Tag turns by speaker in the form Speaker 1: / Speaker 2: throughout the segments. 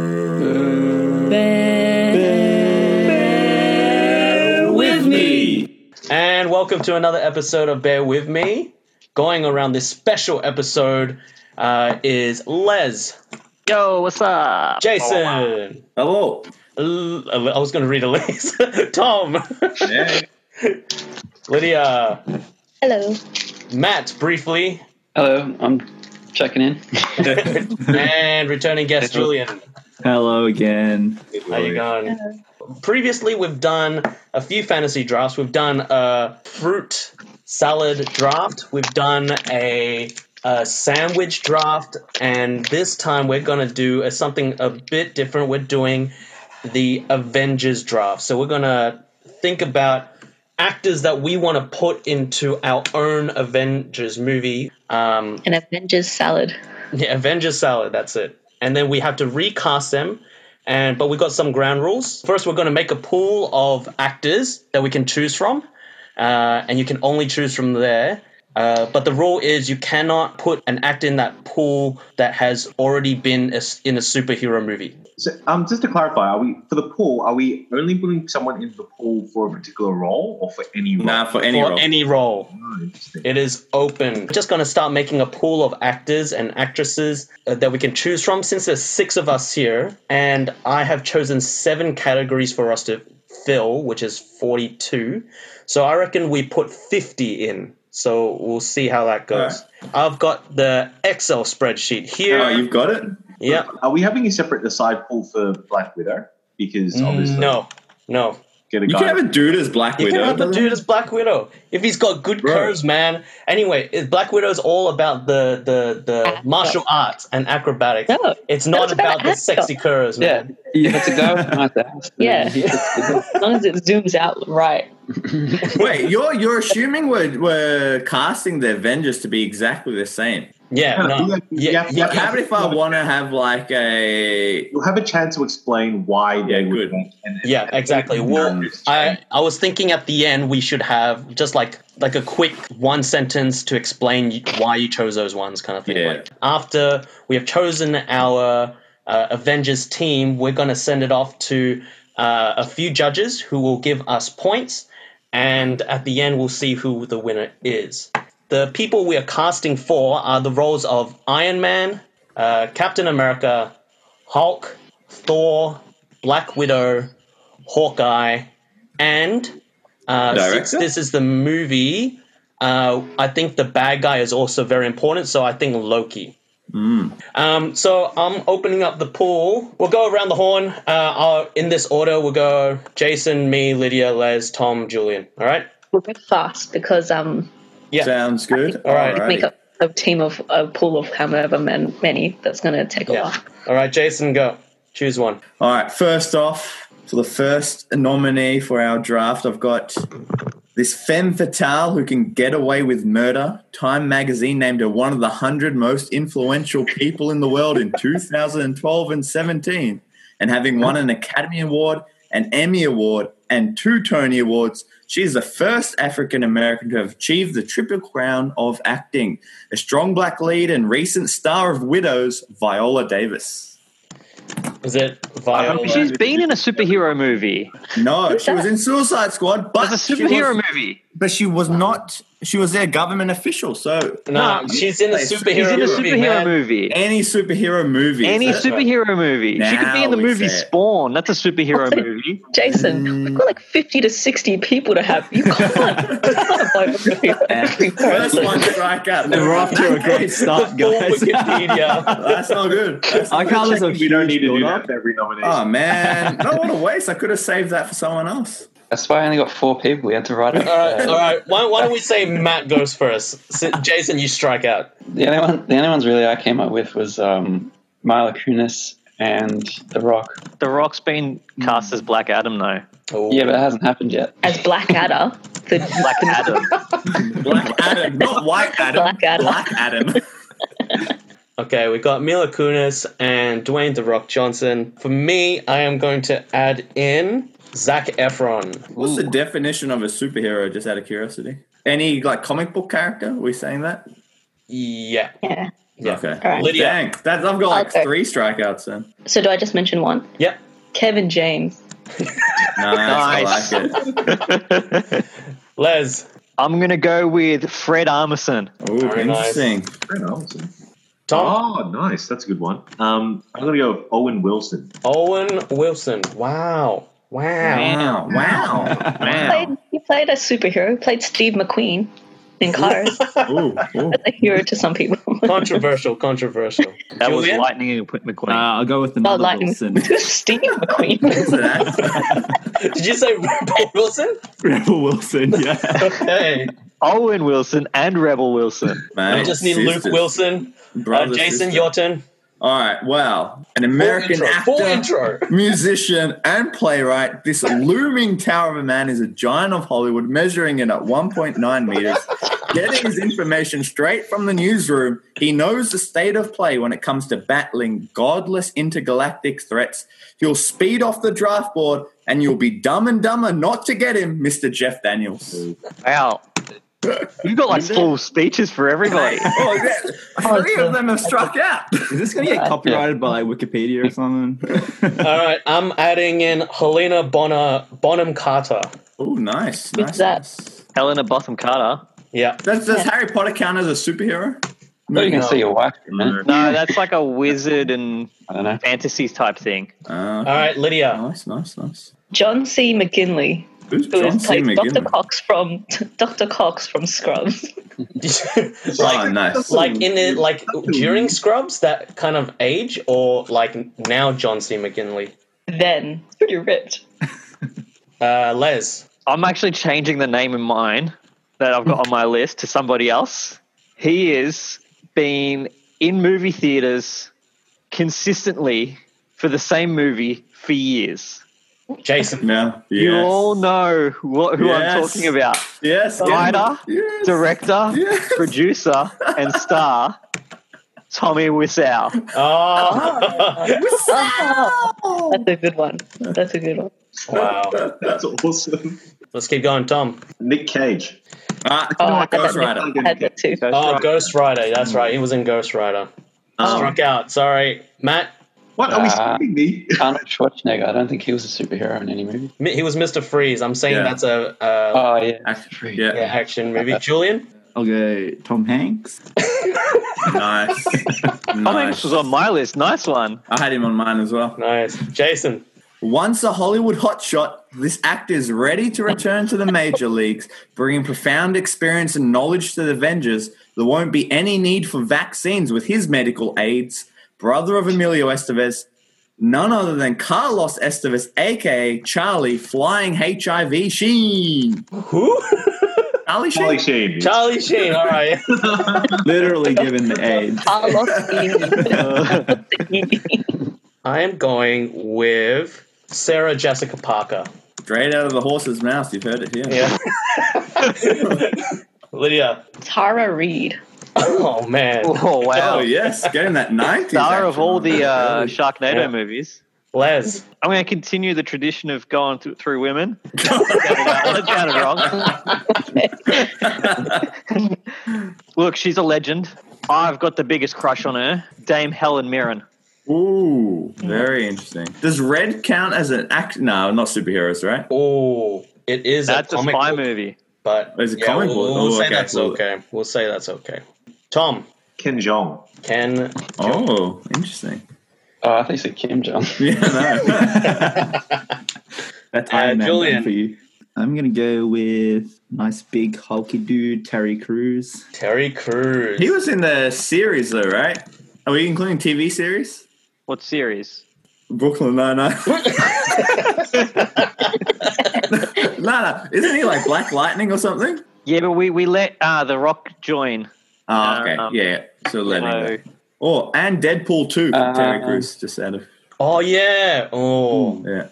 Speaker 1: Burn.
Speaker 2: with me. And welcome to another episode of Bear With Me. Going around this special episode uh, is Les,
Speaker 3: Yo, what's up?
Speaker 2: Jason,
Speaker 4: Hello.
Speaker 2: L- I was going to read a list, Tom, Lydia,
Speaker 5: Hello.
Speaker 2: Matt briefly,
Speaker 6: Hello, I'm checking in.
Speaker 2: and returning guest Julian.
Speaker 4: Hello again.
Speaker 2: How you going? um, Previously, we've done a few fantasy drafts. We've done a fruit salad draft. We've done a, a sandwich draft, and this time we're gonna do a, something a bit different. We're doing the Avengers draft. So we're gonna think about actors that we want to put into our own Avengers movie. Um,
Speaker 5: An Avengers salad.
Speaker 2: yeah, Avengers salad. That's it. And then we have to recast them. And but we've got some ground rules. First, we're going to make a pool of actors that we can choose from, uh, and you can only choose from there. Uh, but the rule is you cannot put an actor in that pool that has already been a s in a superhero movie.
Speaker 4: So, um, just to clarify, are we for the pool? Are we only putting someone into the pool for a particular role, or for any role?
Speaker 7: Nah, for any
Speaker 2: for
Speaker 7: role.
Speaker 2: any role.
Speaker 4: Oh, interesting.
Speaker 2: It is open. We're just going to start making a pool of actors and actresses uh, that we can choose from since there's six of us here. And I have chosen seven categories for us to fill, which is 42. So I reckon we put 50 in. So we'll see how that goes. I've got the Excel spreadsheet here.
Speaker 7: Oh, you've got it.
Speaker 2: yeah.
Speaker 4: Are we having a separate aside pool for Black Widow? Because obviously,
Speaker 2: Mm, No, no.
Speaker 4: get a
Speaker 7: You
Speaker 4: guy.
Speaker 7: can have a dude as Black
Speaker 2: You
Speaker 7: Widow.
Speaker 2: can have the dude as Black Widow if he's got good
Speaker 7: Bro.
Speaker 2: curves, man. Anyway, it- Black Widow's all about the the, the
Speaker 5: Acro-
Speaker 2: martial arts and acrobatics.
Speaker 5: No,
Speaker 2: it's not
Speaker 5: that's
Speaker 2: about,
Speaker 5: about
Speaker 2: the
Speaker 5: acro.
Speaker 2: sexy curves,
Speaker 6: Yeah,
Speaker 2: man.
Speaker 6: if it's a guy with nice ass.
Speaker 5: Yeah. as long as it zooms out right.
Speaker 7: Wait, you're you're assuming we're we're casting the Avengers to be exactly the same.
Speaker 2: Yeah,
Speaker 4: Yeah,
Speaker 2: no,
Speaker 4: you- you
Speaker 2: yeah,
Speaker 4: have- you
Speaker 2: yeah,
Speaker 4: have to-
Speaker 7: How about if I want to have like a
Speaker 4: You'll have a chance to explain why they
Speaker 7: Yeah,
Speaker 4: would.
Speaker 7: good.
Speaker 4: want- and-
Speaker 2: yeah,
Speaker 4: and-
Speaker 2: exactly.
Speaker 4: and-
Speaker 2: Well,
Speaker 4: and-
Speaker 2: I I was thinking at the end we should have just like like a quick one sentence to explain why you chose those ones, kind of thing.
Speaker 7: Yeah.
Speaker 2: Like, after we have chosen our uh, Avengers team, we're gonna send it off to uh, a few judges who will give us points, and at the end we'll see who the winner is. The people we are casting for are the roles of Iron Man, uh, Captain America, Hulk, Thor, Black Widow, Hawkeye, and uh, since
Speaker 7: Director?
Speaker 2: this is the movie, uh, I think the bad guy is also very important. So I think Loki.
Speaker 4: Hmm.
Speaker 2: Um, so I'm opening up the pool. We'll go around the horn. Uh, I'll, in this order, we'll go Jason, me, Lydia, Les, Tom, Julian. All right.
Speaker 5: We'll go fast because um
Speaker 2: Yeah.
Speaker 7: sounds good?
Speaker 2: All right.
Speaker 7: Alrighty.
Speaker 5: make up a team of a pool of however man, many that's gonna take a
Speaker 2: Yeah.
Speaker 5: while.
Speaker 2: All right, Jason, go. Choose one.
Speaker 7: All right. First off, for the first nominee for our draft, I've got this femme fatale who can get away with murder. Time magazine named her one of the hundred most influential people in the world in 2012 and 17, and having won an Academy Award, an Emmy Award, and two Tony Awards. She is the first African American to have achieved the triple crown of acting, a strong black lead, and recent star of Widows, Viola Davis.
Speaker 2: Is it Viola?
Speaker 4: she's-
Speaker 2: She's,
Speaker 3: She's been in a superhero movie.
Speaker 7: No,
Speaker 5: Who's
Speaker 7: she was
Speaker 5: that?
Speaker 7: in Suicide Squad, but
Speaker 3: It's a
Speaker 7: she
Speaker 3: superhero
Speaker 7: was,
Speaker 3: movie.
Speaker 7: But she was not. She was their government official. So
Speaker 2: no, she's in a
Speaker 7: She's in a
Speaker 3: She's
Speaker 2: superhero
Speaker 3: in a
Speaker 2: movie.
Speaker 3: superhero
Speaker 2: man.
Speaker 3: movie.
Speaker 7: any superhero movie,
Speaker 3: Any
Speaker 7: is that-
Speaker 3: superhero movie. she could be in the
Speaker 7: Now
Speaker 3: movie
Speaker 7: we say it.
Speaker 3: Spawn. That's a superhero
Speaker 5: What's it?
Speaker 3: movie.
Speaker 5: Jason,
Speaker 2: Mm.
Speaker 5: we've got like fifty to sixty people to have. You can't you can't blow every- every
Speaker 7: First
Speaker 5: person.
Speaker 7: one strike out.
Speaker 4: We're off to a great
Speaker 6: start,
Speaker 2: Full Wikipedia.
Speaker 7: That's not good. That's
Speaker 6: I
Speaker 7: not
Speaker 6: can't
Speaker 7: good.
Speaker 6: listen-
Speaker 4: We don't need to do
Speaker 7: build-up.
Speaker 4: that for every nomination.
Speaker 2: Ah.
Speaker 7: Oh man, no, what a waste! I could have saved that for someone else.
Speaker 6: That's why I only got four people. We had to write it.
Speaker 7: Uh,
Speaker 2: All right, all right. Why, why don't we say Matt goes first? So, Jason, you strike out.
Speaker 6: The only one, the only ones really I came up with was um, Mila Kunis and The Rock.
Speaker 3: The Rock's been cast as Black Adam though.
Speaker 2: Oh.
Speaker 6: Yeah, but it hasn't happened yet.
Speaker 5: As Blackadder, the
Speaker 3: Black Adam.
Speaker 7: Black Adam, not White Adam.
Speaker 5: Black Adam.
Speaker 7: Black Adam.
Speaker 2: Okay, we've got Mila Kunis and Dwayne The Rock Johnson. For me, I am going to add in Zach Efron.
Speaker 7: What's the definition of a superhero? Just out of curiosity, any like comic book character? Are we saying that?
Speaker 2: Yeah.
Speaker 5: yeah.
Speaker 2: Yeah.
Speaker 7: Okay.
Speaker 5: All right.
Speaker 2: Lydia.
Speaker 7: Dang, that's, I've got like
Speaker 5: Okay.
Speaker 7: three strikeouts then.
Speaker 5: So do I just mention one?
Speaker 2: Yep.
Speaker 5: Kevin James.
Speaker 7: Nice, I like
Speaker 2: Les.
Speaker 3: I'm going to go with Fred Armisen.
Speaker 7: it. Ooh,
Speaker 2: Very nice.
Speaker 7: interesting.
Speaker 4: Fred Armisen.
Speaker 2: Tom.
Speaker 4: Oh, nice. That's a good one. Um, I'm going to go with Owen Wilson.
Speaker 7: Oh.
Speaker 2: Owen Wilson. Wow. Wow.
Speaker 7: Wow, wow, wow.
Speaker 5: Played, he played a superhero. He played Steve McQueen in Cars.
Speaker 7: Ooh, ooh.
Speaker 5: a hero to some people.
Speaker 2: Controversial. Controversial.
Speaker 3: That was
Speaker 2: Julian?
Speaker 3: Lightning McQueen.
Speaker 1: Uh, I'll go with
Speaker 5: oh,
Speaker 1: another
Speaker 5: Lightning.
Speaker 1: Wilson.
Speaker 5: Steve McQueen.
Speaker 7: Is it that?
Speaker 2: Did you say Rebel Wilson?
Speaker 1: Rebel Wilson, yeah.
Speaker 2: Okay.
Speaker 3: Owen Wilson and Rebel Wilson.
Speaker 2: I
Speaker 7: Mate,
Speaker 2: just need Luke
Speaker 7: sisters.
Speaker 2: Wilson. Uh,
Speaker 7: Brother,
Speaker 2: Jason,
Speaker 7: sister.
Speaker 2: your turn.
Speaker 7: All right, wow. An
Speaker 2: Full
Speaker 7: American
Speaker 2: intro. Full
Speaker 7: actor,
Speaker 2: intro.
Speaker 7: musician, and playwright, this looming tower of a man is a giant of Hollywood, measuring it at 1.9 meters. Getting his information straight from the newsroom, he knows the state of play when it comes to battling godless intergalactic threats. He'll speed off the draft board, and you'll be dumb and dumber not to get him, Mr. Jeff Daniels.
Speaker 3: Wow. You've got like full speeches for everybody.
Speaker 7: Oh, yeah. Three of them have struck out.
Speaker 1: Is this going to get copyrighted by like, Wikipedia or something?
Speaker 2: All right, I'm adding in Helena Bonner Bonham Carter.
Speaker 7: Oh, nice. nice.
Speaker 5: Who's that?
Speaker 7: nice.
Speaker 3: Helena Botham Carter.
Speaker 2: Yeah,
Speaker 7: Does, does
Speaker 5: Yeah.
Speaker 7: Harry Potter count as a superhero?
Speaker 6: Well, you can see your wife in it.
Speaker 3: No, that's like a wizard and
Speaker 6: I don't know.
Speaker 3: fantasy type thing.
Speaker 7: Uh,
Speaker 2: All right, Lydia.
Speaker 7: Nice, nice, nice.
Speaker 5: John C. McGinley,
Speaker 7: Who's
Speaker 5: who
Speaker 7: John
Speaker 5: has
Speaker 7: C.
Speaker 5: played Dr.
Speaker 7: McGinley?
Speaker 5: Cox from Dr. Cox from Scrubs.
Speaker 7: Oh,
Speaker 2: like,
Speaker 7: nice.
Speaker 2: like in it, like during Scrubs, that kind of age, or like now John C. McGinley.
Speaker 5: Then pretty rich.
Speaker 2: Uh, Les.
Speaker 3: I'm actually changing the name in mine that I've got on my list to somebody else. He is been in movie theaters consistently for the same movie for years.
Speaker 2: Jason.
Speaker 7: Yeah. Yes.
Speaker 3: You all know wh- who I'm
Speaker 7: Yes.
Speaker 3: talking about.
Speaker 7: Yes.
Speaker 3: Writer,
Speaker 7: Yes.
Speaker 3: Director,
Speaker 7: Yes.
Speaker 3: producer, and star Tommy Wiseau.
Speaker 7: Ah,
Speaker 2: Oh,
Speaker 5: That's a good one. That's a good one.
Speaker 2: wow.
Speaker 4: That's awesome.
Speaker 2: Let's keep going, Tom.
Speaker 4: Nick Cage.
Speaker 7: Ah,
Speaker 5: Oh,
Speaker 7: you know
Speaker 5: I
Speaker 7: what,
Speaker 5: had that,
Speaker 7: Ghost Rider.
Speaker 5: I had that too.
Speaker 2: Oh, Ghost Rider. That's right. He was in Ghost Rider.
Speaker 7: Oh.
Speaker 2: Struck out. Sorry, Matt.
Speaker 4: What? Are we
Speaker 6: Ah.
Speaker 4: skipping me?
Speaker 6: Arnold Schwarzenegger. I don't think he was a superhero in any movie.
Speaker 2: Mi- He was Mr. Freeze. I'm saying
Speaker 7: Yeah.
Speaker 2: that's a uh,
Speaker 6: Oh yeah,
Speaker 7: Action-
Speaker 6: Yeah.
Speaker 7: Yeah.
Speaker 2: yeah, action movie. Julian.
Speaker 1: I'll go Tom Hanks.
Speaker 7: nice.
Speaker 3: Tom Hanks
Speaker 7: nice.
Speaker 3: was on my list. Nice one.
Speaker 7: I had him on mine as well.
Speaker 2: Nice. Jason.
Speaker 7: Once a Hollywood hotshot, this actor is ready to return to the major leagues, bringing profound experience and knowledge to the Avengers. There won't be any need for vaccines with his medical aids. Brother of Emilio Estevez, none other than Carlos Estevez, aka Charlie Flying HIV Sheen.
Speaker 2: Who?
Speaker 7: Charlie Sheen?
Speaker 4: Charlie Sheen.
Speaker 2: Charlie Sheen. All right.
Speaker 1: Literally given the age.
Speaker 5: Carlos E.
Speaker 2: I am going with Sarah Jessica Parker.
Speaker 7: Straight out of the horse's mouth, you've heard it here.
Speaker 2: Yeah. Lydia.
Speaker 5: Tara Reid.
Speaker 2: Oh man.
Speaker 3: Oh, wow.
Speaker 7: Oh, yes, getting that 90s.
Speaker 3: Star of
Speaker 7: action
Speaker 3: all
Speaker 7: on
Speaker 3: the
Speaker 7: there.
Speaker 3: uh, Sharknado
Speaker 2: Yeah.
Speaker 3: movies.
Speaker 2: Les.
Speaker 3: I'm going to continue the tradition of going th- through women. I sounded wrong. uh, Look, she's a legend. I've got the biggest crush on her, Dame Helen Mirren.
Speaker 7: Ooh, very interesting. Does Red count as an act? No, not superheroes, right?
Speaker 2: Oh, it is
Speaker 3: That's
Speaker 2: a
Speaker 3: a
Speaker 2: comic
Speaker 3: spy
Speaker 2: book,
Speaker 3: movie.
Speaker 2: but
Speaker 7: It's a
Speaker 2: yeah,
Speaker 7: comic
Speaker 2: we'll,
Speaker 7: book.
Speaker 2: we'll
Speaker 7: Oh,
Speaker 2: say
Speaker 7: okay,
Speaker 2: that's
Speaker 7: cool.
Speaker 2: okay. We'll say that's okay. Tom.
Speaker 4: Ken Jong.
Speaker 2: Ken.
Speaker 7: Oh, interesting.
Speaker 6: oh I think it's a Kim Jong.
Speaker 7: Yeah, no.
Speaker 1: That's
Speaker 2: Uh,
Speaker 1: Iron Man
Speaker 2: Julian.
Speaker 1: done for you. I'm going to go with nice big hulky dude, Terry Crews.
Speaker 2: Terry Crews.
Speaker 7: he was in the series though, right? Are we including TV series?
Speaker 3: What series?
Speaker 7: Brooklyn Nine Nine. no, no, isn't he like Black Lightning or something?
Speaker 3: Yeah, but we, we let uh, The Rock join.
Speaker 7: Oh, okay,
Speaker 3: Um,
Speaker 7: yeah. yeah. So let him.
Speaker 3: So,
Speaker 7: go. Oh, and Deadpool too.
Speaker 6: Uh,
Speaker 7: Terry Crews just out of
Speaker 2: oh yeah. Oh,
Speaker 7: yeah.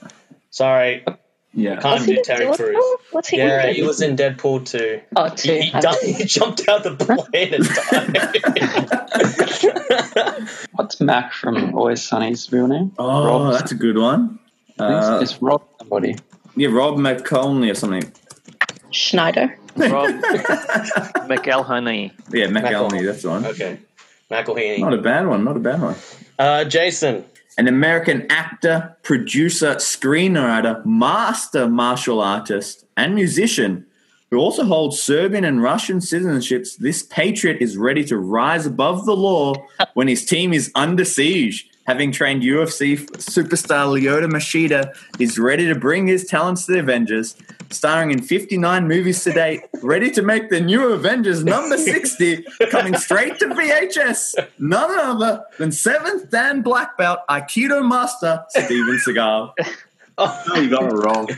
Speaker 2: sorry.
Speaker 1: Yeah.
Speaker 2: Can't
Speaker 5: What's he
Speaker 2: do Terry
Speaker 5: what's,
Speaker 2: Crews.
Speaker 5: what's he
Speaker 2: Yeah,
Speaker 5: in?
Speaker 2: he was in Deadpool too.
Speaker 5: Oh,
Speaker 2: He,
Speaker 5: two.
Speaker 2: he, done, he jumped out the plane and died.
Speaker 6: What's Mac from Always Sunny's real name?
Speaker 7: Oh,
Speaker 6: Rob
Speaker 7: that's a good one.
Speaker 6: something?
Speaker 7: Uh,
Speaker 6: it's Rob somebody.
Speaker 7: yeah, Rob McConley or something.
Speaker 5: Schneider.
Speaker 3: Rob McElhoney.
Speaker 7: Yeah,
Speaker 2: McElhoney.
Speaker 7: McConley, that's the one.
Speaker 2: Okay. McElhaney.
Speaker 7: Not a bad one. Not a bad one.
Speaker 2: Uh, Jason.
Speaker 7: An American actor, producer, screenwriter, master martial artist, and musician who also holds Serbian and Russian citizenships. This patriot is ready to rise above the law when his team is under siege. Having trained UFC superstar Lyoto Machida, he's ready to bring his talents to the Avengers. Starring in 59 movies to date, ready to make the new Avengers number 60, coming straight to VHS. None other than seventh Dan Black Belt Aikido Master Steven Seagal.
Speaker 4: No, you got it wrong.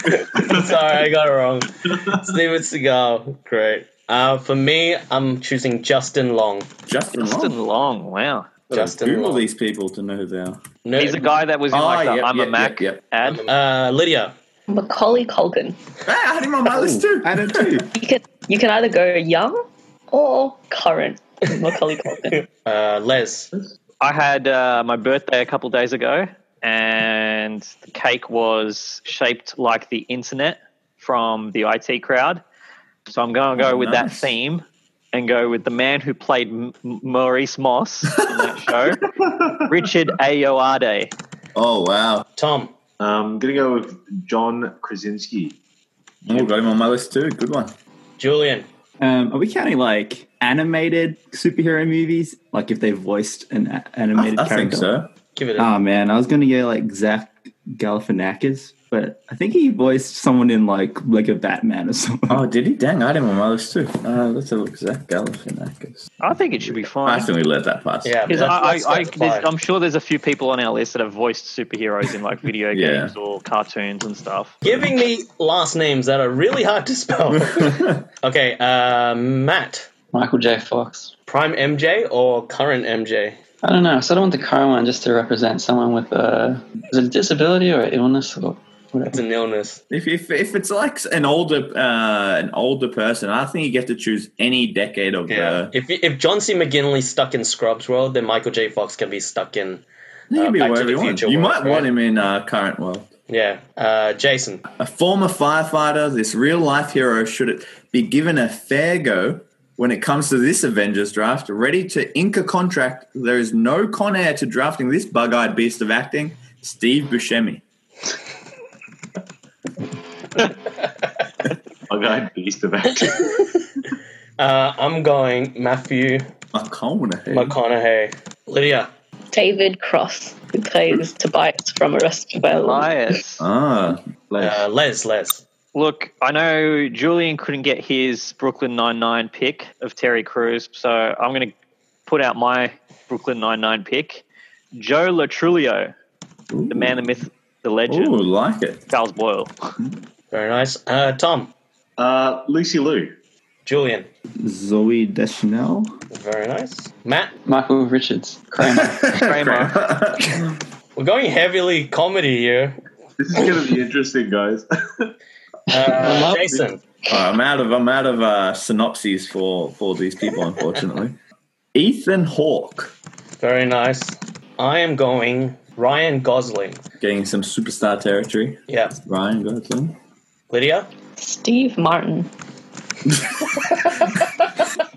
Speaker 2: Sorry, I got it wrong. Steven Seagal. Great. Uh, for me, I'm choosing Justin Long.
Speaker 7: Justin,
Speaker 3: Justin
Speaker 7: Long.
Speaker 3: Long, wow.
Speaker 2: Justin
Speaker 7: Google
Speaker 2: Long.
Speaker 7: these people to know who they are.
Speaker 2: No,
Speaker 3: He's a guy that was in like
Speaker 7: Ah,
Speaker 3: the
Speaker 7: yep,
Speaker 3: I'm
Speaker 7: yep,
Speaker 3: a
Speaker 7: yep,
Speaker 3: Mac
Speaker 7: yep.
Speaker 3: ad.
Speaker 2: Uh, Lydia.
Speaker 5: Macaulay Culkin.
Speaker 7: Hey, I had him on my list too.
Speaker 1: I did too.
Speaker 5: You can you can either go young or current Macaulay Culkin.
Speaker 2: Uh, Les.
Speaker 3: I had uh, my birthday a couple days ago, and the cake was shaped like the internet from the IT crowd. So I'm going to go
Speaker 7: Oh,
Speaker 3: with
Speaker 7: nice.
Speaker 3: that theme and go with the man who played M- M- Maurice Moss in that show, Richard Ayoade.
Speaker 7: Oh wow.
Speaker 2: Tom.
Speaker 4: I'm going to Um, go with John Krasinski.
Speaker 7: Oh, got him on my list too. Good one.
Speaker 2: Julian.
Speaker 1: Um, are we counting like animated superhero movies? Like if they voiced an a-
Speaker 7: I,
Speaker 1: animated
Speaker 7: I think
Speaker 1: character?
Speaker 7: so.
Speaker 2: Give it a.
Speaker 1: Oh man, I was gonna go like Zach Galifianakis, but I think he voiced someone in like like a Batman or something.
Speaker 7: Oh, did he? Dang, I had him on my list too. Uh, let's have a look. Zach Galifianakis.
Speaker 3: I think it should be
Speaker 7: I
Speaker 3: fine.
Speaker 7: think we let that pass.
Speaker 2: yeah.
Speaker 3: Because I, I,
Speaker 2: that's-
Speaker 3: I,
Speaker 2: that's
Speaker 3: there's-
Speaker 2: fine.
Speaker 3: I'm sure there's a few people on our list that have voiced superheroes in like video
Speaker 7: Yeah.
Speaker 3: games or cartoons and stuff.
Speaker 2: Giving me last names that are really hard to spell. okay, uh, Matt.
Speaker 6: Michael J. Fox.
Speaker 2: Prime MJ or current MJ?
Speaker 6: I don't know. So I don't want the current one just to represent someone with a, is it a disability or illness or
Speaker 2: It's
Speaker 6: whatever.
Speaker 2: an illness.
Speaker 7: If, if, if it's like an older uh, an older person, I think you get to choose any decade of uh,
Speaker 2: If if John C. McGinley's stuck in Scrubs world, then Michael J. Fox can be stuck in.
Speaker 7: you can be
Speaker 2: Back to
Speaker 7: wherever
Speaker 2: the
Speaker 7: you want.
Speaker 2: Future
Speaker 7: You
Speaker 2: world,
Speaker 7: might
Speaker 2: right?
Speaker 7: want him in uh, current world.
Speaker 2: Yeah. Uh, Jason.
Speaker 7: A former firefighter, this real life hero should it be given a fair go when it comes to this Avengers draft. Ready to ink a contract, there is no con air to drafting this bug eyed beast of acting, Steve Buscemi.
Speaker 4: I got a beast of acting.
Speaker 2: Uh, I'm going Matthew
Speaker 7: McConaughey.
Speaker 2: McConaughey. Lydia.
Speaker 5: David Cross, who plays Tobias from Arrested Development.
Speaker 3: Elias.
Speaker 7: ah,
Speaker 2: Uh, Les. Les.
Speaker 3: Look, I know Julian couldn't get his Brooklyn Nine Nine pick of Terry Crews, so I'm going to put out my Brooklyn Nine Nine pick, Joe Latrulio, the man, the myth, the
Speaker 7: ooh,
Speaker 3: legend,
Speaker 7: like it.
Speaker 3: Charles Boyle.
Speaker 2: Very nice. Uh, Tom.
Speaker 4: Uh, Lucy Liu.
Speaker 2: Julian.
Speaker 1: Zoe Deschanel.
Speaker 2: Very nice. Matt.
Speaker 6: Michael Richards. Kramer.
Speaker 3: Kramer.
Speaker 2: We're going heavily comedy here.
Speaker 4: This is going to be interesting, guys.
Speaker 2: Uh, Jason.
Speaker 7: Alright, I'm out of I'm out of uh, synopses for for these people, unfortunately. Ethan Hawke
Speaker 2: Very nice. I am going Ryan Gosling.
Speaker 7: getting some superstar territory.
Speaker 2: Yeah.
Speaker 7: Ryan Gosling.
Speaker 2: Lydia.
Speaker 5: Steve Martin.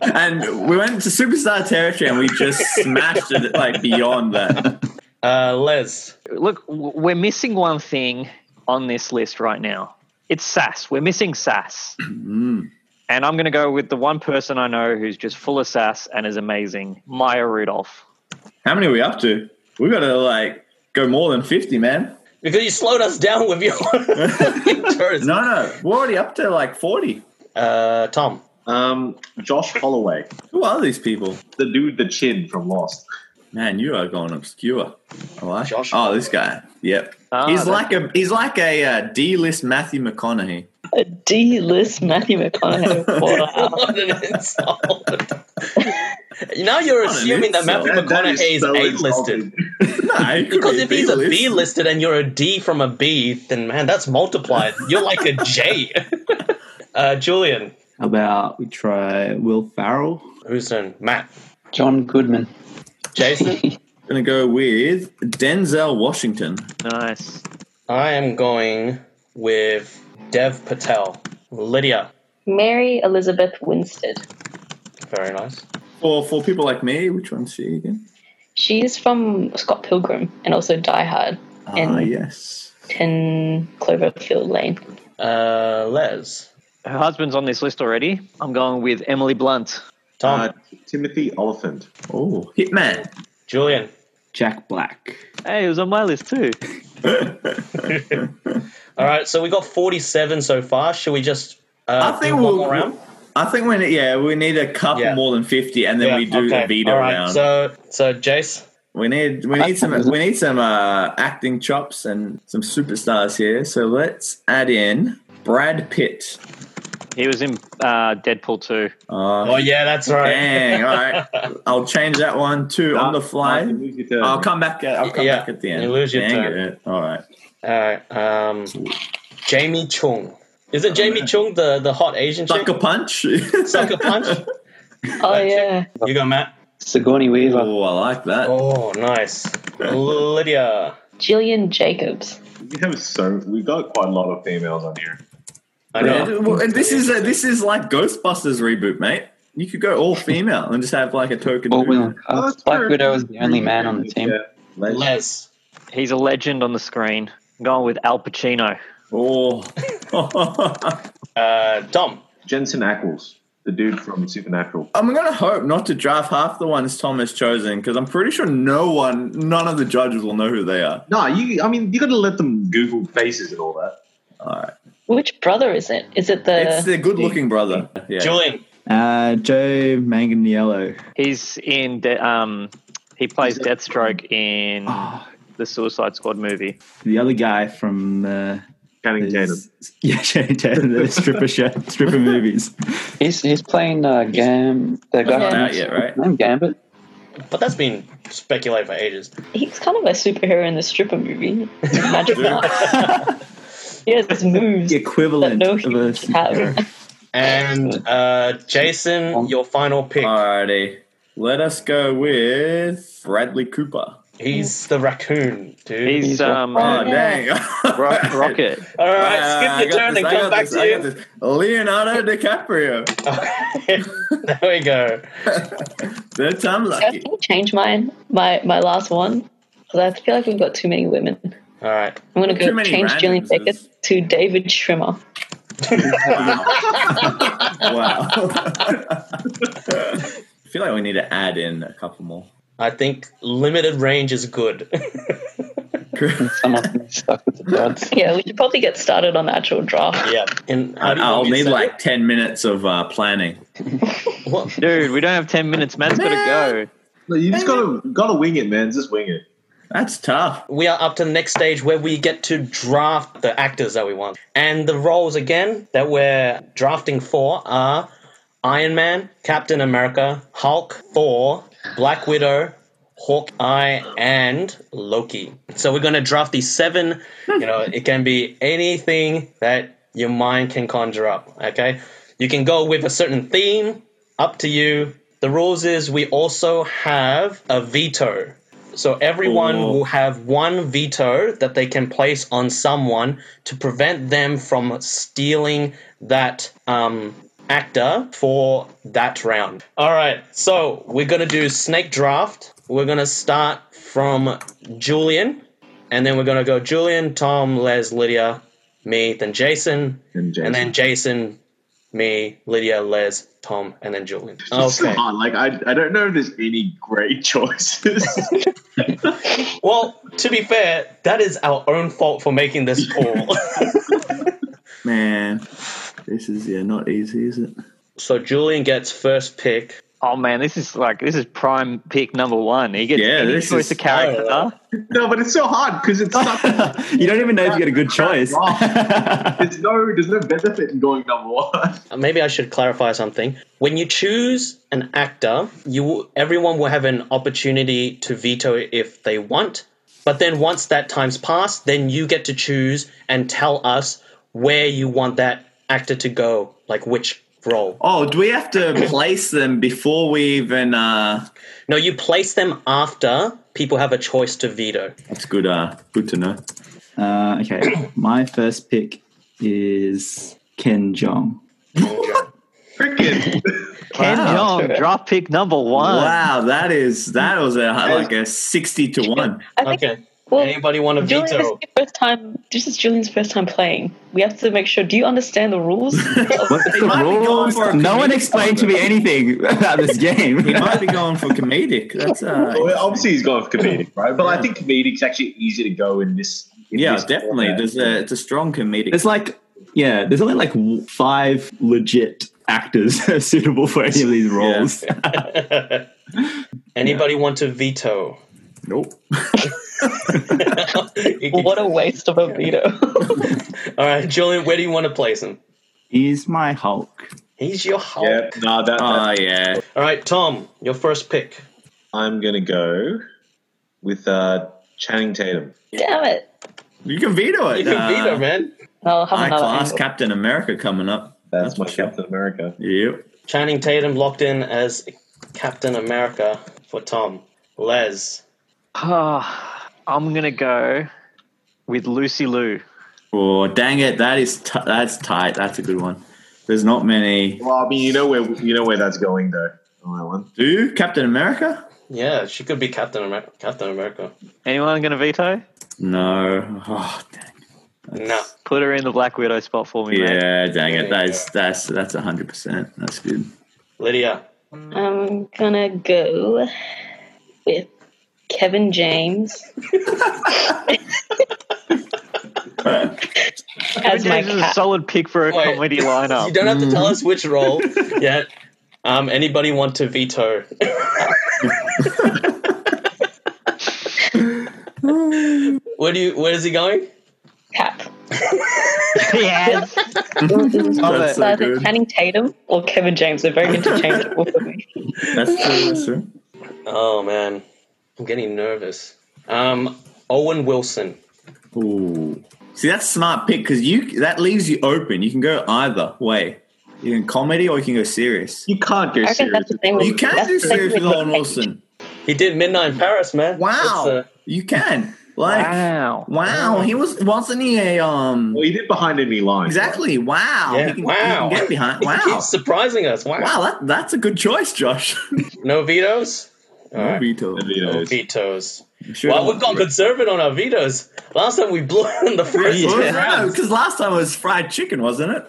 Speaker 7: And we went to superstar territory and we just smashed it like beyond that.
Speaker 2: Uh, Les.
Speaker 3: Look, w- we're missing one thing on this list right now. It's Sass. We're missing Sass. And I'm going to go with the one person I know who's just full of Sass and is amazing, Maya Rudolph.
Speaker 7: How many are we up to? We gotta like go more than fifty, man.
Speaker 2: Because you slowed us down with your tours.
Speaker 7: No no, we're already up to like forty.
Speaker 2: Uh, Tom.
Speaker 4: Um, Josh Holloway,
Speaker 7: Who are these people?
Speaker 4: the dude, the chin from Lost.
Speaker 7: Man, you are going obscure. I like it.
Speaker 2: Josh.
Speaker 7: Oh, this guy. Yep.
Speaker 3: Ah,
Speaker 7: he's
Speaker 3: that-
Speaker 7: like a he's like a uh, D-list Matthew McConaughey.
Speaker 5: A D list Matthew McConaughey. Wow.
Speaker 2: What an insult. now you're
Speaker 7: an
Speaker 2: assuming that
Speaker 7: insult.
Speaker 2: Matthew McConaughey is
Speaker 4: so
Speaker 2: A-listed.
Speaker 4: insulting.
Speaker 7: No, he could
Speaker 2: Because
Speaker 7: be a
Speaker 2: if he's a
Speaker 7: B-list.
Speaker 2: B-listed and you're a D from a B, then man, that's multiplied. You're like a J. uh, Julian.
Speaker 1: How about we try Will Farrell?
Speaker 2: Who's in? Matt.
Speaker 6: John Goodman.
Speaker 2: Jason.
Speaker 7: Gonna go with Denzel Washington.
Speaker 3: Nice.
Speaker 2: I am going with Dev Patel. Lydia.
Speaker 5: Mary Elizabeth Winstead.
Speaker 2: Very nice.
Speaker 7: For for people like me, which one's she again?
Speaker 5: She's from Scott Pilgrim and also Die Hard
Speaker 7: Ah,
Speaker 5: And-
Speaker 7: yes.
Speaker 5: 10 Cloverfield Lane.
Speaker 2: Uh, Les,
Speaker 3: Her husband's on this list already. I'm going with Emily Blunt.
Speaker 2: Tom,
Speaker 4: Uh, Timothy Oliphant.
Speaker 7: Oh, Hitman.
Speaker 2: Julian.
Speaker 1: Jack Black.
Speaker 3: Hey, it was on my list too.
Speaker 2: All right, so we got 47 so far. Should we just uh,
Speaker 7: I think
Speaker 2: do one
Speaker 7: we'll.
Speaker 2: more round?
Speaker 7: I think we need, yeah we need a couple
Speaker 2: Yeah.
Speaker 7: more than fifty, and then
Speaker 2: Yeah,
Speaker 7: we do
Speaker 2: okay.
Speaker 7: the veto
Speaker 2: All right,
Speaker 7: round.
Speaker 2: So, so Jace,
Speaker 7: we need we need some we need some uh, acting chops and some superstars here. So let's add in Brad Pitt.
Speaker 3: He was in uh, Deadpool 2.
Speaker 7: Uh,
Speaker 2: oh yeah, that's right.
Speaker 7: Dang! All right, I'll change that one too. on the fly.
Speaker 4: Martin, who's your turn?
Speaker 2: Oh,
Speaker 7: I'll come back. At, I'll come
Speaker 2: Yeah,
Speaker 7: back at the end.
Speaker 2: you lose your
Speaker 7: Dang
Speaker 2: turn.
Speaker 7: it. All right.
Speaker 2: All right, um, Jamie Chung. Is it Jamie Chung, the, the hot Asian chick?
Speaker 7: Oh, Sucker punch.
Speaker 2: Sucker punch.
Speaker 5: Oh, yeah.
Speaker 2: You go, Matt.
Speaker 6: Sigourney Weaver.
Speaker 7: oh, I like that.
Speaker 2: Oh, nice. Lydia.
Speaker 5: Jillian Jacobs.
Speaker 4: We have so we got quite a lot of females on here.
Speaker 2: I
Speaker 7: Yeah,
Speaker 2: know.
Speaker 7: well, and this is a, this is like Ghostbusters reboot, mate. You could go all female and just have like a token.
Speaker 6: All
Speaker 7: dude.
Speaker 6: women
Speaker 4: Oh,
Speaker 6: cast.
Speaker 4: that's
Speaker 6: Black
Speaker 4: true.
Speaker 6: Widow is the only man on the team.
Speaker 4: Yeah. Let's-
Speaker 2: Les.
Speaker 3: He's a legend on the screen. I'm going with Al Pacino.
Speaker 7: Oh,
Speaker 2: Uh, Dom.
Speaker 4: Jensen Ackles, the dude from Supernatural.
Speaker 7: I'm gonna hope not to draft half the ones Tom has chosen because I'm pretty sure no one, none of the judges will know who they are.
Speaker 4: No, you. I mean, you got to let them Google faces and all that.
Speaker 7: All right,
Speaker 5: Which brother is it? Is it
Speaker 7: it's
Speaker 5: the.
Speaker 7: the good-looking brother. Yeah.
Speaker 2: Julian.
Speaker 1: Uh, Joe Manganiello.
Speaker 3: He's in. De- um, he plays Deathstroke in
Speaker 1: Oh,
Speaker 3: the Suicide Squad movie.
Speaker 1: the other guy from uh,
Speaker 4: Channing Tatum.
Speaker 1: those- yeah, Channing Tatum, the stripper show, stripper movies.
Speaker 6: He's, he's playing uh, Gam. The guy
Speaker 5: not
Speaker 6: from-
Speaker 7: out yet, right?
Speaker 6: Name Gambit.
Speaker 2: But that's been speculated for ages.
Speaker 5: He's kind of a superhero in the stripper movie. Imagine that. He has his moves
Speaker 1: The equivalent
Speaker 5: that no
Speaker 1: of a
Speaker 5: humans have.
Speaker 2: And uh, Jason, your final pick.
Speaker 7: Uh, Alrighty, let us go with Bradley Cooper.
Speaker 2: He's the raccoon, dude.
Speaker 3: He's um,
Speaker 7: Oh, dang!
Speaker 3: Ro- Rocket.
Speaker 2: All
Speaker 7: Uh,
Speaker 2: right, skip
Speaker 7: I
Speaker 2: your
Speaker 7: got
Speaker 2: turn
Speaker 7: this,
Speaker 2: and
Speaker 7: I
Speaker 2: come
Speaker 7: got
Speaker 2: back
Speaker 7: this,
Speaker 2: to
Speaker 7: I
Speaker 2: you.
Speaker 7: got this. Leonardo DiCaprio.
Speaker 2: there we go.
Speaker 7: Third time
Speaker 5: I
Speaker 7: lucky.
Speaker 5: think I'll change mine, my, my last one, because I feel like we've got too many women.
Speaker 2: All right.
Speaker 5: I'm going to
Speaker 7: Too
Speaker 5: go
Speaker 7: many
Speaker 5: change Jillian
Speaker 7: randoms is-
Speaker 5: Jacobs to David Schwimmer.
Speaker 7: Wow. I feel like we need to add in a couple more.
Speaker 2: I think limited range is good.
Speaker 6: Someone stuck with the dots.
Speaker 5: Yeah, we should probably get started on the actual draft.
Speaker 2: yeah. And how do you
Speaker 7: I'll
Speaker 2: want me to
Speaker 7: need
Speaker 2: say
Speaker 7: like 10 minutes of uh, planning.
Speaker 2: it? What?
Speaker 3: Dude, we don't have 10 minutes. Matt's got to go.
Speaker 4: No, you just gotta gotta wing it, man. Just wing it.
Speaker 7: That's tough.
Speaker 2: we are up to the next stage where we get to draft the actors that we want. And the roles again that we're drafting for are Iron Man, Captain America, Hulk, Thor, Black Widow, Hawkeye, and Loki. So we're gonna draft these seven. You know, it can be anything that your mind can conjure up. Okay. You can go with a certain theme, up to you. The rules is we also have a veto. So everyone
Speaker 7: Cool.
Speaker 2: will have one veto that they can place on someone to prevent them from stealing that um, actor for that round. All right, so we're gonna do snake draft. We're gonna start from Julian, and then we're gonna go Julian, Tom, Les, Lydia, me, then Jason,
Speaker 4: And, Jason.
Speaker 2: and then Jason, me, Lydia, Les, Tom, and then Julian.
Speaker 4: It's
Speaker 2: Okay.
Speaker 4: hard. Like I, I don't know if there's any great choices.
Speaker 2: Well, to be fair, that is our own fault for making this call.
Speaker 1: Man, this is yeah not easy, is it?
Speaker 2: so Julian gets first pick.
Speaker 3: Oh, man, this is like, this is prime pick number one. He gets
Speaker 7: Yeah,
Speaker 3: any
Speaker 7: this
Speaker 3: choice
Speaker 7: is-
Speaker 3: of character.
Speaker 2: Oh.
Speaker 4: no, but it's so hard because it's such,
Speaker 1: you don't even know if you get a good choice.
Speaker 4: there's no there's no benefit in going number one.
Speaker 2: Uh, Maybe I should clarify something. When you choose an actor, you will- everyone will have an opportunity to veto it if they want. But then once that time's passed, then you get to choose and tell us where you want that actor to go, like which role.
Speaker 7: Oh, do we have to place them before we even. Uh,
Speaker 2: No, you place them after people have a choice to veto.
Speaker 7: that's good uh, Good to know.
Speaker 1: Uh, okay, my first pick is Ken Jong.
Speaker 4: Cricket.
Speaker 3: Ken
Speaker 7: Wow.
Speaker 3: Jong, draft pick number one.
Speaker 7: Wow, that is that was a, like a sixty to one.
Speaker 5: I think
Speaker 2: Okay.
Speaker 5: well,
Speaker 2: Anybody want to
Speaker 5: Julian, this is
Speaker 2: veto?
Speaker 5: your first time. This is Julian's first time playing. We have to make sure. Do you understand the rules?
Speaker 1: What's
Speaker 7: They
Speaker 1: the
Speaker 7: might be going
Speaker 1: rules?
Speaker 7: for a
Speaker 1: No one
Speaker 7: comedic
Speaker 1: explained to me
Speaker 7: number.
Speaker 1: anything about this game.
Speaker 7: He might be going for comedic. That's uh,
Speaker 4: well, obviously, he's gone for comedic, right? But
Speaker 7: Yeah.
Speaker 4: I think comedic's actually easier to go in this. In
Speaker 7: yeah,
Speaker 4: this
Speaker 7: definitely.
Speaker 4: format.
Speaker 7: There's a it's a strong comedic.
Speaker 1: There's like, yeah, there's only like w- five legit actors suitable for any of these roles.
Speaker 2: Anybody want to veto?
Speaker 1: Nope.
Speaker 5: what a waste of a veto.
Speaker 2: All right, Julian, where do you want to place him?
Speaker 1: He's my Hulk.
Speaker 2: He's your Hulk.
Speaker 4: Yeah, nah, that,
Speaker 7: Oh yeah,
Speaker 2: All right, Tom, your first pick.
Speaker 4: I'm gonna go with uh, Channing Tatum.
Speaker 5: Damn it!
Speaker 7: you can veto it.
Speaker 2: You can veto,
Speaker 7: uh,
Speaker 2: man.
Speaker 5: I'll have
Speaker 7: High
Speaker 5: another
Speaker 7: class
Speaker 5: angle.
Speaker 7: Captain America coming up.
Speaker 4: That's, my
Speaker 7: for sure.
Speaker 4: Captain America.
Speaker 7: Yep.
Speaker 2: Channing Tatum locked in as Captain America for Tom. Les.
Speaker 3: Ah, I'm going to go with Lucy Lou.
Speaker 7: Oh dang it! That is t- that's tight. That's a good one. There's not many.
Speaker 4: Well, I mean, you know where you know where that's going though. On that one.
Speaker 7: Do you? Captain America?
Speaker 2: Yeah, she could be Captain America. Captain America.
Speaker 3: Anyone going to veto?
Speaker 7: No. Oh dang.
Speaker 2: No.
Speaker 3: Put her in the Black Widow spot for me, mate.
Speaker 7: Yeah, dang it. That's that's that's hundred percent. That's good.
Speaker 2: Lydia.
Speaker 5: I'm gonna go with Kevin James as my
Speaker 3: James is a
Speaker 5: cat.
Speaker 3: solid pick for a
Speaker 2: Wait.
Speaker 3: comedy lineup.
Speaker 2: You don't have to tell
Speaker 7: Mm-hmm.
Speaker 2: us which role yet. Um, anybody want to veto? Where do you? Where is he going?
Speaker 5: Cap.
Speaker 3: yes. Love
Speaker 7: That's
Speaker 3: it.
Speaker 5: So
Speaker 7: so
Speaker 5: either
Speaker 7: good.
Speaker 5: Channing Tatum or Kevin James. They're very interchangeable for me.
Speaker 7: That's true. That's true.
Speaker 2: Oh man, I'm getting nervous. Um, Owen Wilson.
Speaker 7: Ooh. See, that's a smart pick because you that leaves you open. You can go either way. You can comedy or you can go serious.
Speaker 4: You can't go
Speaker 5: I reckon
Speaker 4: serious.
Speaker 5: that's the thing. With,
Speaker 7: You can
Speaker 5: that's
Speaker 7: do
Speaker 5: the thing
Speaker 7: serious with
Speaker 5: Luke
Speaker 7: Owen
Speaker 5: Cage.
Speaker 7: Wilson.
Speaker 2: He did Midnight in Paris, man.
Speaker 7: Wow,
Speaker 2: It's, uh,
Speaker 7: you can. Like,
Speaker 3: Wow.
Speaker 7: wow, he was wasn't he a um
Speaker 4: Well, he did behind enemy lines.
Speaker 7: exactly? Wow,
Speaker 2: yeah.
Speaker 7: Oh, he can, he can
Speaker 2: wow.
Speaker 7: get behind.
Speaker 2: He
Speaker 7: Wow,
Speaker 2: keeps surprising us. Wow.
Speaker 7: wow, that, that's a good choice, Josh.
Speaker 2: No vetoes. All right.
Speaker 7: Veto.
Speaker 4: And, you know,
Speaker 2: No
Speaker 4: it's-
Speaker 2: vetoes.
Speaker 7: Sure
Speaker 2: well, we've got conservative on our vetoes. Last time we blew in the first
Speaker 7: because
Speaker 2: round.
Speaker 7: last time it was fried chicken, wasn't it?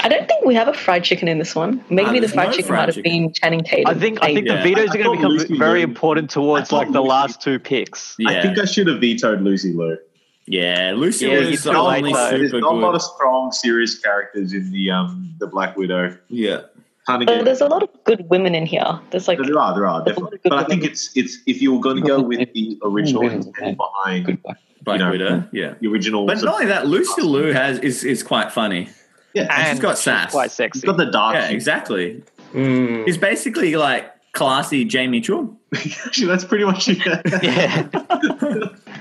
Speaker 5: I don't think we have a fried chicken in this one. Maybe
Speaker 7: Ah,
Speaker 5: the
Speaker 7: there's
Speaker 5: fried
Speaker 7: no
Speaker 5: chicken
Speaker 7: fried
Speaker 5: might have
Speaker 7: chicken.
Speaker 5: been Channing Tatum.
Speaker 3: I think I think
Speaker 7: Yeah.
Speaker 3: the vetoes
Speaker 4: I- I
Speaker 3: are going to
Speaker 4: thought
Speaker 3: become
Speaker 4: Lucy
Speaker 3: very
Speaker 4: Liu-
Speaker 3: important towards
Speaker 4: I thought
Speaker 3: like the
Speaker 4: Lucy-
Speaker 3: last two picks.
Speaker 7: Yeah,
Speaker 4: I think I should have vetoed Lucy Liu.
Speaker 7: yeah. Lucy
Speaker 3: Yeah,
Speaker 7: was
Speaker 3: he's
Speaker 7: the
Speaker 3: too late,
Speaker 7: only
Speaker 3: though.
Speaker 7: super
Speaker 4: uh, There's not a lot
Speaker 7: good.
Speaker 4: of strong, serious characters in the um the Black Widow.
Speaker 7: Yeah,
Speaker 4: Can't
Speaker 5: But
Speaker 4: get-
Speaker 5: there's a lot of good women in here. There's like
Speaker 4: There are, there are definitely, but I think it's it's if you were going to go with the original intent behind
Speaker 6: Good luck.
Speaker 7: Black
Speaker 4: You know.
Speaker 7: Widow. Yeah,
Speaker 4: the original,
Speaker 7: but not only that, Lucy Liu has is is quite funny.
Speaker 4: yeah,
Speaker 7: And
Speaker 3: And
Speaker 7: she's got sass.
Speaker 3: Quite
Speaker 4: it's
Speaker 3: sexy.
Speaker 4: got the dark.
Speaker 7: yeah, exactly.
Speaker 2: Hmm.
Speaker 7: He's basically like classy Jamie Chung.
Speaker 4: Actually, that's pretty much it.
Speaker 3: yeah.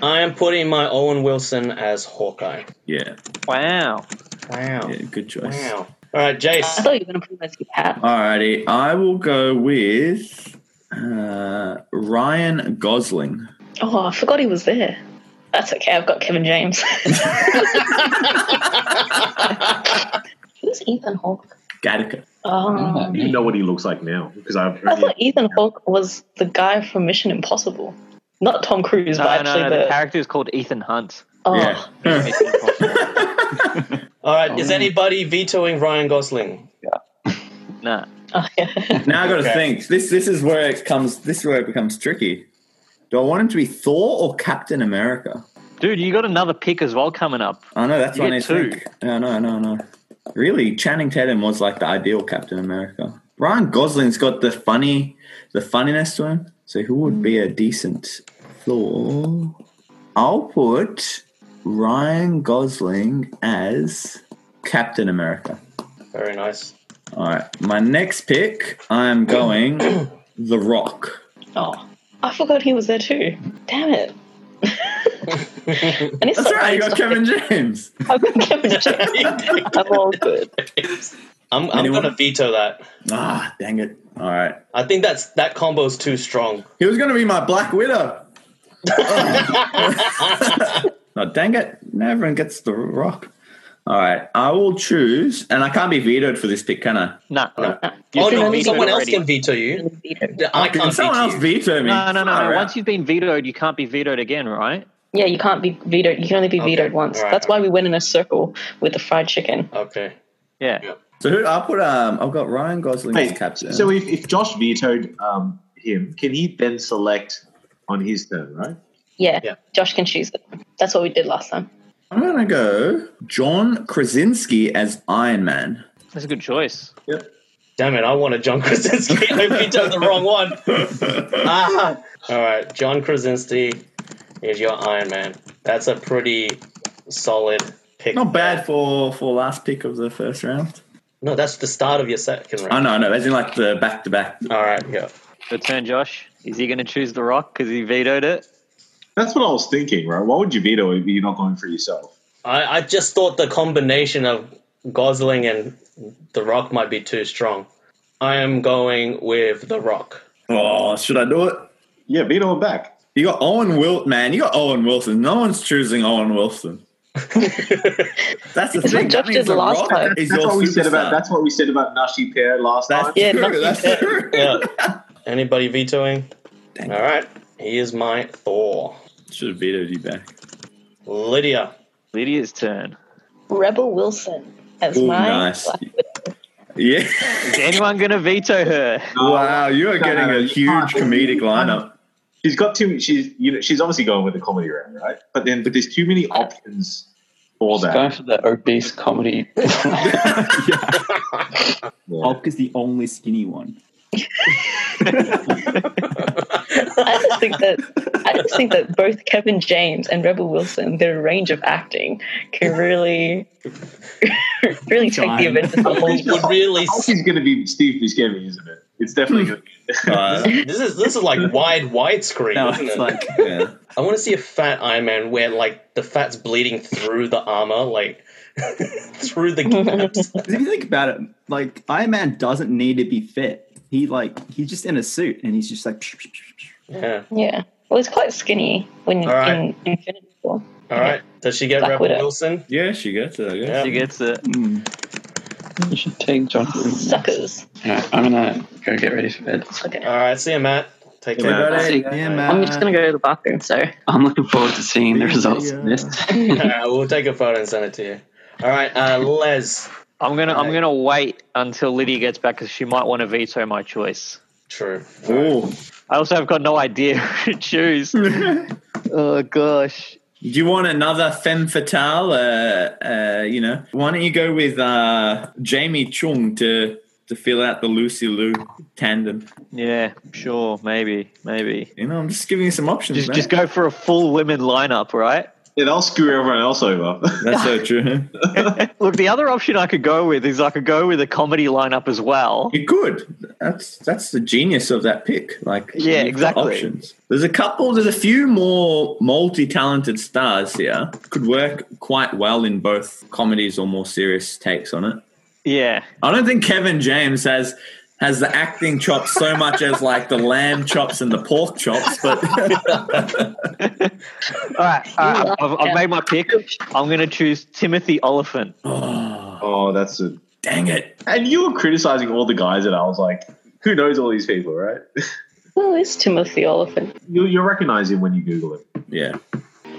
Speaker 2: I am putting my Owen Wilson as Hawkeye.
Speaker 7: Yeah,
Speaker 3: Wow.
Speaker 2: Wow.
Speaker 7: yeah, good choice.
Speaker 2: Wow. All right,
Speaker 5: I
Speaker 2: Jace.
Speaker 5: thought you were going to put him as your cat.
Speaker 7: Alrighty, I will go with uh, Ryan Gosling.
Speaker 5: Oh, I forgot he was there. That's okay. I've got Kevin James. Who's Ethan Hawke?
Speaker 7: Gattaca.
Speaker 5: Um,
Speaker 4: you know what he looks like now because I've
Speaker 5: I
Speaker 4: already
Speaker 5: thought Ethan Hawke was the guy from Mission Impossible, not Tom Cruise,
Speaker 3: No,
Speaker 5: but
Speaker 3: no,
Speaker 5: actually
Speaker 3: no.
Speaker 5: the.
Speaker 3: The character is called Ethan Hunt.
Speaker 5: oh,
Speaker 7: Yeah.
Speaker 3: Mission Impossible.
Speaker 2: All right, is anybody vetoing Ryan Gosling?
Speaker 3: nah.
Speaker 5: oh, yeah.
Speaker 7: now I got to
Speaker 2: Okay.
Speaker 7: think. This this is where it comes. This is where it becomes tricky. Do I want him to be Thor or Captain America?
Speaker 3: Dude, you got another pick as well coming up.
Speaker 7: I know Oh, that's
Speaker 3: You
Speaker 7: what I
Speaker 3: get
Speaker 7: need to
Speaker 3: two.
Speaker 7: think. No, no, no, no. Really, Channing Tatum was like the ideal Captain America. Ryan Gosling's got the funny, the funniness to him. So who would be a decent Thor? I'll put Ryan Gosling as Captain America.
Speaker 2: Very nice.
Speaker 7: All right, my next pick, I'm going The Rock.
Speaker 5: oh, I forgot he was there too. Damn it. and it's
Speaker 7: That's right, you got Kevin James.
Speaker 5: I've got Kevin James. I'm all good.
Speaker 2: I'm, I'm
Speaker 7: Anyone?
Speaker 2: going to veto that.
Speaker 7: Ah, dang it. All right.
Speaker 2: I think that's that combo's too strong.
Speaker 7: He was going to be my Black Widow. oh, dang it. Now everyone gets the rock. All right. I will choose, and I can't be vetoed for this pick, can I?
Speaker 3: No, no,
Speaker 7: Alright.
Speaker 3: no.
Speaker 2: oh
Speaker 3: You've been
Speaker 2: no,
Speaker 3: vetoed
Speaker 2: someone else
Speaker 3: already.
Speaker 2: can veto you. I
Speaker 7: Can
Speaker 2: can't
Speaker 7: someone
Speaker 2: veto
Speaker 7: else
Speaker 2: you.
Speaker 7: veto me?
Speaker 3: No, no, no,
Speaker 7: Far
Speaker 3: no.
Speaker 7: out.
Speaker 3: Once you've been vetoed, you can't be vetoed again, right?
Speaker 5: Yeah, you can't be vetoed. You can only be vetoed once.
Speaker 2: Alright,
Speaker 5: That's why we went in a circle with the fried chicken.
Speaker 2: Okay.
Speaker 3: Yeah.
Speaker 2: Yeah.
Speaker 7: So who, I'll put. Um, I've got Ryan Gosling
Speaker 4: Hey,
Speaker 7: as captain.
Speaker 4: so if, if Josh vetoed um, him, can he then select on his turn, right?
Speaker 5: Yeah,
Speaker 2: Yeah.
Speaker 5: Josh can choose it. That's what we did last time.
Speaker 7: I'm gonna go John Krasinski as Iron Man.
Speaker 3: That's a good choice.
Speaker 2: Damn it, I want a John Krasinski. I vetoed the wrong one. ah. All right, John Krasinski is your Iron Man. That's a pretty solid pick.
Speaker 7: Not bad for for last pick of the first round.
Speaker 2: No, that's the start of your second
Speaker 7: Oh
Speaker 2: round.
Speaker 7: no, no, as in like the back to back.
Speaker 2: All right, yeah.
Speaker 3: Your turn, Josh. Is he going to choose The Rock because he vetoed it?
Speaker 4: That's what I was thinking, right? Why would you veto if you're not going for yourself?
Speaker 2: I, I just thought the combination of Gosling and The Rock might be too strong. I am going with The Rock.
Speaker 7: Oh, should I do it?
Speaker 4: Yeah, veto him back.
Speaker 7: You got Owen Wilson, man. You got Owen Wilson. No one's choosing Owen Wilson. That's the
Speaker 5: That's
Speaker 7: thing.
Speaker 5: what Josh
Speaker 7: That means
Speaker 5: did
Speaker 7: The
Speaker 5: last
Speaker 7: Rock
Speaker 5: time.
Speaker 7: Is
Speaker 4: That's
Speaker 7: your
Speaker 4: what we said about.
Speaker 7: superstar.
Speaker 4: That's what we said about Nashi Pair last
Speaker 7: That's
Speaker 4: time.
Speaker 5: Yeah,
Speaker 7: true.
Speaker 5: nothing
Speaker 7: That's
Speaker 5: said.
Speaker 7: true.
Speaker 2: yeah. Anybody vetoing?
Speaker 7: Dang.
Speaker 2: All right. He is my Thor.
Speaker 7: Should have vetoed you back.
Speaker 2: Lydia.
Speaker 3: Lydia's turn.
Speaker 5: Rebel Wilson as
Speaker 7: Ooh,
Speaker 5: my
Speaker 7: nice.
Speaker 5: Black Widow.
Speaker 7: Yeah.
Speaker 3: Is anyone going to veto her?
Speaker 7: wow, you are getting
Speaker 4: no,
Speaker 7: a
Speaker 4: you
Speaker 7: huge
Speaker 4: can't.
Speaker 7: comedic lineup.
Speaker 4: She's got too. She's you know she's obviously going with the comedy round, right? But then but there's too many options for
Speaker 6: Just going
Speaker 4: that.
Speaker 6: for the obese comedy.
Speaker 4: Yeah.
Speaker 1: Hulk is the only skinny one.
Speaker 5: I just think that I just think that both Kevin James and Rebel Wilson, their range of acting, can really really take the
Speaker 1: Shine.
Speaker 5: event to the whole.
Speaker 2: Would really.
Speaker 4: Hulk is going to be Steve Buscemi, isn't it? It's
Speaker 7: Hmm.
Speaker 4: definitely going to be.
Speaker 7: Uh,
Speaker 2: This is this is like wide widescreen,
Speaker 1: No,
Speaker 2: isn't
Speaker 1: it's
Speaker 2: it?
Speaker 1: like
Speaker 7: yeah.
Speaker 2: I want to see a fat Iron Man where like the fat's bleeding through the armor, like through the gaps.
Speaker 1: 'cause if you think about it, like Iron Man doesn't need to be fit. He like he's just in a suit and he's just like.
Speaker 2: Yeah.
Speaker 5: Yeah. Well, it's quite skinny when
Speaker 2: All right.
Speaker 5: in Infinity War.
Speaker 2: All right. Does she get
Speaker 5: Black
Speaker 2: Rebel
Speaker 5: Widow.
Speaker 2: Wilson?
Speaker 7: yeah, she gets it, I guess.
Speaker 2: Yeah.
Speaker 3: She gets it.
Speaker 1: Hmm.
Speaker 6: you should take John. Krasinski.
Speaker 5: Suckers.
Speaker 6: Alright, I'm gonna go get ready for bed.
Speaker 5: Okay.
Speaker 2: All right. See you, Matt. Take
Speaker 4: Yeah,
Speaker 2: care.
Speaker 4: Matt.
Speaker 6: See,
Speaker 1: Yeah,
Speaker 5: I'm
Speaker 1: man.
Speaker 5: just gonna go to the bathroom. So
Speaker 6: I'm looking forward to seeing the
Speaker 1: Yeah.
Speaker 6: results of this.
Speaker 2: Uh, we'll take a photo and send it to you. All right, uh, Les.
Speaker 3: I'm gonna I'm
Speaker 2: Alright.
Speaker 3: gonna wait until Lydia gets back because she might want to veto my choice.
Speaker 2: True.
Speaker 7: Ooh.
Speaker 3: I also have got no idea who to choose. oh gosh.
Speaker 7: Do you want another femme fatale? Uh, uh, you know, why don't you go with uh, Jamie Chung to to fill out the Lucy Lou tandem?
Speaker 3: Yeah, sure, maybe, maybe.
Speaker 7: You know, I'm just giving you some options.
Speaker 3: Just
Speaker 7: man.
Speaker 3: just go for a full women lineup, right?
Speaker 4: Yeah, they'll screw everyone else over.
Speaker 7: That's so true.
Speaker 3: Look, the other option I could go with is I could go with a comedy lineup as well.
Speaker 7: you could. That's that's the genius of that pick. Like, you've
Speaker 3: Yeah,
Speaker 7: got
Speaker 3: exactly.
Speaker 7: Options. There's a couple. There's a few more multi-talented stars here. Could work quite well in both comedies or more serious takes on it.
Speaker 3: Yeah.
Speaker 7: I don't think Kevin James has has the acting chops so much as like the lamb chops and the pork chops, but
Speaker 3: All right. All right. I've, I've made my pick. I'm going to choose Timothy Oliphant.
Speaker 7: oh,
Speaker 4: oh, that's a.
Speaker 7: dang it.
Speaker 4: And you were criticizing all the guys, and I was like, who knows all these people, right?
Speaker 5: who is Timothy Oliphant?
Speaker 4: You, you'll recognize him when you Google him.
Speaker 7: Yeah.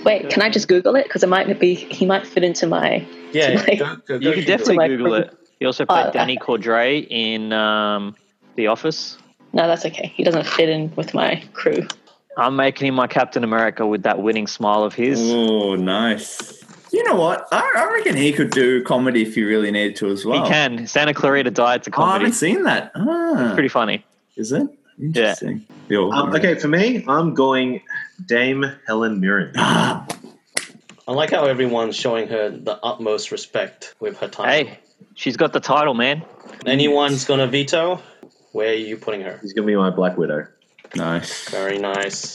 Speaker 5: Wait, can I just Google it? Because it might be he might fit into my
Speaker 2: Yeah, yeah,
Speaker 5: Like-
Speaker 2: go, go, go
Speaker 3: You
Speaker 2: for
Speaker 3: can
Speaker 2: it.
Speaker 3: definitely
Speaker 5: my
Speaker 3: Google it. He also played
Speaker 5: Oh,
Speaker 3: Danny Cordray in um, The Office.
Speaker 5: No, that's okay. He doesn't fit in with my crew.
Speaker 3: I'm making him my Captain America with that winning smile of his.
Speaker 7: Oh, nice. You know what? I, I reckon he could do comedy if you really needed to as well.
Speaker 3: He can. Santa Clarita Diet's a
Speaker 7: Oh, I haven't
Speaker 3: comedy.
Speaker 7: seen that. Ah,
Speaker 3: Pretty funny.
Speaker 7: is it? Interesting. You're-
Speaker 4: Um, okay, for me, I'm going Dame Helen Mirren.
Speaker 7: Ah,
Speaker 2: I like how everyone's showing her the utmost respect with her time.
Speaker 3: Hey, she's got the title, man.
Speaker 2: Anyone's gonna veto? Where are you putting her?
Speaker 4: He's going to be my Black Widow.
Speaker 7: nice.
Speaker 2: Very nice.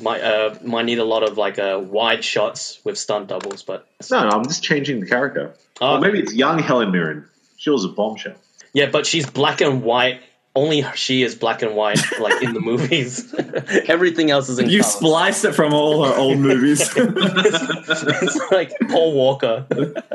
Speaker 2: Might uh might need a lot of like uh wide shots with stunt doubles, but
Speaker 4: No, no, I'm just changing the character.
Speaker 2: oh
Speaker 4: Or maybe it's young Helen Mirren. She was a bombshell.
Speaker 2: yeah, but she's black and white only she is black and white, like in the movies. Everything else is in
Speaker 7: You
Speaker 2: color.
Speaker 7: spliced it from all her old movies.
Speaker 2: it's, it's like Paul Walker.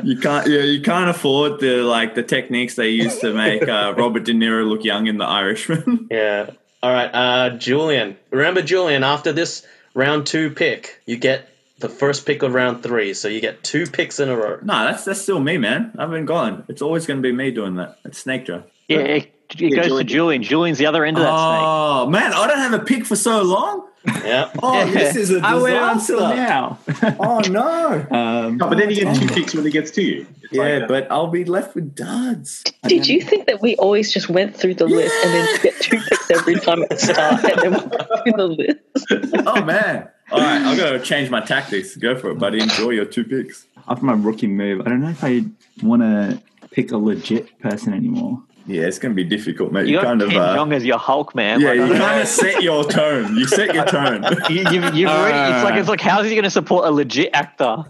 Speaker 7: you can't. Yeah, you can't afford the like the techniques they used to make uh, Robert De Niro look young in The Irishman.
Speaker 2: Yeah. All right, uh, Julian. Remember, Julian. After this round two pick, you get the first pick of round three, so you get two picks in a row.
Speaker 7: no, that's that's still me, man. I've been gone. It's always going to be me doing that. It's Snake Draft.
Speaker 3: Yeah, it, it goes to
Speaker 4: Julian.
Speaker 3: Julian. Julian's the other end of that snake.
Speaker 7: Oh man, I don't have a pick for so long.
Speaker 2: Yeah.
Speaker 7: Oh,
Speaker 3: Yeah.
Speaker 7: this is a disaster.
Speaker 1: I went until now.
Speaker 7: Oh no.
Speaker 1: um,
Speaker 4: No, but then you get two kicks when it gets to you. It's
Speaker 7: Yeah,
Speaker 4: like, uh,
Speaker 7: but I'll be left with duds.
Speaker 5: Did you think that we always just went through the list and then you get two picks every time at the start and then went through the list?
Speaker 7: Oh man. All right, I've got to change my tactics. Go for it, buddy. Enjoy your two picks.
Speaker 1: after my rookie move, I don't know if I want to pick a legit person anymore.
Speaker 7: Yeah, it's going to be difficult, mate.
Speaker 3: You
Speaker 7: You
Speaker 3: got
Speaker 7: kind of,
Speaker 3: Ken
Speaker 7: uh,
Speaker 3: Jong as your Hulk, man.
Speaker 7: yeah,
Speaker 3: Like,
Speaker 7: you
Speaker 3: I don't know.
Speaker 7: kind of set your tone. You set your tone.
Speaker 3: You, you've, you've already, it's like
Speaker 1: Uh.
Speaker 3: it's like how's he going to support a legit actor?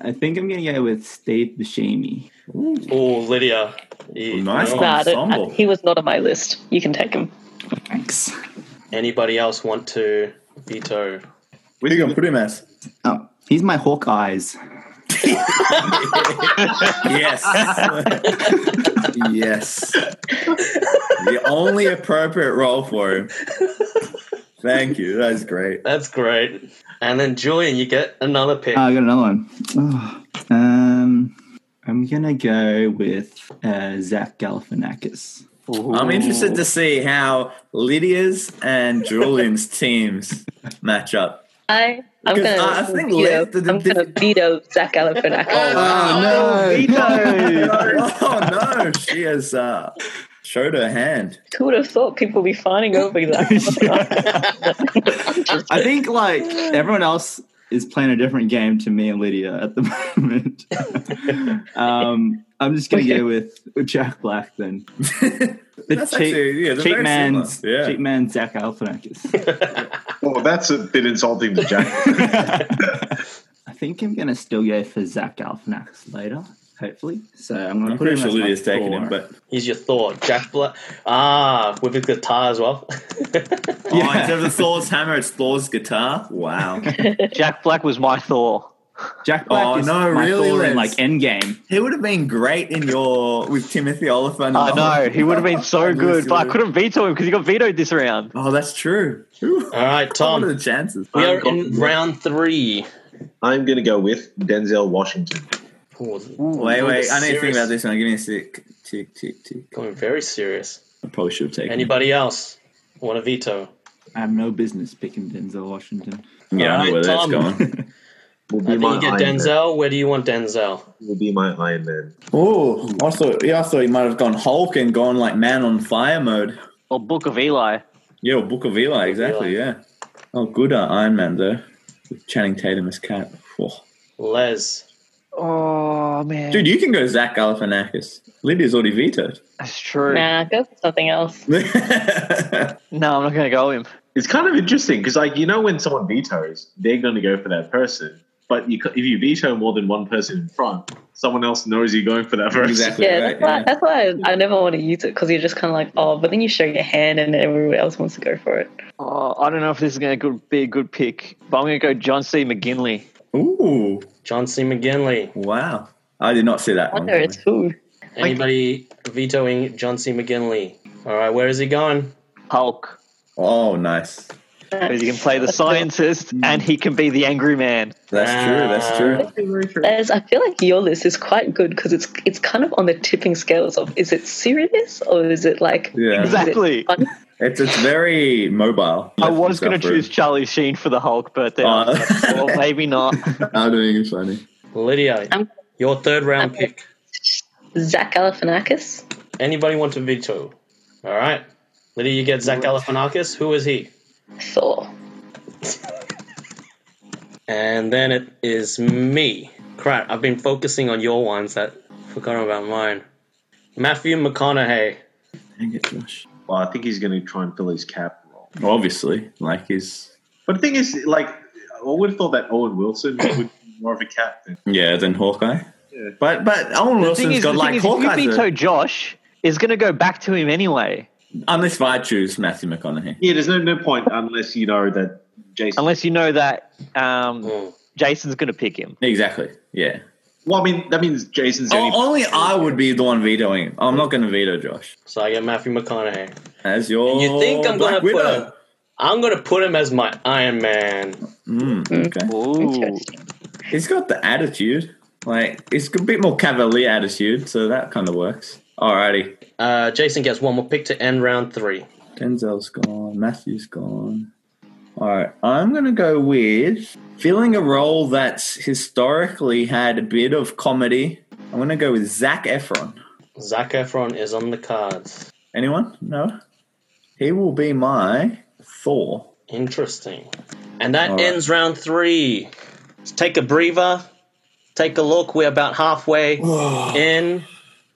Speaker 1: I think I'm gonna go with Steve Buscemi.
Speaker 2: Oh, Lydia. You-
Speaker 7: Nice.
Speaker 2: you know,
Speaker 5: Nah, I don't-
Speaker 7: Ensemble.
Speaker 5: he was not on my list. You can take him.
Speaker 1: Thanks.
Speaker 2: Anybody else want to veto?
Speaker 7: Who you gonna put him as?
Speaker 1: Oh, he's my Uh, Hawkeyes.
Speaker 7: Yes. yes. The only appropriate role for him. Thank you. That is great.
Speaker 2: That's great. And then Julian, you get another pick.
Speaker 1: Oh, I got another one. Oh, um, I'm gonna go with uh, Zach Galifianakis.
Speaker 7: I'm interested to see how Lydia's and Julian's teams match up.
Speaker 5: I, I'm
Speaker 7: Because
Speaker 5: gonna,
Speaker 7: I- I think
Speaker 5: veto,
Speaker 7: Liz- the- the-
Speaker 5: I'm gonna veto Zach Galifianakis.
Speaker 1: Oh,
Speaker 7: oh no, she has uh, showed her hand.
Speaker 5: Who would have thought people would be fighting over that?
Speaker 1: I think like everyone else is playing a different game to me and Lydia at the moment. um, I'm just gonna go with Jack Black then. The
Speaker 7: That's
Speaker 1: cheap,
Speaker 7: actually yeah, they're
Speaker 1: cheap
Speaker 7: very
Speaker 1: man's
Speaker 7: similar. yeah.
Speaker 1: cheap man Zach Galifianakis.
Speaker 4: uh, well, that's a bit insulting to Jack.
Speaker 1: I think I'm gonna still go for Zach Galifianakis later, hopefully. So I'm gonna
Speaker 7: I'm
Speaker 1: put
Speaker 7: pretty
Speaker 1: him
Speaker 7: sure
Speaker 1: as my
Speaker 7: Lydia's taking him,
Speaker 1: four.
Speaker 7: but
Speaker 2: Here's your Thor, Jack Black. Ah, with a guitar as well.
Speaker 7: oh, instead of the Thor's hammer, it's Thor's guitar. Wow,
Speaker 3: Jack Black was my Thor.
Speaker 1: Jack Black
Speaker 7: Oh,
Speaker 1: is
Speaker 7: no,
Speaker 1: my
Speaker 7: really,
Speaker 1: Thor in
Speaker 7: Lance?
Speaker 1: like Endgame.
Speaker 7: he would have been great in your with Timothy Oliphant.
Speaker 3: I know he would have been so
Speaker 7: Yes,
Speaker 3: good,
Speaker 7: he
Speaker 3: but I
Speaker 7: would've.
Speaker 3: couldn't veto him because he got vetoed this round.
Speaker 7: Oh, that's true. Ooh,
Speaker 2: All right,
Speaker 7: what are
Speaker 2: Tom.
Speaker 7: the chances?
Speaker 2: We are in round three.
Speaker 4: I'm going to go with Denzel Washington.
Speaker 2: Ooh,
Speaker 7: Wait, wait, I need to think
Speaker 2: serious.
Speaker 7: about this one. Give me a sec. Tick, tick, tick.
Speaker 2: Going very serious.
Speaker 7: I probably should have taken. him.
Speaker 2: Anybody else want a veto?
Speaker 1: I have no business picking Denzel Washington.
Speaker 7: Yeah, I know where that's
Speaker 2: Tom.
Speaker 7: going.
Speaker 4: Will be
Speaker 2: I think
Speaker 4: my
Speaker 2: you get
Speaker 4: Iron
Speaker 2: Denzel. Where do you want Denzel?
Speaker 4: Man. Will be my Iron Man.
Speaker 7: Oh, I thought yeah, I thought he might have gone Hulk and gone like Man on Fire mode.
Speaker 3: Or Book of Eli.
Speaker 7: Yeah, or Book of Eli, exactly. Yeah. Oh, good uh, Iron Man though, with Channing Tatum as Cat. Whoa.
Speaker 2: Les.
Speaker 3: Oh man,
Speaker 7: Dude, you can go Zach Galifianakis. Lydia's already vetoed.
Speaker 3: that's true.
Speaker 5: nah, go for something else.
Speaker 3: No, I'm not going to go him.
Speaker 4: It's kind of interesting because, like, you know, when someone vetoes, they're going to go for that person. But you, ca- if you veto more than one person in front, someone else knows you're going for that person.
Speaker 7: exactly
Speaker 5: Yeah,
Speaker 7: right.
Speaker 5: that's why,
Speaker 7: yeah.
Speaker 5: that's why I, I never want to use it because you're just kind of like, oh, but then you show your hand and everyone else wants to go for it.
Speaker 3: Oh, I don't know if this is going to be a good pick, but I'm going to go John C. McGinley.
Speaker 7: Ooh,
Speaker 2: John C. McGinley.
Speaker 7: wow. I did not see that
Speaker 5: I
Speaker 7: one.
Speaker 5: wonder it's who.
Speaker 2: Anybody vetoing John C. McGinley? All right, where is he going?
Speaker 3: Hulk.
Speaker 7: Oh, nice.
Speaker 3: Because he can play the scientist and he can be the angry man.
Speaker 7: That's true. That's true.
Speaker 5: As I feel like your list is quite good because it's it's kind of on the tipping scales of is it serious or is it like
Speaker 7: Yeah.
Speaker 5: is it
Speaker 3: Exactly.
Speaker 5: fun?
Speaker 7: It's it's very mobile.
Speaker 3: I was going to
Speaker 7: Go for it.
Speaker 3: choose Charlie Sheen for the Hulk, but then I was like,
Speaker 7: Oh.
Speaker 3: well, maybe not.
Speaker 7: I'm doing it funny.
Speaker 2: Lydia,
Speaker 5: I'm-
Speaker 2: your third round pick.
Speaker 5: Zach Galifianakis.
Speaker 2: Anybody want to veto? All right. Lydia, you get Zach Galifianakis. Who is he?
Speaker 5: Thor.
Speaker 2: And then it is me. Crap, I've been focusing on your ones that forgot about mine. Matthew McConaughey.
Speaker 7: Dang it, Josh.
Speaker 4: Well, I think he's going to try and fill his cap role.
Speaker 7: Obviously, like he's
Speaker 4: But the thing is, like, I would have thought that Owen Wilson would be more of a cap than
Speaker 7: Yeah, then Hawkeye.
Speaker 4: Yeah.
Speaker 7: But but Owen
Speaker 3: The thing
Speaker 7: Wilson's
Speaker 3: is,
Speaker 7: got
Speaker 3: the thing
Speaker 7: like
Speaker 3: is if you
Speaker 7: Hawkeye's.
Speaker 3: veto
Speaker 7: a-
Speaker 3: Josh, it's going to go back to him anyway.
Speaker 7: Unless I choose Matthew McConaughey.
Speaker 4: Yeah, there's no no point unless you know that Jason.
Speaker 3: Unless you know that um,
Speaker 2: Mm.
Speaker 3: Jason's going to pick him.
Speaker 7: Exactly. Yeah.
Speaker 4: well, I mean that means Jason's the only.
Speaker 7: O- only I would be the one vetoing. him. I'm not going to veto Josh.
Speaker 2: So I get Matthew McConaughey.
Speaker 7: As your
Speaker 2: You think I'm
Speaker 7: Oh, Black
Speaker 2: gonna put
Speaker 7: Widow.
Speaker 2: him? I'm gonna put him as my Iron Man.
Speaker 7: Mm,
Speaker 2: Hmm.
Speaker 7: okay.
Speaker 3: Ooh.
Speaker 5: Interesting.
Speaker 7: He's got the attitude. Like it's a bit more cavalier attitude, so that kind of works. Alrighty.
Speaker 2: Uh, Jason gets one more pick to end round three.
Speaker 7: Denzel's gone. Matthew's gone. All right, I'm going to go with filling a role that's historically had a bit of comedy. I'm going to go with Zach Efron.
Speaker 2: Zac Efron is on the cards.
Speaker 7: Anyone? No. He will be my Thor.
Speaker 2: Interesting. And that
Speaker 7: All right.
Speaker 2: ends round three. Let's take a breather. Take a look. We're about halfway in.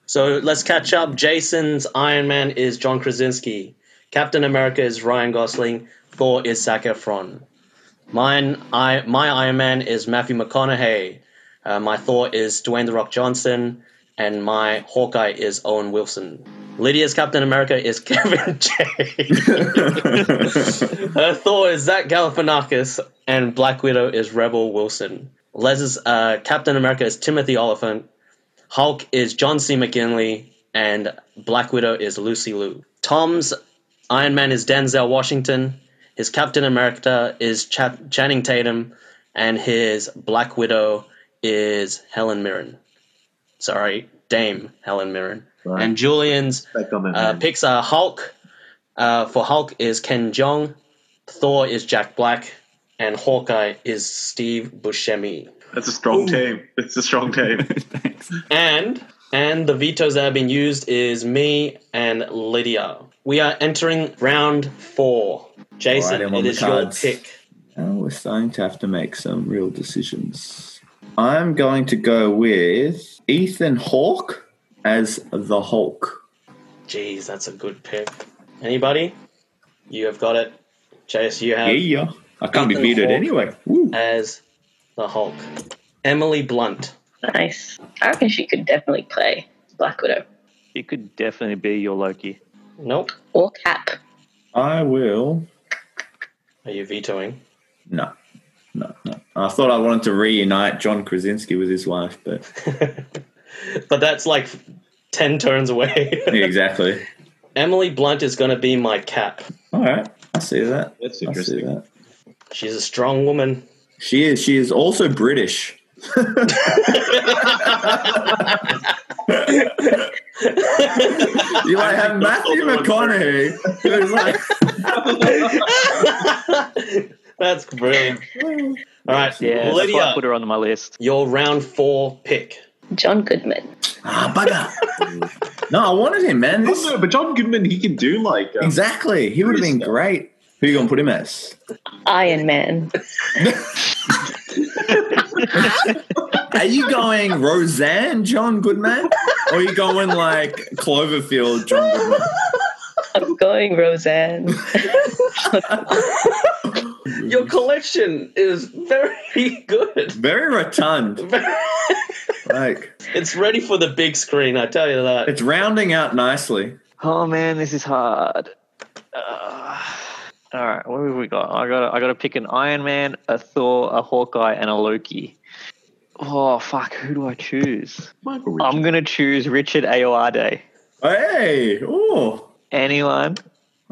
Speaker 2: So let's catch up. Jason's Iron Man is John Krasinski. Captain America is Ryan Gosling. Thor is Zac Efron. Mine, I, my Iron Man is Matthew McConaughey. Uh, my Thor is Dwayne the Rock Johnson, and my Hawkeye is Owen Wilson. Lydia's Captain America is Kevin James. Her Thor is Zach Galifianakis, and Black Widow is Rebel Wilson. Les's uh, Captain America is Timothy Oliphant. Hulk is John C. McGinley, and Black Widow is Lucy Liu. Tom's Iron Man is Denzel Washington. His Captain America is Cha- Channing Tatum, and his Black Widow is Helen Mirren. Sorry, Dame Helen Mirren.
Speaker 4: Right.
Speaker 2: And Julian's
Speaker 4: Back on that,
Speaker 2: uh,
Speaker 7: Mm.
Speaker 4: man.
Speaker 2: picks are Hulk. Uh, for Hulk is Ken Jeong, Thor is Jack Black, and Hawkeye is Steve Buscemi.
Speaker 4: That's a strong team. It's a strong team.
Speaker 1: Thanks.
Speaker 2: And and the vetoes that have been used is me and Lydia. We are entering round four. Jason,
Speaker 7: Alright, I'm on
Speaker 2: it
Speaker 7: the
Speaker 2: is
Speaker 7: cards.
Speaker 2: your pick.
Speaker 7: Now we're starting to have to make some real decisions. I'm going to go with Ethan Hawke as the Hulk.
Speaker 2: Jeez, that's a good pick. Anybody? You have got it. Chase, you have
Speaker 7: Yeah. I can't be
Speaker 2: Uh, Ethan
Speaker 7: beated
Speaker 2: Hawke.
Speaker 7: anyway. Woo.
Speaker 2: as the Hulk. Emily Blunt.
Speaker 5: Nice. I reckon she could definitely play Black Widow
Speaker 3: He could definitely be your Loki.
Speaker 2: Nope.
Speaker 5: or Cap.
Speaker 7: I will
Speaker 2: Are you vetoing?
Speaker 7: No, no, no. I thought I wanted to reunite John Krasinski with his wife, but
Speaker 2: But that's like ten turns away.
Speaker 7: yeah, exactly.
Speaker 2: Emily Blunt is going to be my cap.
Speaker 7: All right, I see that.
Speaker 4: That's
Speaker 7: I see
Speaker 4: interesting.
Speaker 7: that.
Speaker 2: She's a strong woman.
Speaker 7: She is. She is also British. You like have Matthew McConaughey, who's like,
Speaker 2: that's brilliant. All right,
Speaker 3: Yeah, that's why I
Speaker 2: Lydia,
Speaker 3: put her on my list.
Speaker 2: your round four pick.
Speaker 5: John Goodman.
Speaker 7: ah, bugger. no, I wanted him, man.
Speaker 4: Oh,
Speaker 7: This,
Speaker 4: no, but John Goodman, he can do like um,
Speaker 7: exactly. He would have been great. Who you gonna put him as?
Speaker 5: Iron Man.
Speaker 7: Are you going Roseanne John Goodman, or are you going like Cloverfield John Goodman?
Speaker 5: I'm going Roseanne.
Speaker 2: Your collection is very good.
Speaker 7: Very rotund. Like
Speaker 2: It's ready for the big screen, I tell you that.
Speaker 7: it's rounding out nicely.
Speaker 3: Oh man, this is hard. Uh, all right, what have we got? I got I got to pick an Iron Man, a Thor, a Hawkeye, and a Loki. Oh fuck, who do I choose?
Speaker 4: Michael Richards.
Speaker 3: I'm gonna choose Richard Ayoade.
Speaker 7: Hey, oh,
Speaker 3: Anyone?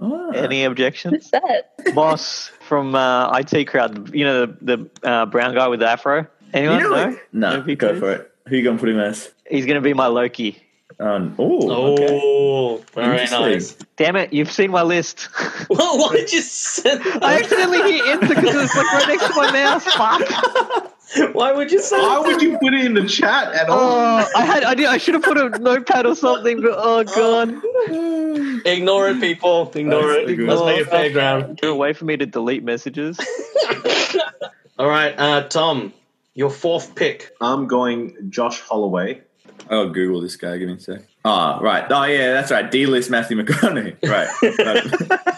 Speaker 7: ah.
Speaker 3: Any objections?
Speaker 5: Who's that?
Speaker 3: Boss from uh, IT Crowd, you know the, the uh, brown guy with the afro. Anyone?
Speaker 7: you know,
Speaker 3: no?
Speaker 7: like, nah,
Speaker 3: No pickers?
Speaker 7: go for it. Who you gonna put him as?
Speaker 3: He's gonna be my Loki.
Speaker 7: Um, ooh, okay.
Speaker 2: Oh, very
Speaker 7: Interesting.
Speaker 2: nice.
Speaker 3: Damn it, you've seen my list.
Speaker 2: Well, why did you send
Speaker 3: I
Speaker 2: that?
Speaker 3: accidentally hit enter because it's like right next to my mouse. Fuck.
Speaker 2: Why would you send
Speaker 4: Why
Speaker 2: that?
Speaker 4: would you put it in the chat at all?
Speaker 3: Oh, I had I, did, I should have put a notepad or something, but oh god,
Speaker 2: Ignore it, people. Ignore
Speaker 7: That's
Speaker 2: it.
Speaker 7: good.
Speaker 2: Let's make it fair ground.
Speaker 3: a way for me to delete messages.
Speaker 2: All right, uh, Tom, your fourth pick.
Speaker 4: I'm going Josh Holloway.
Speaker 7: I gotta Google this guy. Give me a sec. Ah, right. Oh yeah, that's right. D list Matthew McConaughey. Right.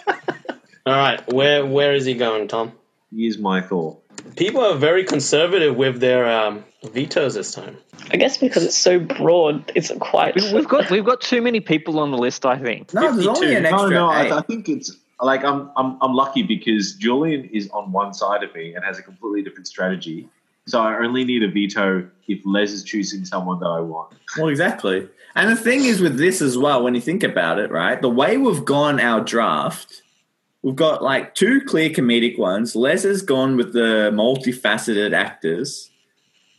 Speaker 2: All right, where where is he going, Tom?
Speaker 4: Here's my thought.
Speaker 2: People are very conservative with their um, vetoes this time.
Speaker 5: I guess because it's so broad, it's quite.
Speaker 3: We- We've got we've got too many people on the list. I think.
Speaker 7: No, there's only
Speaker 4: 52.
Speaker 7: an extra
Speaker 4: Oh, No, no, I,
Speaker 7: eight.
Speaker 4: I think it's like I'm, I'm I'm lucky because Julian is on one side of me and has a completely different strategy. So I only need a veto if Les is choosing someone that I want.
Speaker 7: Well, exactly. And the thing is with this as well, when you think about it, right? The way we've gone our draft, we've got like two clear comedic ones. Les has gone with the multifaceted actors.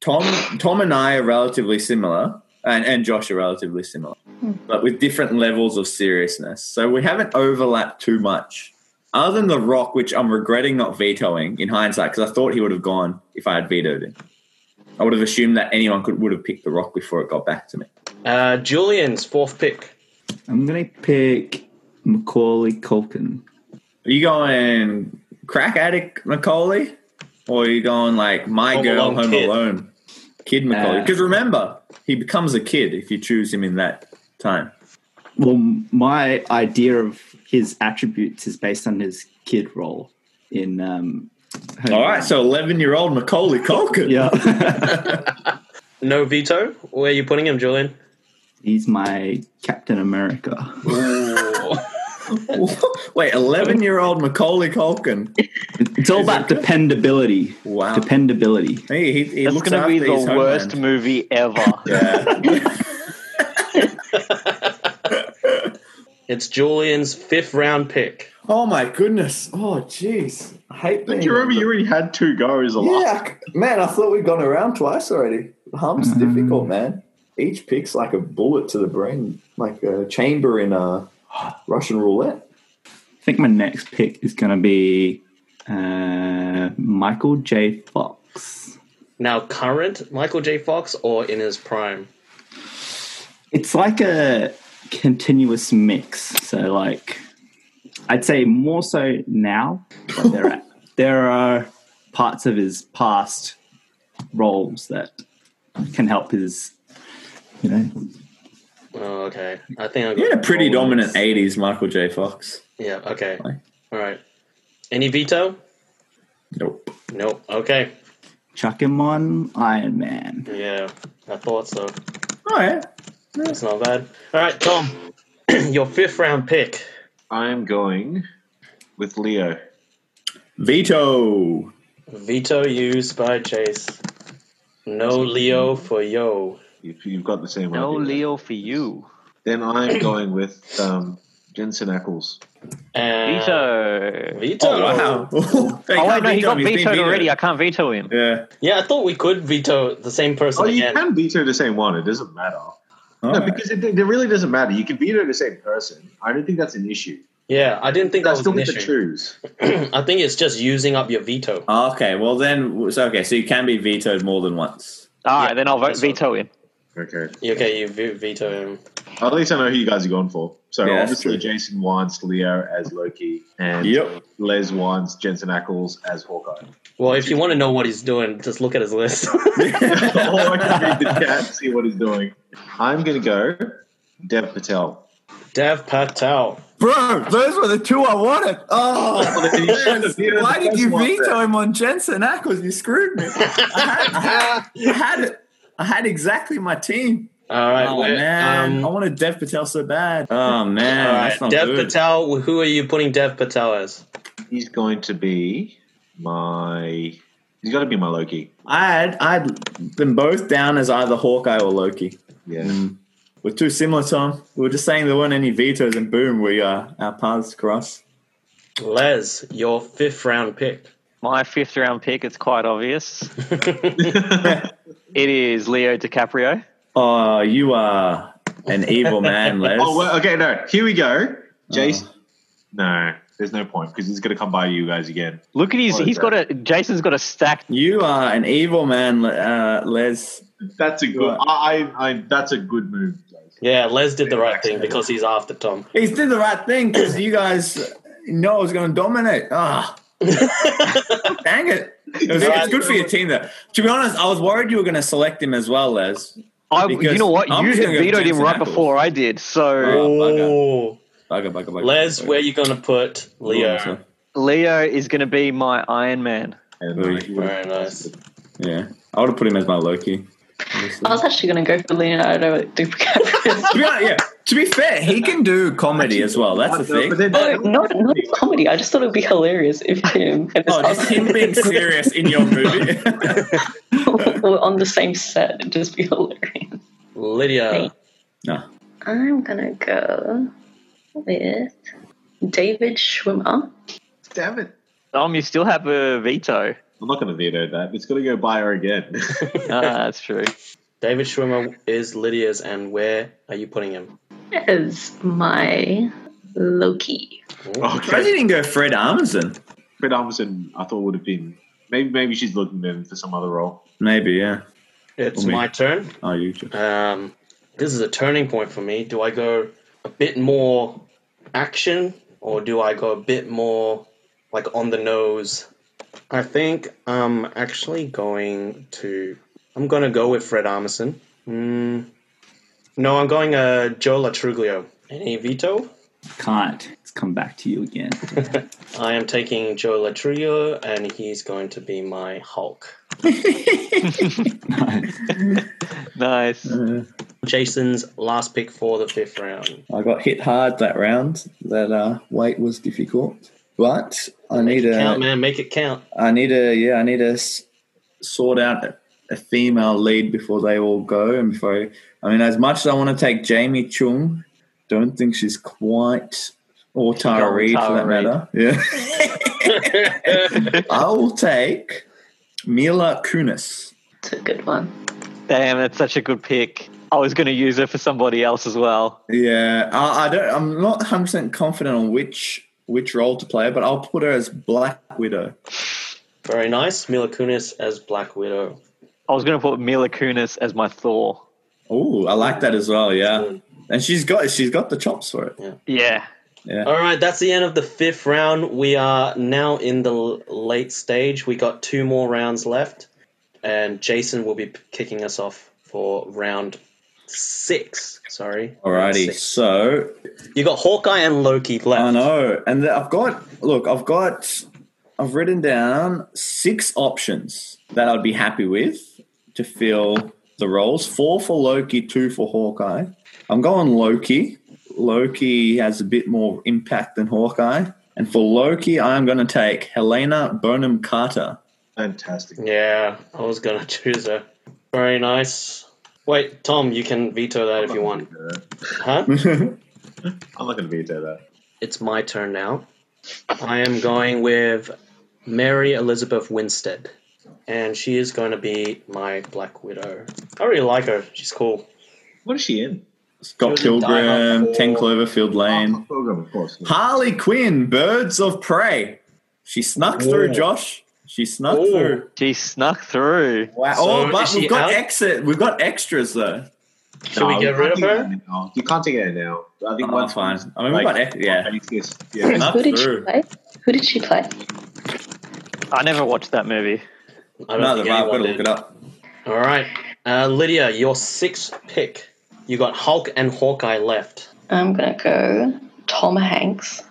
Speaker 7: Tom, Tom and I are relatively similar, and, and Josh are relatively similar, but with different levels of seriousness. So we haven't overlapped too much. Other than The Rock, which I'm regretting not vetoing in hindsight, because I thought he would have gone if I had vetoed him. I would have assumed that anyone could would have picked The Rock before it got back to me.
Speaker 2: Uh, Julian's fourth pick.
Speaker 1: I'm gonna pick Macaulay Culkin.
Speaker 7: Are you going crack addict Macaulay? Or are you going like my
Speaker 2: Home
Speaker 7: girl
Speaker 2: Alone
Speaker 7: home
Speaker 2: kid.
Speaker 7: alone? Kid Macaulay.
Speaker 1: Uh,
Speaker 7: Because remember, he becomes a kid if you choose him in that time.
Speaker 1: Well, my idea of his attributes is based on his kid role in. Um, Home
Speaker 7: All
Speaker 1: Alone.
Speaker 7: right, so 11 year old Macaulay Culkin.
Speaker 1: yeah,
Speaker 2: No veto. Where are you putting him, Julian?
Speaker 1: he's my Captain America.
Speaker 7: Wait, 11 year old Macaulay Culkin.
Speaker 1: It's all about dependability.
Speaker 7: Wow.
Speaker 1: Dependability.
Speaker 7: Hey, he, he
Speaker 3: That's
Speaker 7: looks
Speaker 3: going to
Speaker 7: after
Speaker 3: be
Speaker 7: his
Speaker 3: the
Speaker 7: homeland.
Speaker 3: worst movie ever.
Speaker 2: It's Julian's fifth round pick.
Speaker 7: Oh my goodness. Oh, jeez. I hate being.
Speaker 4: But you remember, you already had two goes a lot.
Speaker 7: Yeah, c- man, I thought we'd gone around twice already. Hump's difficult, man. Each pick's like a bullet to the brain, like a chamber in a Russian roulette.
Speaker 1: I think my next pick is going to be uh, Michael J. Fox.
Speaker 2: Now, current Michael J. Fox or in his prime?
Speaker 1: It's like a continuous mix. So, like, I'd say more so now, but there are, there are parts of his past roles that can help his, you know.
Speaker 2: Oh, okay. I think I got
Speaker 7: You had a pretty dominant
Speaker 2: Rollins.
Speaker 7: 80s, Michael J. Fox.
Speaker 2: Yeah, okay.
Speaker 7: Right.
Speaker 2: All right. Any veto?
Speaker 7: Nope.
Speaker 2: Nope. Okay.
Speaker 1: Chuck him on Iron Man.
Speaker 2: Yeah, I thought so.
Speaker 7: All right.
Speaker 2: That's not bad. All right, Tom, your fifth round pick.
Speaker 4: I'm going with Leo.
Speaker 7: Veto.
Speaker 2: Veto used by Chase. No Leo for yo.
Speaker 4: If you've got the same
Speaker 3: no
Speaker 4: idea.
Speaker 3: Leo for you.
Speaker 4: Then I'm going with um, Jensen Ackles.
Speaker 2: And
Speaker 3: Veto.
Speaker 2: Veto.
Speaker 4: Oh,
Speaker 7: oh,
Speaker 3: Oh wait, no, he got vetoed already. I can't veto him.
Speaker 7: Yeah.
Speaker 2: Yeah, I thought we could veto the same person
Speaker 4: Oh, you
Speaker 2: again.
Speaker 4: can veto the same one. It doesn't matter.
Speaker 7: All
Speaker 4: No,
Speaker 7: right.
Speaker 4: because it, it really doesn't matter. You can veto the same person. I don't think that's an issue.
Speaker 2: Yeah, I didn't think
Speaker 4: I
Speaker 2: that was
Speaker 4: still
Speaker 2: an
Speaker 4: get to
Speaker 2: issue.
Speaker 4: choose.
Speaker 2: I think it's just using up your veto.
Speaker 7: Okay, well then, so okay, so you can be vetoed more than once.
Speaker 3: All right,
Speaker 2: Yeah,
Speaker 3: then I'll vote
Speaker 2: that's right.
Speaker 3: veto him.
Speaker 4: Okay.
Speaker 2: Okay, you ve- veto him.
Speaker 4: At least I know who you guys are going for. So
Speaker 7: Yeah, that's
Speaker 4: obviously,
Speaker 7: true.
Speaker 4: Jason wants Leo as Loki, and
Speaker 7: Yep.
Speaker 4: Les wants Jensen Ackles as Hawkeye.
Speaker 2: Well, if you want to know what he's doing, just look at his list.
Speaker 4: or I can read the chat and see what he's doing. I'm going to go Dev Patel.
Speaker 2: Dev Patel.
Speaker 8: Bro, those were the two I wanted. Oh,
Speaker 4: Well, then you should have vetoed
Speaker 8: why
Speaker 4: the
Speaker 8: did
Speaker 4: first
Speaker 8: you
Speaker 4: one
Speaker 8: veto
Speaker 4: then.
Speaker 8: him on Jensen Ackles? You screwed me.
Speaker 7: I had it. I had exactly my team.
Speaker 2: All right,
Speaker 7: Oh
Speaker 2: we're-
Speaker 7: man,
Speaker 2: um,
Speaker 8: I wanted Dev Patel so bad.
Speaker 7: Oh man,
Speaker 2: all right,
Speaker 7: that's not
Speaker 2: Dev
Speaker 7: good.
Speaker 2: Patel. Who are you putting Dev Patel as?
Speaker 4: He's going to be my. He's got to be my Loki.
Speaker 7: I had I'd them both down as either Hawkeye or Loki.
Speaker 4: Yeah.
Speaker 7: Mm. We're too similar, Tom. We were just saying there weren't any vetoes, and boom, we uh, our paths cross.
Speaker 2: Les, your fifth round pick.
Speaker 3: My fifth round pick. It's quite obvious. It is Leo DiCaprio.
Speaker 7: Oh, you are an evil man, Les.
Speaker 4: Oh, well, okay, no. Here we
Speaker 7: Uh-huh.
Speaker 4: go. Jason. No, there's no point because he's going to come by you guys again.
Speaker 3: Look at his.
Speaker 4: Oh,
Speaker 3: He's got a. Jason's got a stacked.
Speaker 7: you are an evil man, Le- uh, Les.
Speaker 4: That's a good. I, I, I. That's a good move. guys.
Speaker 2: Yeah, Les did the right thing because he's after Tom.
Speaker 8: He did the right thing because you guys know I was going to dominate. Ah,
Speaker 7: Dang it! It was- it's good for your team, though. To be honest, I was worried you were going to select him as well, Les.
Speaker 3: I, you
Speaker 7: Because
Speaker 3: know what?
Speaker 7: I'm
Speaker 3: You
Speaker 7: just
Speaker 3: had
Speaker 7: gonna go
Speaker 3: vetoed him
Speaker 7: Jensen
Speaker 3: right
Speaker 7: Ackles.
Speaker 3: before I did. So
Speaker 7: Oh, bugger.
Speaker 2: Oh,
Speaker 7: Bugger, bugger, bugger.
Speaker 2: Les,
Speaker 7: bugger.
Speaker 2: where you gonna put Leo?
Speaker 3: Leo is going to be my Iron Man.
Speaker 4: And
Speaker 8: Ooh,
Speaker 4: I would've-
Speaker 2: very nice.
Speaker 8: Yeah, I would have put him as my Loki.
Speaker 5: I was actually going to go for Leonardo DiCaprio.
Speaker 7: To be honest, yeah. To be fair, he can do comedy as well. That's the thing.
Speaker 4: But then
Speaker 5: No, not, not comedy. I just thought it would be hilarious if him and his
Speaker 7: Oh, just him being serious in your movie.
Speaker 5: husband were on the same set. It'd just be hilarious.
Speaker 2: Lydia.
Speaker 7: no.
Speaker 5: I'm gonna go with David Schwimmer.
Speaker 4: damn it.
Speaker 3: Dom, you still have a veto.
Speaker 4: I'm not going to veto that. It's going to go by her again.
Speaker 3: Ah, that's true.
Speaker 2: David Schwimmer is Lydia's, and where are you putting him?
Speaker 5: as my Loki.
Speaker 7: Surprised you
Speaker 4: okay.
Speaker 7: didn't go Fred Armisen.
Speaker 4: Fred Armisen, I thought would have been maybe maybe she's looking then for some other role.
Speaker 7: Maybe, yeah.
Speaker 2: It's
Speaker 7: me.
Speaker 2: my turn.
Speaker 7: Oh, you just.
Speaker 2: Um, this is a turning point for me. Do I go a bit more action, or do I go a bit more like on the nose? I think I'm actually going to. I'm going to go with Fred Armisen. Mm, no, I'm going uh, Joe Latruglio. Any veto?
Speaker 1: Can't. It's come back to you again.
Speaker 2: I am taking Joe Latruglio, and he's going to be my Hulk.
Speaker 1: Nice.
Speaker 3: Nice.
Speaker 2: Jason's last pick for the fifth round.
Speaker 7: I got hit hard that round. That uh, weight was difficult, but I need a.
Speaker 2: count, man. Make it count.
Speaker 7: I need to, yeah, I need to s- sort out a- a female lead before they all go, and before I, I mean, as much as I want to take Jamie Chung, don't think she's quite or Tara
Speaker 3: Gone
Speaker 7: Reid for
Speaker 3: Tara
Speaker 7: that
Speaker 3: Reid.
Speaker 7: matter. Yeah, I will take Mila Kunis.
Speaker 5: It's a good one.
Speaker 3: Damn, that's such a good pick. I was going to use her for somebody else as well.
Speaker 7: Yeah, I, I don't. I'm not 100 percent confident on which which role to play, but I'll put her as Black Widow.
Speaker 2: Very nice. Mila Kunis as Black Widow.
Speaker 3: I was going to put Mila Kunis as my Thor.
Speaker 7: Oh, I like that as well. Yeah, and she's got she's got the chops for it.
Speaker 3: Yeah.
Speaker 2: All right, that's the end of the fifth round. We are now in the l- late stage. We got two more rounds left, and Jason will be p- kicking us off for round six. Sorry.
Speaker 7: Alrighty,
Speaker 2: Six.
Speaker 7: so
Speaker 2: You got Hawkeye and Loki left.
Speaker 7: I know, and th- I've got look, I've got, I've written down six options that I'd be happy with to fill the roles. Four for Loki, two for Hawkeye. I'm going Loki. Loki has a bit more impact than Hawkeye, and for Loki, I'm going to take Helena Bonham Carter.
Speaker 4: Fantastic.
Speaker 2: Yeah, I was gonna choose her. Very nice. Wait, Tom, you can veto that if you want. Huh?
Speaker 4: I'm not going to veto that.
Speaker 2: it's my turn now. I am going with Mary Elizabeth Winstead, and she is going to be my Black Widow. I really like her. She's cool.
Speaker 4: What is she in?
Speaker 7: Scott
Speaker 2: Children Die Hard
Speaker 7: Pilgrim,
Speaker 2: four.
Speaker 7: Ten Cloverfield
Speaker 4: Oh,
Speaker 7: Lane.
Speaker 4: program, of course.
Speaker 7: Harley Quinn, Birds of Prey. She snuck through,
Speaker 2: Ooh.
Speaker 7: Josh. She snuck
Speaker 2: Ooh.
Speaker 7: through.
Speaker 3: She snuck through.
Speaker 7: Wow.
Speaker 2: So,
Speaker 7: oh,
Speaker 2: is
Speaker 7: but
Speaker 2: she
Speaker 7: we've got
Speaker 2: out?
Speaker 7: exit. We've got extras though.
Speaker 2: Should we
Speaker 4: No,
Speaker 2: get
Speaker 4: you
Speaker 2: rid
Speaker 4: can't
Speaker 2: of
Speaker 4: take
Speaker 2: her?
Speaker 4: it out now. You can't take it out now. I think
Speaker 7: Oh,
Speaker 4: once
Speaker 7: fine. I mean, we've got ex- yeah.
Speaker 4: Yes, yeah.
Speaker 7: Not
Speaker 5: Who did she
Speaker 7: through.
Speaker 5: play? Who did she play?
Speaker 3: I never watched that movie.
Speaker 2: I don't
Speaker 7: Another
Speaker 2: think
Speaker 7: bar. I've got
Speaker 2: anyone
Speaker 7: to look
Speaker 2: did.
Speaker 7: it up.
Speaker 2: All right, uh, Lydia, your sixth pick. You got Hulk and Hawkeye left.
Speaker 5: I'm gonna go Tom Hanks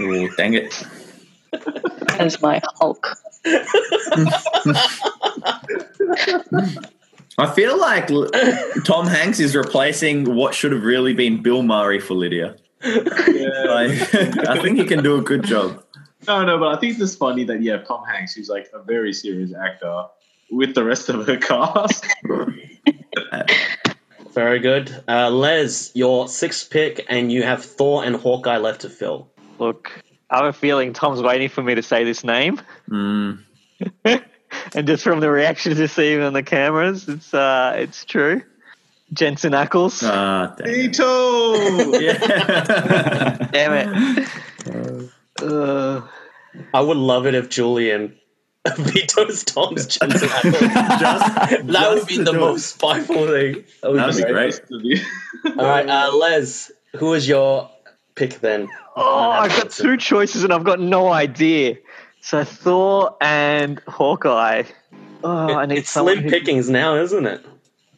Speaker 7: Ooh, dang it.
Speaker 5: as my Hulk.
Speaker 7: I feel like l- Tom Hanks is replacing what should have really been Bill Murray for Lydia. Like, I think he can do a good job.
Speaker 4: No, no, but I think it's funny that you have Tom Hanks, who's like a very serious actor, with the rest of her cast.
Speaker 2: Very good. Uh, Les, your sixth pick, and you have Thor and Hawkeye left to fill.
Speaker 3: Look, I have a feeling Tom's waiting for me to say this name.
Speaker 7: Mm.
Speaker 3: and just from the reactions you're seeing on the cameras, it's uh, it's true. Jensen Ackles.
Speaker 7: Ah, dang it.
Speaker 4: Veto.
Speaker 7: Yeah.
Speaker 3: Damn it. Uh,
Speaker 2: I would love it if Julian vetoes Tom's Jensen Ackles. that would
Speaker 7: just
Speaker 2: be
Speaker 7: to
Speaker 2: the
Speaker 7: do it.
Speaker 2: most spiteful thing. That would
Speaker 7: That'd be
Speaker 2: great.
Speaker 7: great.
Speaker 4: Oh,
Speaker 2: All right, uh, Les, who is your pick then?
Speaker 3: oh, I've got two choices and I've got no idea. So Thor and Hawkeye. Oh, I need
Speaker 2: it's
Speaker 3: someone
Speaker 2: slim
Speaker 3: who-
Speaker 2: pickings now, isn't it?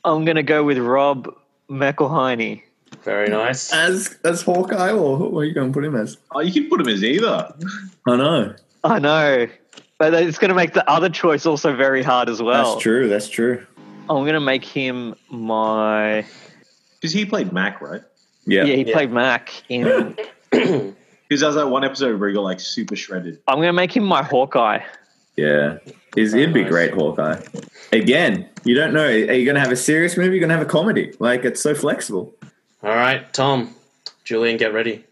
Speaker 3: I'm going to go with Rob McElhiney.
Speaker 2: Very nice.
Speaker 3: Uh,
Speaker 7: As as Hawkeye, or what are you going to put him as?
Speaker 4: Oh, you can put him as either.
Speaker 7: I know.
Speaker 3: I know. But it's going to make the other choice also very hard as well.
Speaker 7: That's true. That's true.
Speaker 3: I'm going to make him my.
Speaker 4: Because he played Mac, right?
Speaker 3: Yeah,
Speaker 7: Yeah.
Speaker 3: he
Speaker 2: Yeah.
Speaker 3: played Mac in.
Speaker 4: Because there's that one episode where he got like super shredded.
Speaker 3: I'm going to make him my Hawkeye.
Speaker 7: Yeah. Is it'd be
Speaker 2: nice.
Speaker 7: great, Hawkeye. Again, you don't know. Are you going to have a serious movie? You're going to have a comedy. Like it's so flexible.
Speaker 2: All right, Tom, Julian, get ready.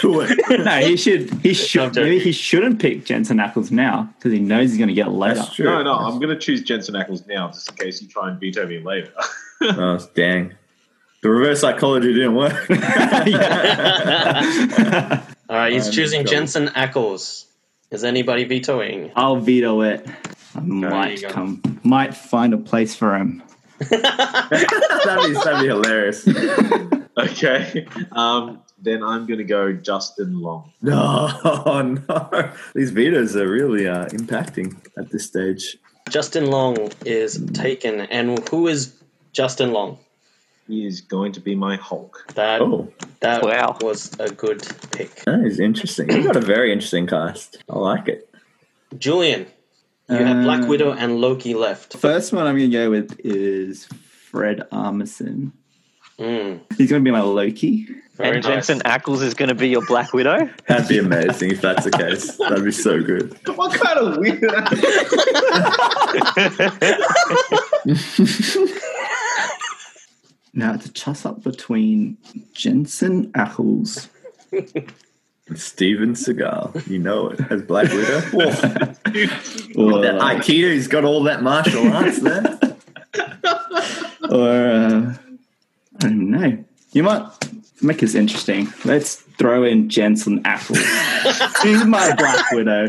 Speaker 7: Do it.
Speaker 1: No, he should. He
Speaker 2: I'm
Speaker 1: should.
Speaker 2: joking.
Speaker 1: Maybe he shouldn't pick Jensen Ackles now because he knows he's going to get it later.
Speaker 7: That's true.
Speaker 4: No, no, I'm going to choose Jensen Ackles now just in case you try and veto me later.
Speaker 7: Oh dang. The reverse psychology didn't work.
Speaker 2: All right, he's
Speaker 7: I'm in
Speaker 2: choosing
Speaker 7: trouble.
Speaker 2: Jensen Ackles. Is anybody vetoing?
Speaker 1: I'll veto it. I
Speaker 2: you
Speaker 1: might
Speaker 2: go.
Speaker 1: come. Might find a place for him.
Speaker 7: that'd, be, that'd be hilarious.
Speaker 4: okay. Um, then I'm going to go Justin Long.
Speaker 7: No, no. These vetoes are really uh, impacting at this stage.
Speaker 2: Justin Long is taken, and who is Justin Long?
Speaker 4: He is going to be my Hulk.
Speaker 2: That
Speaker 7: Oh,
Speaker 2: that
Speaker 3: Wow.
Speaker 2: was a good pick.
Speaker 7: that is interesting. You got a very interesting cast. I like it.
Speaker 2: Julian, you have Black
Speaker 1: Um,
Speaker 2: Widow and Loki left.
Speaker 1: First one I'm going to go with is Fred Armisen.
Speaker 2: Mm,
Speaker 1: He's going to be my Loki.
Speaker 2: very
Speaker 3: and
Speaker 2: nice.
Speaker 3: Jensen Ackles is going to be your Black Widow.
Speaker 7: That'd be amazing if that's the case. That'd be so good.
Speaker 4: What kind of weird.
Speaker 1: Now it's a toss up between Jensen Ackles.
Speaker 7: Steven Seagal, you know it as Black Widow. uh, Whoa.
Speaker 1: Or,
Speaker 7: That Aikido's got all that martial arts there.
Speaker 1: or uh, I don't know. You might make this interesting. Let's throw in Jensen Ackles. He's my Black Widow.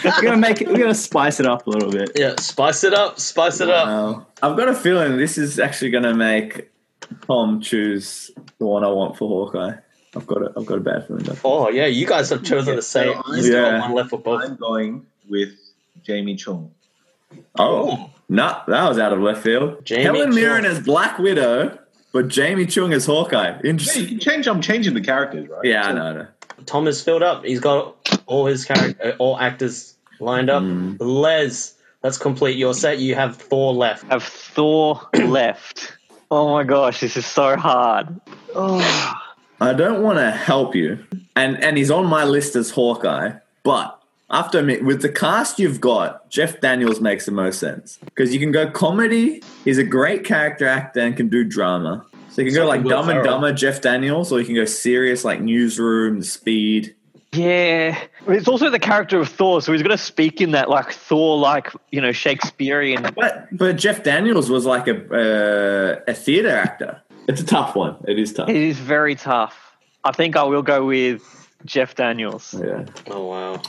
Speaker 1: we're gonna make it, we're gonna spice it up a little bit.
Speaker 2: yeah, spice it up, spice it up.
Speaker 7: Wow. Uh, I've got a feeling this is actually going to make Tom choose the one I want for Hawkeye. I've got a, I've got a bad feeling. About
Speaker 2: Oh yeah, you guys have chosen the same.
Speaker 4: so
Speaker 2: You still
Speaker 7: I'm-
Speaker 2: got one left for both.
Speaker 4: I'm going with Jamie Chung.
Speaker 7: Oh, no, that was out of left field.
Speaker 2: Jamie
Speaker 7: Helen Mirren
Speaker 2: Chung.
Speaker 7: as Black Widow, but Jamie Chung as Hawkeye.
Speaker 4: Hey, you
Speaker 7: Interesting.
Speaker 4: can change. I'm changing the characters, right?
Speaker 7: Yeah, I
Speaker 4: So-
Speaker 7: know. I know.
Speaker 2: Tom is filled up. He's got all his character, uh, all actors lined up. Les, let's complete your set. You have Thor left.
Speaker 3: have Thor left. Oh my gosh, this is so hard. Oh,
Speaker 7: I don't want to help you, and and he's on my list as Hawkeye. But after me, with the cast you've got, Jeff Daniels makes the most sense because you can go comedy. He's a great character actor and can do drama. So you can go like
Speaker 2: Will
Speaker 7: Dumb and
Speaker 2: Ferrell.
Speaker 7: Dumber, Jeff Daniels, or you can go serious like Newsroom, Speed.
Speaker 3: yeah. It's also the character of Thor, so he's going to speak in that like Thor, like you know Shakespearean.
Speaker 7: But but Jeff Daniels was like a uh, a theater actor. It's a tough one. It is tough.
Speaker 3: It is very tough. I think I will go with Jeff Daniels.
Speaker 7: Yeah,
Speaker 2: Oh wow.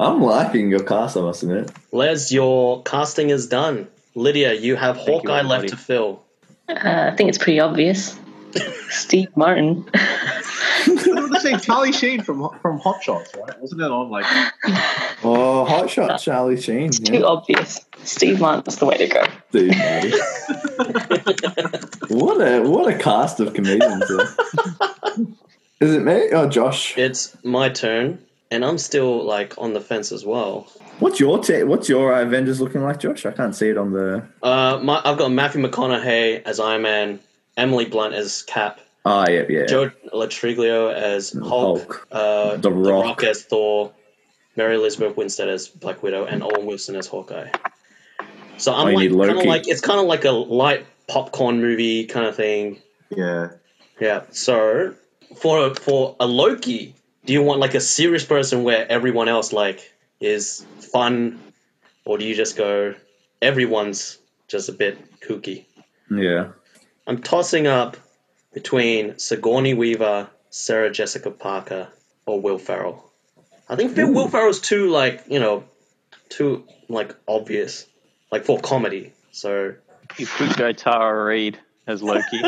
Speaker 7: I'm liking your cast. I must admit.
Speaker 2: Les, your casting is done. Lydia, you have
Speaker 3: you,
Speaker 2: Hawkeye left
Speaker 3: everybody.
Speaker 2: to fill.
Speaker 5: Uh, I think it's pretty obvious. Steve Martin.
Speaker 4: I was saying Charlie Sheen from from Hot Shots, right? Wasn't it on like?
Speaker 7: Oh, hot shot, Charlie Sheen.
Speaker 5: Too obvious. Steve Martin's the way to go.
Speaker 7: Dude, mate. what a what a cast of comedians. here. Is it me? Oh, Josh.
Speaker 2: It's my turn, and I'm still like on the fence as well.
Speaker 7: What's your ta- what's your uh, Avengers looking like, Josh? I can't see it on the.
Speaker 2: Uh, my, I've got Matthew McConaughey as Iron Man, Emily Blunt as Cap,
Speaker 7: Ah, yeah, yeah.
Speaker 2: Joe Latriglio as Hulk,
Speaker 7: Hulk.
Speaker 2: Uh,
Speaker 7: The
Speaker 2: the, Rock.
Speaker 7: Rock.
Speaker 2: as Thor, Mary Elizabeth Winstead as Black Widow, and Owen Wilson as Hawkeye. So
Speaker 7: Oh,
Speaker 2: I'm
Speaker 7: you
Speaker 2: like,
Speaker 7: need
Speaker 2: kind of
Speaker 7: Loki.
Speaker 2: like it's kind of like a light popcorn movie kind of thing.
Speaker 4: Yeah.
Speaker 2: Yeah. So for for a Loki, do you want like a serious person where everyone else like is fun, or do you just go everyone's just a bit kooky?
Speaker 7: yeah.
Speaker 2: I'm tossing up between Sigourney Weaver, Sarah Jessica Parker, or Will Ferrell. I think Phil Will Ferrell's too like you know too like obvious like for comedy. So
Speaker 3: You could go Tara Reid as Loki.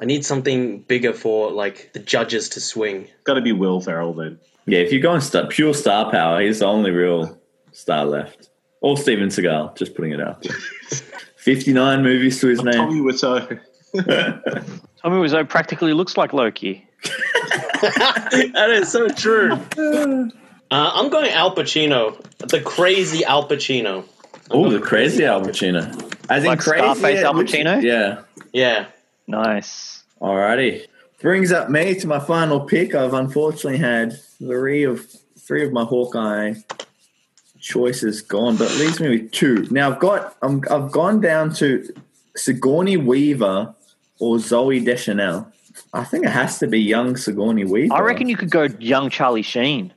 Speaker 2: I need something bigger for like the judges to swing.
Speaker 4: Got to be Will Ferrell then.
Speaker 7: Yeah, if you go on star, pure star power, he's the only real star left. Or Steven Seagal, just putting it out there.
Speaker 8: 59 movies to his name.
Speaker 4: Tommy was so.
Speaker 3: Tommy Wiseau practically looks like Loki.
Speaker 2: that is so true. Uh, I'm going Al Pacino, the crazy Al Pacino.
Speaker 8: Oh, the crazy Al Pacino. As
Speaker 3: Like
Speaker 8: in crazy,
Speaker 3: Scarface
Speaker 8: it
Speaker 3: Al
Speaker 8: looks-
Speaker 3: Pacino?
Speaker 8: Yeah.
Speaker 2: Yeah.
Speaker 3: Nice.
Speaker 8: Alrighty.
Speaker 7: Brings up me to my final pick. I've unfortunately had three of three of my Hawkeye choices gone, but it leaves me with two. Now I've got I'm, I've gone down to Sigourney Weaver or Zoe Deschanel. I think it has to be young Sigourney Weaver.
Speaker 3: I reckon you could go young Charlie Sheen.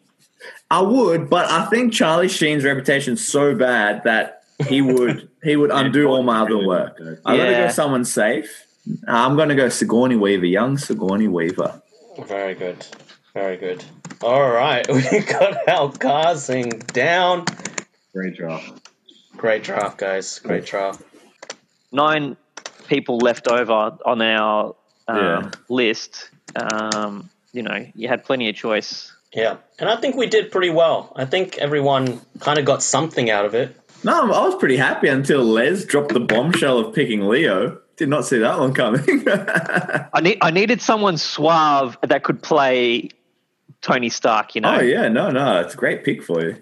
Speaker 7: I would, but I think Charlie Sheen's reputation's so bad that he would he would undo all my other work. I'm gonna
Speaker 3: Yeah.
Speaker 7: go someone safe. I'm gonna go Sigourney Weaver, young Sigourney Weaver.
Speaker 2: Very good. Very good. All right. We got Al Garsing down.
Speaker 4: Great draft.
Speaker 2: Great draft, guys. Great draft.
Speaker 3: Nine people left over on our um,
Speaker 8: Yeah.
Speaker 3: list. Um, you know, you had plenty of choice.
Speaker 2: Yeah. And I think we did pretty well. I think everyone kind of got something out of it.
Speaker 7: No, I was pretty happy until Les dropped the bombshell of picking Leo. Did not see that one coming.
Speaker 3: I need I needed someone suave that could play Tony Stark. You know,
Speaker 7: oh yeah, no, no, it's a great pick for you.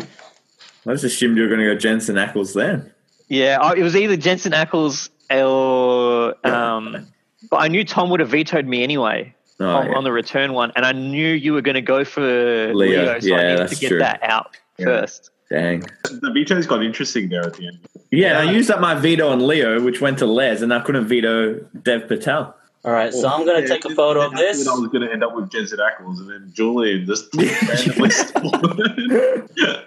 Speaker 7: I just assumed you were gonna go Jensen Ackles then.
Speaker 3: Yeah, I- it was either Jensen Ackles or. Um, but I knew Tom would have vetoed me anyway
Speaker 7: Oh,
Speaker 3: on,
Speaker 7: yeah.
Speaker 3: on the return one, and I knew you were going to go for Leo, so
Speaker 7: yeah,
Speaker 3: I needed to
Speaker 7: that's
Speaker 3: get
Speaker 7: true.
Speaker 3: that out first.
Speaker 7: Dang.
Speaker 4: The veto's got interesting there at the end.
Speaker 7: Yeah, and I used up my veto on Leo, which went to Les, and I couldn't veto Dev Patel.
Speaker 2: All right.
Speaker 4: Oh,
Speaker 2: So I'm going to take a photo of this.
Speaker 4: I was going to end up with Jensen Ackles and then Julian just randomly stolen.
Speaker 2: Uh,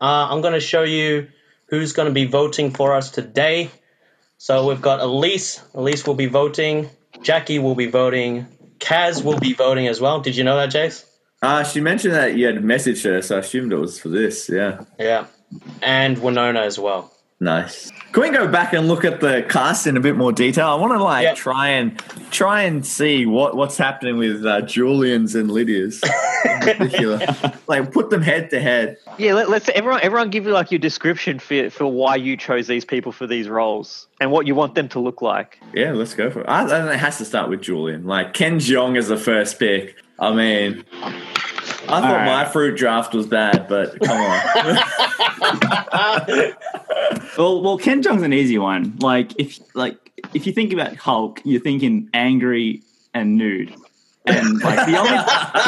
Speaker 2: I'm going to show you who's going to be voting for us today. So we've got Elise. Elise will be voting. Jackie will be voting. Kaz will be voting as well. Did you know that, Jace?
Speaker 7: Uh, she mentioned that you had messaged her, so I assumed it was for this. Yeah.
Speaker 2: Yeah. And Winona as well.
Speaker 7: Nice. Can we go back and look at the cast in a bit more detail? I want to like
Speaker 2: Yeah.
Speaker 7: try and try and see what what's happening with uh, Julian's and Lydia's. in particular. like put them head to head.
Speaker 3: Yeah, let, let's everyone everyone give you like your description for for why you chose these people for these roles and what you want them to look like.
Speaker 7: Yeah, let's go for it. I, I think it has to start with Julian. Like Ken Jeong is the first pick. I mean, I thought
Speaker 1: right.
Speaker 7: my fruit draft was bad, but come on.
Speaker 1: Well, well, Ken Jong's an easy one. Like if like if you think about Hulk, you're thinking angry and nude, and like the only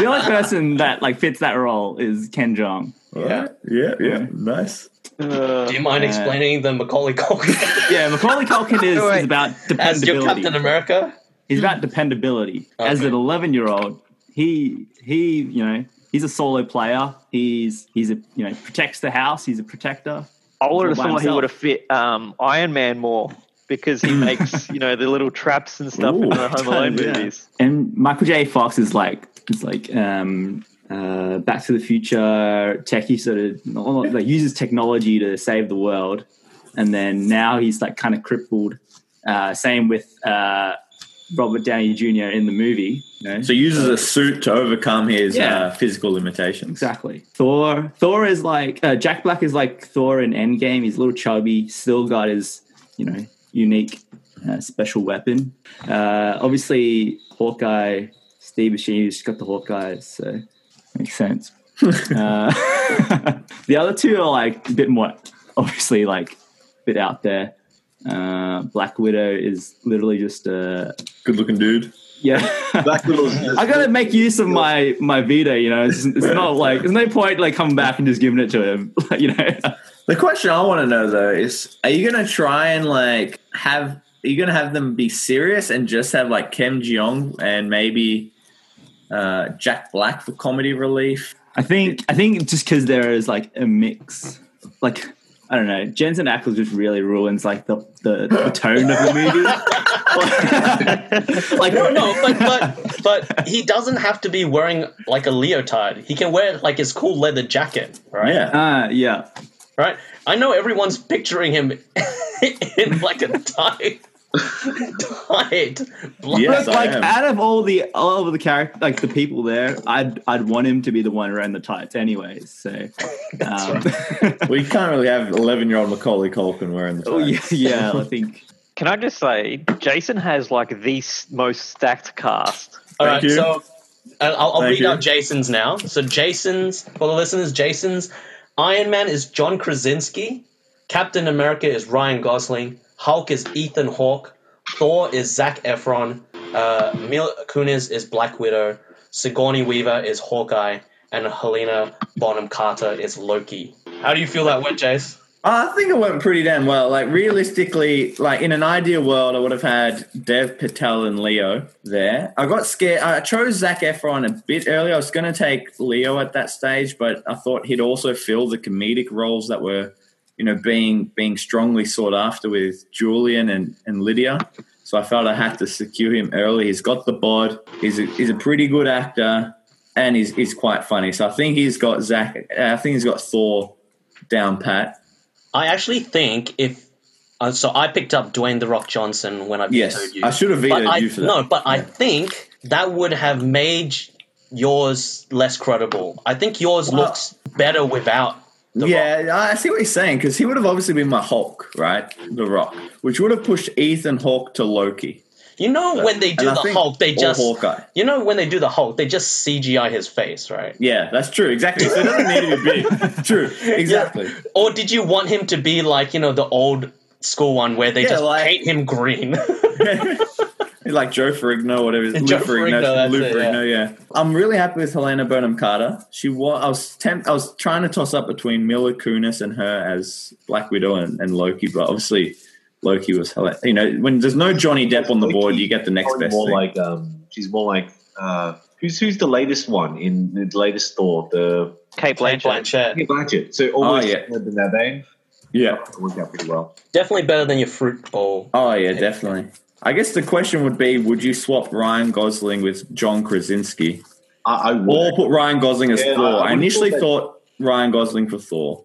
Speaker 1: the only person that like fits that role is Ken Jong.
Speaker 7: yeah, yeah, yeah. Nice.
Speaker 2: Do you mind
Speaker 1: Uh,
Speaker 2: explaining the Macaulay Culkin
Speaker 1: Yeah, Macaulay Culkin is, is
Speaker 3: Wait.
Speaker 1: about
Speaker 2: as your
Speaker 1: dependability.
Speaker 2: Captain America?
Speaker 1: He's about dependability. As
Speaker 2: Okay.
Speaker 1: an 11 year old, he he you know he's a solo player. He's he's a you know protects the house. He's a protector.
Speaker 3: I would have
Speaker 1: By
Speaker 3: thought he
Speaker 1: himself.
Speaker 3: would have fit um, Iron Man more because he makes you know the little traps and stuff in
Speaker 7: Ooh,
Speaker 3: the Home Alone
Speaker 7: yeah.
Speaker 3: movies.
Speaker 1: And Michael J. Fox is like it's like um, uh, Back to the Future techie sort of not- not- like uses technology to save the world, and then now he's like kind of crippled. Uh, same with uh, Robert Downey Jr. in the movie. You know?
Speaker 7: So he uses a suit to overcome his
Speaker 1: Yeah.
Speaker 7: uh, physical limitations.
Speaker 1: Exactly. Thor. Thor is like uh, Jack Black is like Thor in Endgame. He's a little chubby, still got his you know unique uh, special weapon. Uh, obviously, Hawkeye. Steve Buscemi's got the Hawkeyes, so makes sense. uh, the other two are like a bit more, obviously, like a bit out there. Uh, Black Widow is literally just uh, a
Speaker 7: Good looking dude.
Speaker 1: yeah.
Speaker 4: Black Widow's just-
Speaker 1: I gotta make use of my my veto. You know, it's, it's not like there's no point like coming back and just giving it to him. you know,
Speaker 7: The question I want to know though is, are you going to try and like have? Are you going to have them be serious and just have like Kim Jeong and maybe uh, Jack Black for comedy relief?
Speaker 1: I think I think just because there is like a mix, like I don't know, Jensen Ackles just really ruins like the the, the tone of the movie. like
Speaker 2: No, no, but, but but he doesn't have to be wearing like a leotard. He can wear like his cool leather jacket, right?
Speaker 7: Yeah,
Speaker 1: Uh, yeah,
Speaker 2: Right. I know everyone's picturing him in like a tie. died. Blood.
Speaker 1: Yes, I
Speaker 9: like
Speaker 1: am.
Speaker 9: out of all the all of the character like the people there, I'd I'd want him to be the one wearing the tights, anyways. So, um,
Speaker 1: we can't really have eleven-year-old Macaulay Culkin wearing the.
Speaker 9: oh, yeah,
Speaker 1: tights.
Speaker 9: yeah, I think
Speaker 3: Can I just say, Jason has like the s- most stacked cast.
Speaker 2: All right,
Speaker 1: Thank you.
Speaker 2: so uh, I'll, I'll
Speaker 1: Thank
Speaker 2: read
Speaker 1: you.
Speaker 2: out Jason's now. So Jason's for the listeners, Jason's Iron Man is John Krasinski, Captain America is Ryan Gosling, Hulk is Ethan Hawke, Thor is Zach Efron, uh, Mila Kunis is Black Widow, Sigourney Weaver is Hawkeye, and Helena Bonham Carter is Loki. How do you feel that went, Jace?
Speaker 1: I think it went pretty damn well. Like realistically, like in an ideal world, I would have had Dev Patel and Leo there. I got scared. I chose Zach Efron a bit early. I was going to take Leo at that stage, but I thought he'd also fill the comedic roles that were, you know, being being strongly sought after with Julian and, and Lydia. So I felt I had to secure him early. He's got the bod. He's a, he's a pretty good actor, and he's he's quite funny. So I think he's got Zach. I think he's got Thor down pat.
Speaker 2: I actually think if uh, so, I picked up Dwayne the Rock Johnson when I vetoed
Speaker 1: Yes,
Speaker 2: you.
Speaker 1: I should have
Speaker 2: but
Speaker 1: vetoed
Speaker 2: I,
Speaker 1: you for that.
Speaker 2: No, but I think that would have made yours less credible. I think yours
Speaker 1: Well-
Speaker 2: looks better without. The
Speaker 1: yeah, I see what he's saying because he would have obviously been my Hulk, right? The Rock, which would have pushed Ethan Hawke to Loki.
Speaker 2: You know when they do
Speaker 1: And I
Speaker 2: the
Speaker 1: think-
Speaker 2: Hulk, they
Speaker 1: or
Speaker 2: just
Speaker 1: Hawkeye.
Speaker 2: you know when they do the Hulk, they just CGI his face, right?
Speaker 1: Yeah, that's true. Exactly. So it doesn't need to be big. True. Exactly.
Speaker 2: Or did you want him to be like you know the old school one where they
Speaker 1: Yeah,
Speaker 2: just
Speaker 1: like-
Speaker 2: paint him green?
Speaker 1: He's like Joe Ferrigno, whatever. Lou
Speaker 2: Joe Ferrigno,
Speaker 1: Ferrigno.
Speaker 2: that's
Speaker 1: Lou
Speaker 2: it, yeah.
Speaker 1: Ferrigno, yeah. I'm really happy with Helena Bonham Carter. She was. I was temp- I was trying to toss up between Mila Kunis and her as Black Widow and, and Loki, but obviously Loki was Helena. You know, when there's no Johnny Depp on the board, you get the next
Speaker 4: Probably
Speaker 1: best
Speaker 4: more
Speaker 1: thing.
Speaker 4: like um, she's more like uh, who's who's the latest one in the latest Thor? The
Speaker 3: Kate Blanchett.
Speaker 2: Blanchett.
Speaker 4: Kate Blanchett. So almost
Speaker 1: Oh, yeah.
Speaker 4: in that vein, Oh,
Speaker 1: yeah.
Speaker 4: it worked out pretty well.
Speaker 2: Definitely better than your fruit bowl.
Speaker 1: Oh yeah, definitely. I guess the question would be: Would you swap Ryan Gosling with John Krasinski,
Speaker 4: I, I
Speaker 1: or
Speaker 4: would.
Speaker 1: put Ryan Gosling as
Speaker 4: Yeah,
Speaker 1: Thor?
Speaker 4: I- I
Speaker 1: I,
Speaker 4: would've
Speaker 1: initially
Speaker 4: thought that-
Speaker 1: thought Ryan Gosling for Thor.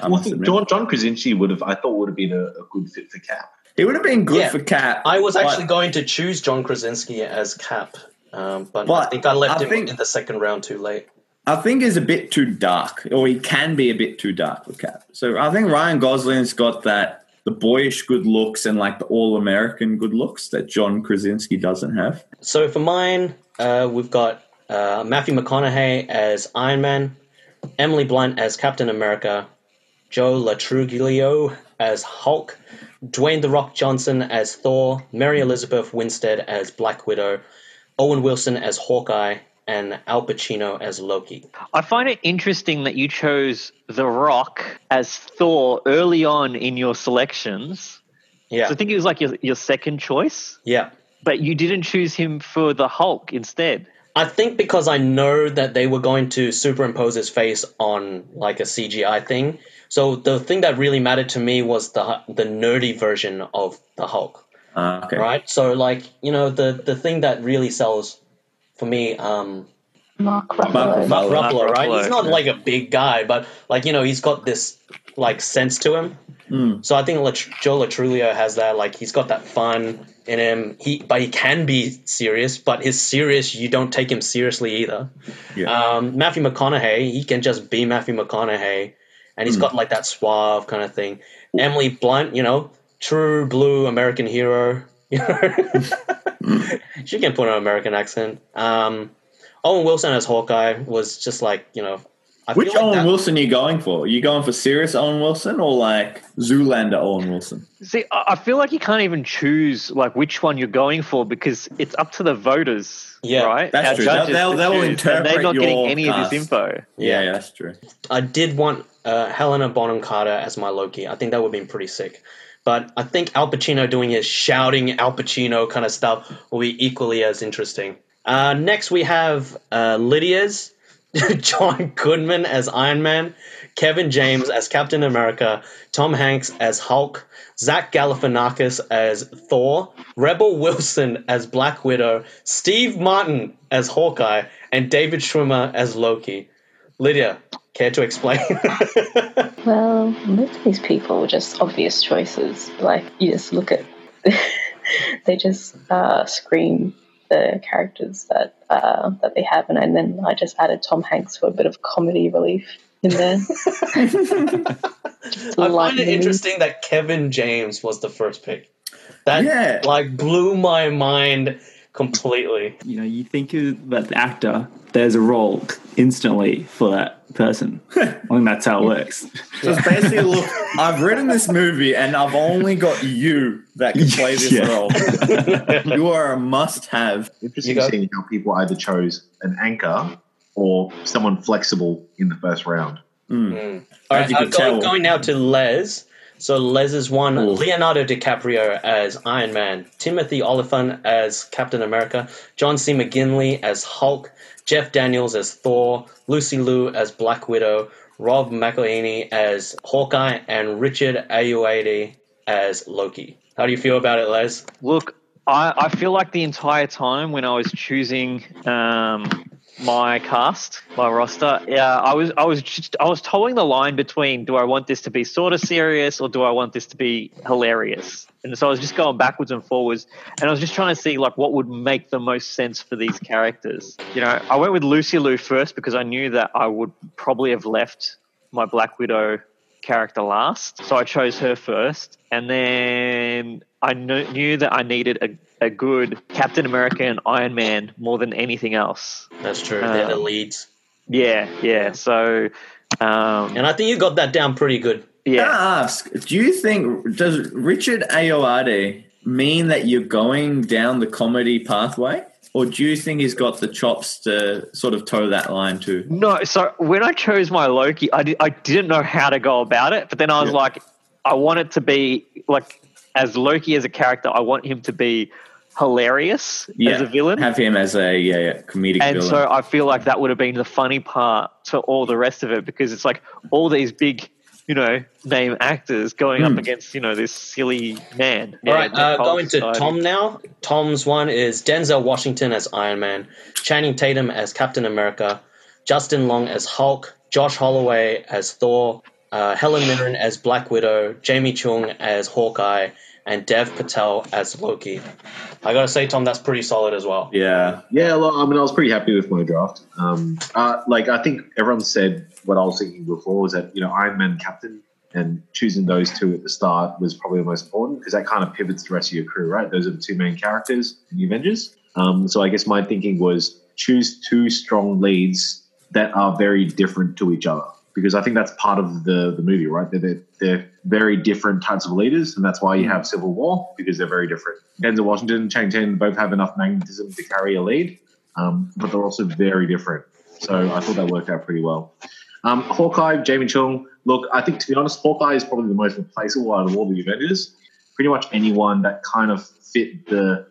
Speaker 1: I
Speaker 4: Well,
Speaker 1: must admit.
Speaker 4: John, John Krasinski would have, I thought, would have been a, a good fit for Cap.
Speaker 1: He would have been good
Speaker 2: Yeah.
Speaker 1: for Cap.
Speaker 2: I was
Speaker 1: but-
Speaker 2: actually going to choose John Krasinski as Cap, um, but, I
Speaker 1: But
Speaker 2: think I left
Speaker 1: I
Speaker 2: him
Speaker 1: think-
Speaker 2: in the second round too late.
Speaker 1: I think is a bit too dark, or he can be a bit too dark for Cap. So I think Ryan Gosling's got that the boyish good looks and like the all American good looks that John Krasinski doesn't have.
Speaker 2: So for mine, uh, we've got uh, Matthew McConaughey as Iron Man, Emily Blunt as Captain America, Joe Latruglio as Hulk, Dwayne the Rock Johnson as Thor, Mary Elizabeth Winstead as Black Widow, Owen Wilson as Hawkeye, and Al Pacino as Loki.
Speaker 3: I find it interesting that you chose The Rock as Thor early on in your selections.
Speaker 2: Yeah,
Speaker 3: So I think it was like your, your second choice,
Speaker 2: yeah.
Speaker 3: but you didn't choose him for the Hulk instead.
Speaker 2: I think because I know that they were going to superimpose his face on like a CGI thing. So the thing that really mattered to me was the the nerdy version of the Hulk,
Speaker 1: Uh, okay.
Speaker 2: right? So like you know the the thing that really sells for me, um,
Speaker 5: Mark Ruffalo.
Speaker 2: Mark
Speaker 1: Ruffalo.
Speaker 2: Ruffalo, right?
Speaker 3: Ruffalo,
Speaker 2: He's not
Speaker 1: yeah.
Speaker 2: like a big guy, but like you know he's got this like sense to him. So I think Lat- Joe Latrulio has that. Like he's got that fun in him. He but he can be serious, but his serious you don't take him seriously either.
Speaker 1: Yeah.
Speaker 2: Um, Matthew McConaughey, he can just be Matthew McConaughey, and
Speaker 1: Hmm.
Speaker 2: he's got like that suave kind of thing. Emily Blunt, you know, true blue American hero. you know.
Speaker 1: Hmm.
Speaker 2: she can put an American accent. Um, Owen Wilson as Hawkeye was just like you know. I
Speaker 1: Which
Speaker 2: feel like
Speaker 1: Owen
Speaker 2: that-
Speaker 1: Wilson are you going for? Are you going for serious Owen Wilson or like Zoolander Owen Wilson?
Speaker 3: See, I I feel like you can't even choose like which one you're going for because it's up to the voters,
Speaker 2: Yeah,
Speaker 3: right?
Speaker 1: that's true. They'll-
Speaker 3: judges
Speaker 1: they'll-
Speaker 3: to
Speaker 1: they'll
Speaker 3: choose, and they're
Speaker 1: interpret
Speaker 3: not getting
Speaker 1: your
Speaker 3: any of
Speaker 1: cast.
Speaker 3: this info.
Speaker 2: Yeah.
Speaker 1: that's true.
Speaker 2: I did want uh, Helena Bonham Carter as my Loki. I think that would have been pretty sick. But I think Al Pacino doing his shouting Al Pacino kind of stuff will be equally as interesting. Uh, next, we have uh, Lydia's John Goodman as Iron Man, Kevin James as Captain America, Tom Hanks as Hulk, Zach Galifianakis as Thor, Rebel Wilson as Black Widow, Steve Martin as Hawkeye, and David Schwimmer as Loki. Lydia, care to explain?
Speaker 5: Well, most of these people were just obvious choices. Like, you just look at they just uh, scream the characters that uh, that they have, and, and then I just added Tom Hanks for a bit of comedy relief in there. Just
Speaker 2: I find it
Speaker 5: lightly.
Speaker 2: interesting that Kevin James was the first pick. That
Speaker 8: Yeah.
Speaker 2: like blew my mind completely.
Speaker 1: You know, you think about the actor, there's a role instantly for that person. I think that's how it works.
Speaker 8: So it's basically, look, I've written this movie and I've only got you that can play this
Speaker 1: Yeah.
Speaker 8: role. You are a must have.
Speaker 4: Interesting
Speaker 2: You go.
Speaker 4: seeing how people either chose an anchor or someone flexible in the first round.
Speaker 2: All
Speaker 8: As
Speaker 2: right,
Speaker 8: you can
Speaker 2: I'm going,
Speaker 8: tell.
Speaker 2: going now to Les. So Les is one Leonardo DiCaprio as Iron Man, Timothy Oliphant as Captain America, John C. McGinley as Hulk, Jeff Daniels as Thor, Lucy Liu as Black Widow, Rob McElhenney as Hawkeye, and Richard Ayoade as Loki. How do you feel about it, Les?
Speaker 3: Look, I, I feel like the entire time when I was choosing um, my cast, my roster, yeah, I was I was just, I was towing the line between do I want this to be sort of serious or do I want this to be hilarious? And so I was just going backwards and forwards, and I was just trying to see like what would make the most sense for these characters. You know, I went with Lucy Liu first because I knew that I would probably have left my Black Widow character last. So I chose her first. And then I kn- knew that I needed a, a good Captain America and Iron Man more than anything else.
Speaker 2: That's true.
Speaker 8: Uh,
Speaker 2: They're the
Speaker 3: Um,
Speaker 2: leads,
Speaker 3: Yeah, yeah. So, um,
Speaker 2: and I think you got that down pretty good.
Speaker 8: Can
Speaker 3: yeah.
Speaker 8: I ask, do you think, does Richard Ayoade mean that you're going down the comedy pathway? Or do you think he's got the chops to sort of toe that line too?
Speaker 3: No, so when I chose my Loki, I, di- I didn't know how to go about it. But then I was like, I want it to be like, as Loki as a character, I want him to be hilarious as a villain.
Speaker 8: Have him as a yeah, yeah, comedic
Speaker 3: and
Speaker 8: villain.
Speaker 3: so I feel like that would have been the funny part to all the rest of it because it's like all these big, you know, name actors going up against you know this silly man.
Speaker 2: All right, uh, going to Tom now. Tom's one is Denzel Washington as Iron Man, Channing Tatum as Captain America, Justin Long as Hulk, Josh Holloway as Thor, uh, Helen Mirren as Black Widow, Jamie Chung as Hawkeye, and Dev Patel as Loki. I gotta say, Tom, that's pretty solid as well.
Speaker 8: yeah.
Speaker 4: Yeah, well, I mean, I was pretty happy with my draft. Um, uh, like, I think everyone said what I was thinking before was that, you know, Iron Man captain and choosing those two at the start was probably the most important because that kind of pivots the rest of your crew, right? Those are the two main characters in the Avengers. Um, so I guess my thinking was choose two strong leads that are very different to each other because I think that's part of the, the movie, right? They're, they're, they're very different types of leaders, and that's why you have Civil War because they're very different. Denzel Washington, Chang Ten both have enough magnetism to carry a lead, um, but they're also very different. So I thought that worked out pretty well. Um, Hawkeye, Jamie Chung. Look, I think to be honest, Hawkeye is probably the most replaceable out of all the Avengers. Pretty much anyone that kind of fit the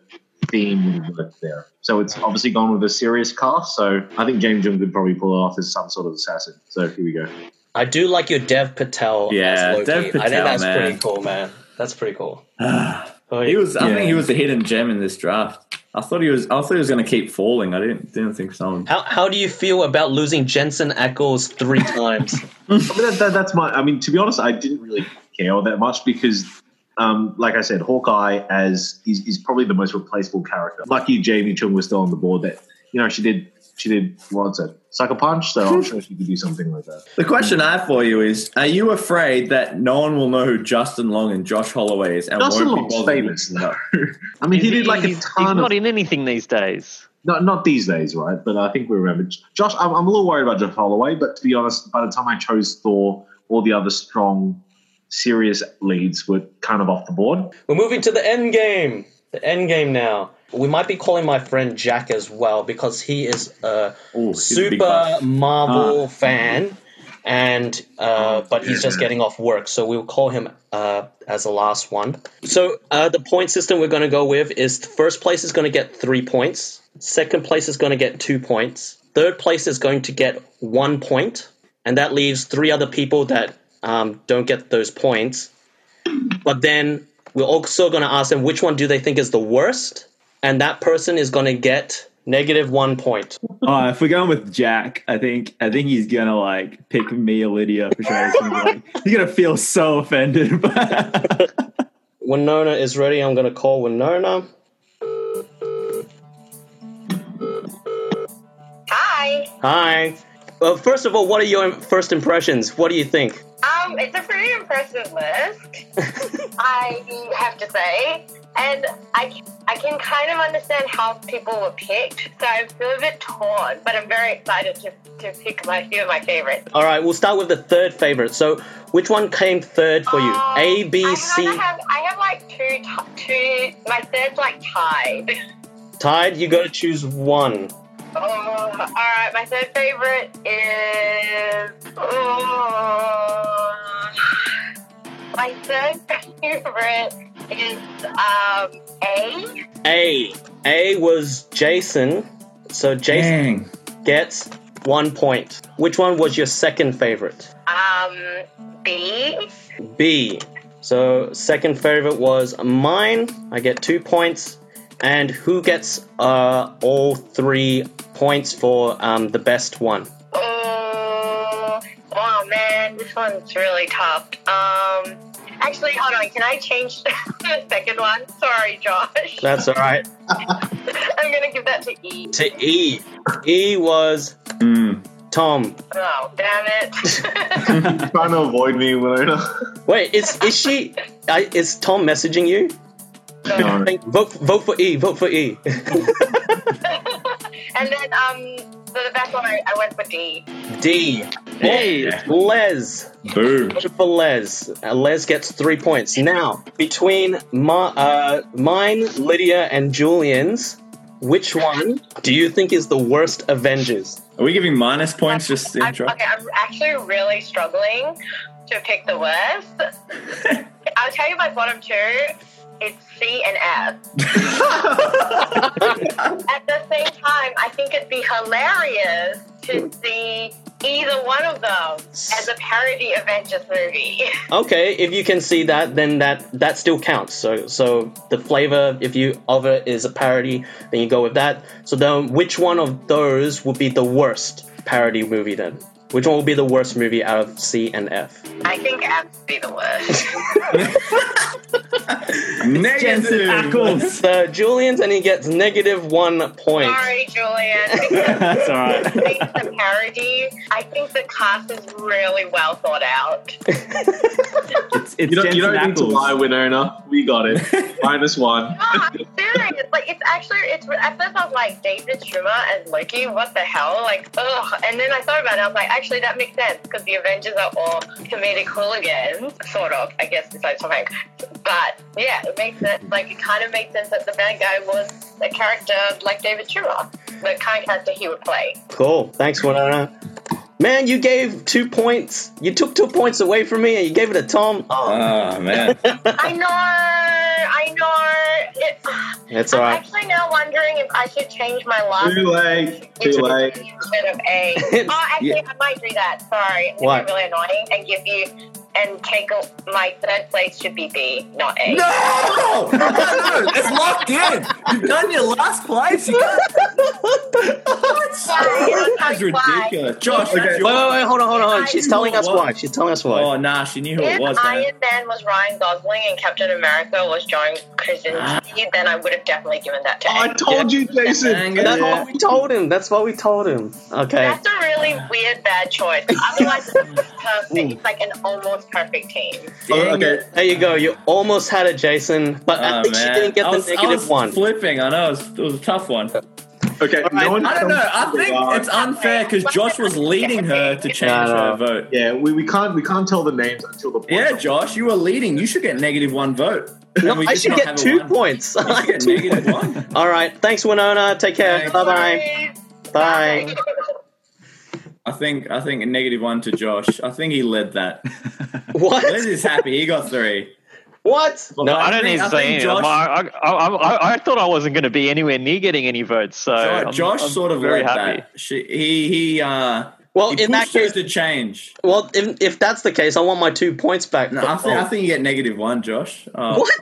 Speaker 4: theme would have worked there. So it's obviously gone with a serious cast. So I think Jamie Chung could probably pull it off as some sort of assassin. So here we go.
Speaker 2: I do like your Dev Patel
Speaker 8: Yeah,
Speaker 2: as Loki.
Speaker 8: Dev
Speaker 2: I think
Speaker 8: Patel,
Speaker 2: that's
Speaker 8: man.
Speaker 2: pretty cool, man. That's pretty cool. Oh, yeah.
Speaker 8: He was. I
Speaker 1: Yeah.
Speaker 8: think he was a hidden gem in this draft. I thought he was. I thought he was going to keep falling. I didn't. Didn't think so.
Speaker 2: How, how do you feel about losing Jensen Ackles three times?
Speaker 4: I mean, that, that, that's my. I mean, to be honest, I didn't really care all that much because, um, like I said, Hawkeye as is, is probably the most replaceable character. Lucky Jamie Chung was still on the board. That you know she did she did what's it sucker punch. So I'm sure she could do something like that.
Speaker 8: The question I have for you is: Are you afraid that no one will know who Justin Long and Josh Holloway is? And
Speaker 4: Justin
Speaker 8: won't be
Speaker 4: Long's
Speaker 8: bothered
Speaker 4: famous
Speaker 8: looking
Speaker 4: though.
Speaker 8: up?
Speaker 4: I mean, he did like a
Speaker 3: he's, he's
Speaker 4: ton
Speaker 3: not
Speaker 4: of
Speaker 3: in anything these days.
Speaker 4: not not these days, right? But I think we remember Josh. I'm, I'm a little worried about Josh Holloway, but to be honest, by the time I chose Thor, all the other strong, serious leads were kind of off the board.
Speaker 2: We're moving to the end game. The end game now. We might be calling my friend Jack as well because he is a
Speaker 8: Ooh, he's a big Ah.
Speaker 2: super
Speaker 8: buff.
Speaker 2: Marvel fan, and uh, but he's just getting off work, so we'll call him uh, as the last one. So uh, the point system we're going to go with is the first place is going to get three points, second place is going to get two points, third place is going to get one point, and that leaves three other people that um, don't get those points but then we're also going to ask them which one do they think is the worst and that person is going to get negative one point
Speaker 1: Uh, if we're going with Jack, I think I think he's gonna like pick me or Lydia for sure. He's gonna, be like, he's gonna feel so offended.
Speaker 2: Winona is ready. I'm going to call Winona.
Speaker 10: Hi.
Speaker 2: Hi. Well, first of all, what are your first impressions? What do you think?
Speaker 10: Um, it's a pretty impressive list, I have to say, and I I can kind of understand how people were picked, so I'm still a bit torn, but I'm very excited to, to pick my few of my favorites.
Speaker 2: All right, we'll start with the third favorite. So, which one came third for you?
Speaker 10: Um,
Speaker 2: A, B,
Speaker 10: I
Speaker 2: C.
Speaker 10: kinda have I have like two t- two. My third's like tied.
Speaker 2: Tied. You got to choose one.
Speaker 10: Oh, all right. My third favorite is. Oh, my third favorite is um A.
Speaker 2: A. A was Jason. So Jason
Speaker 7: Dang.
Speaker 2: gets one point. Which one was your second favorite?
Speaker 10: Um B.
Speaker 2: B. So second favorite was mine. I get two points. And who gets uh, all three points for um, the best one?
Speaker 10: Oh, wow, man, this one's really tough. Um, actually, hold on. Can I change the second one? Sorry, Josh.
Speaker 2: That's all right.
Speaker 10: I'm gonna give that to E.
Speaker 2: To E. E was
Speaker 7: Mm.
Speaker 2: Tom.
Speaker 10: Oh, damn it.
Speaker 4: Trying to avoid me, Winona.
Speaker 2: Wait, is is she? I, is Tom messaging you?
Speaker 4: No.
Speaker 2: Think- Vote vote for E. Vote for E.
Speaker 10: and then um for the best one I, I went for D.
Speaker 2: D.
Speaker 3: Hey,
Speaker 2: Les.
Speaker 7: Boo.
Speaker 2: Vote For Les. Uh, Les gets three points. Now between my, uh, mine, Lydia, and Julian's, which one do you think is the worst Avengers?
Speaker 7: Are we giving minus points just
Speaker 10: I'm,
Speaker 7: intro?
Speaker 10: okay, I'm actually really struggling to pick the worst. I'll tell you my bottom two. It's C and F. At the same time, I think it'd be hilarious to see either one of them as a parody Avengers movie.
Speaker 2: Okay, if you can see that, then that that still counts. So so the flavor, if you of it is a parody, then you go with that. So then, which one of those would be the worst parody movie? Then, which one will be the worst movie out of C and F?
Speaker 10: I think F's be the worst.
Speaker 1: Jensen
Speaker 7: Negative.
Speaker 1: Ackles.
Speaker 2: So uh, Julian's and he gets negative one point.
Speaker 10: Sorry, Julian.
Speaker 1: That's all right.
Speaker 10: think the parody. I think the cast is really well thought out.
Speaker 1: It's, it's
Speaker 4: You don't,
Speaker 1: Jensen
Speaker 4: you don't need to lie,
Speaker 1: Ackles.
Speaker 4: Winona. We got it. Minus one.
Speaker 10: No, I'm serious. Like it's actually it's at first I was like David Schwimmer and Loki. What the hell? Like ugh. And then I thought about it. I was like, actually, that makes sense because the Avengers are all comedic hooligans, sort of. I guess besides Tom Hanks. But yeah, it makes sense. Like it kind of makes sense that the bad guy was a character like David Schwimmer, the kind of character he would play.
Speaker 2: Cool. Thanks, Winona. Man, you gave two points. You took two points away from me, and you gave it to Tom. Oh,
Speaker 8: Ah,
Speaker 7: Oh man.
Speaker 10: I know. I know. It,
Speaker 2: it's
Speaker 10: I'm
Speaker 2: all right.
Speaker 10: actually now wondering if I should change my last
Speaker 4: Too late. Too late.
Speaker 10: instead of A. Oh, actually, I might do that. Sorry, it's
Speaker 2: What?
Speaker 10: gonna be really annoying and give you and take a, my third place should be B, not A.
Speaker 7: No! no! No! It's locked in. You've done your last place. You can't-
Speaker 10: Sorry,
Speaker 7: That's ridiculous. Josh, that's
Speaker 2: Wait,
Speaker 7: your-
Speaker 2: wait, wait, hold on, hold on, hold on. She's
Speaker 7: I-
Speaker 2: telling us
Speaker 7: What?
Speaker 2: why. She's telling us why.
Speaker 7: Oh nah, she knew who it
Speaker 10: If
Speaker 7: was. Man.
Speaker 10: Iron Man was Ryan Gosling and Captain America was John
Speaker 7: Ah.
Speaker 10: Krasinski, then I would have definitely given that to A.
Speaker 4: Oh, I told you, Jason.
Speaker 7: Dang
Speaker 2: That's
Speaker 7: it.
Speaker 2: what we told him. That's what we told him. Okay.
Speaker 10: That's a really weird bad choice. Otherwise, it's perfect. It's like an almost perfect team.
Speaker 4: Oh, okay.
Speaker 2: There you go. You almost had it, Jason, but
Speaker 7: Oh,
Speaker 2: at least
Speaker 7: man.
Speaker 2: you didn't get
Speaker 7: I
Speaker 2: the
Speaker 7: was, I
Speaker 2: negative
Speaker 7: was
Speaker 2: one.
Speaker 7: Flipping, I know it was, it was a tough one.
Speaker 4: Okay.
Speaker 2: right.
Speaker 4: No one
Speaker 7: I don't know. I
Speaker 4: comes-
Speaker 7: think it's unfair because Josh was leading her to change
Speaker 2: No, no.
Speaker 7: her vote.
Speaker 4: Yeah, we, we can't we can't tell the names until the point.
Speaker 7: Yeah, Josh, you were leading. You should get negative one vote.
Speaker 2: no,
Speaker 7: And we
Speaker 2: I
Speaker 7: did
Speaker 2: should
Speaker 7: not
Speaker 2: get
Speaker 7: have a
Speaker 2: two
Speaker 7: one.
Speaker 2: points.
Speaker 7: You
Speaker 2: I
Speaker 7: should get
Speaker 2: get two
Speaker 7: negative
Speaker 2: points.
Speaker 7: one.
Speaker 2: All right. Thanks, Winona. Take care.
Speaker 7: Thanks.
Speaker 2: Bye-bye. Bye.
Speaker 7: I think I think a negative one to Josh. I think he led that. Liz
Speaker 2: What?
Speaker 7: is happy. He got three.
Speaker 2: What?
Speaker 3: no, I don't
Speaker 7: think-
Speaker 3: need
Speaker 7: I think
Speaker 3: to say anything.
Speaker 7: Josh-
Speaker 3: I, I, I, I- I thought I wasn't going to be anywhere near getting any votes, so
Speaker 7: So
Speaker 3: I'm-
Speaker 7: Josh
Speaker 3: I'm
Speaker 7: sort of
Speaker 3: very
Speaker 7: led
Speaker 3: happy.
Speaker 7: that. She, he he uh.
Speaker 2: Well,
Speaker 7: he
Speaker 2: in that
Speaker 7: pushed her
Speaker 2: case,
Speaker 7: to change.
Speaker 2: well, if, if that's the case, I want my two points back.
Speaker 7: No, I, think, I think you get negative one, Josh. Oh,
Speaker 2: Oh. What?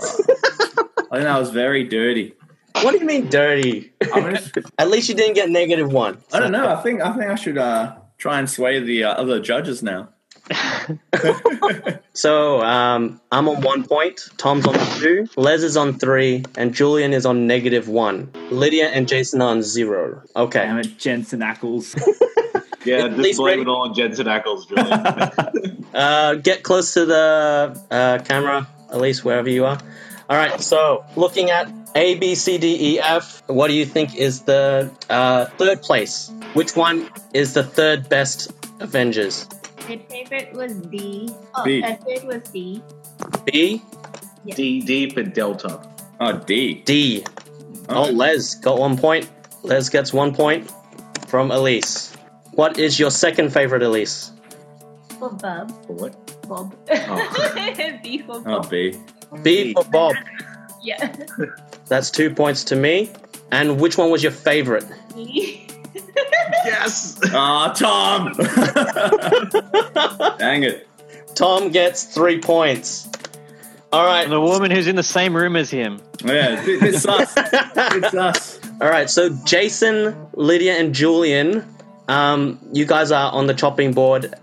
Speaker 7: I think that was very dirty.
Speaker 2: what do you mean dirty?
Speaker 7: I'm just-
Speaker 2: At least you didn't get negative one.
Speaker 7: I don't know. I think I think I should uh, try and sway the uh, other judges now.
Speaker 2: So um, I'm on one point, Tom's on two, Les is on three, and Julian is on negative one. Lydia and Jason are on zero. Okay.
Speaker 1: Damn it, Jensen Ackles.
Speaker 4: Yeah,
Speaker 2: At
Speaker 4: just
Speaker 2: least
Speaker 4: blame
Speaker 2: ready-
Speaker 4: it all on Jensen Ackles, Julian.
Speaker 2: Uh, get close to the uh, camera, Elise, wherever you are. All right, so looking at A, B, C, D, E, F, what do you think is the uh, third place? Which one is the third best Avengers?
Speaker 11: My favorite was D. Oh,
Speaker 7: D.
Speaker 11: my favorite was D.
Speaker 2: B,
Speaker 4: D D for Delta.
Speaker 7: Oh, D.
Speaker 2: D. Oh, Les got one point. Les gets one point from Elise. What is your second favorite, Elise?
Speaker 11: For Bob.
Speaker 4: For what?
Speaker 11: Bob. B for
Speaker 7: Oh,
Speaker 11: Bob.
Speaker 7: B.
Speaker 2: B for Bob.
Speaker 11: Yeah.
Speaker 2: That's two points to me. And which one was your favorite?
Speaker 11: E.
Speaker 4: Yes.
Speaker 7: Ah, Tom. Dang it.
Speaker 2: Tom gets three points. All
Speaker 3: And the
Speaker 2: right.
Speaker 3: woman who's in the same room as him.
Speaker 7: Yeah, it- it's us. It's us.
Speaker 2: All right. So Jason, Lydia, and Julian, um, you guys are on the chopping board.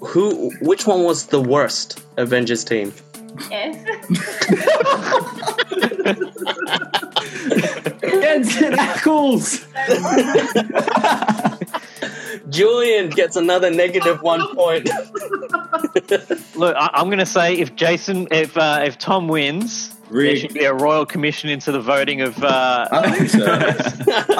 Speaker 2: Who? Which one was the worst Avengers team?
Speaker 11: F.
Speaker 1: Jensen Ackles!
Speaker 2: Julian gets another negative one point.
Speaker 3: Look, I, I'm going to say if Jason, if uh, if Tom wins, there
Speaker 7: Rigged.
Speaker 3: should be a royal commission into the voting of. Uh,
Speaker 7: I think so. I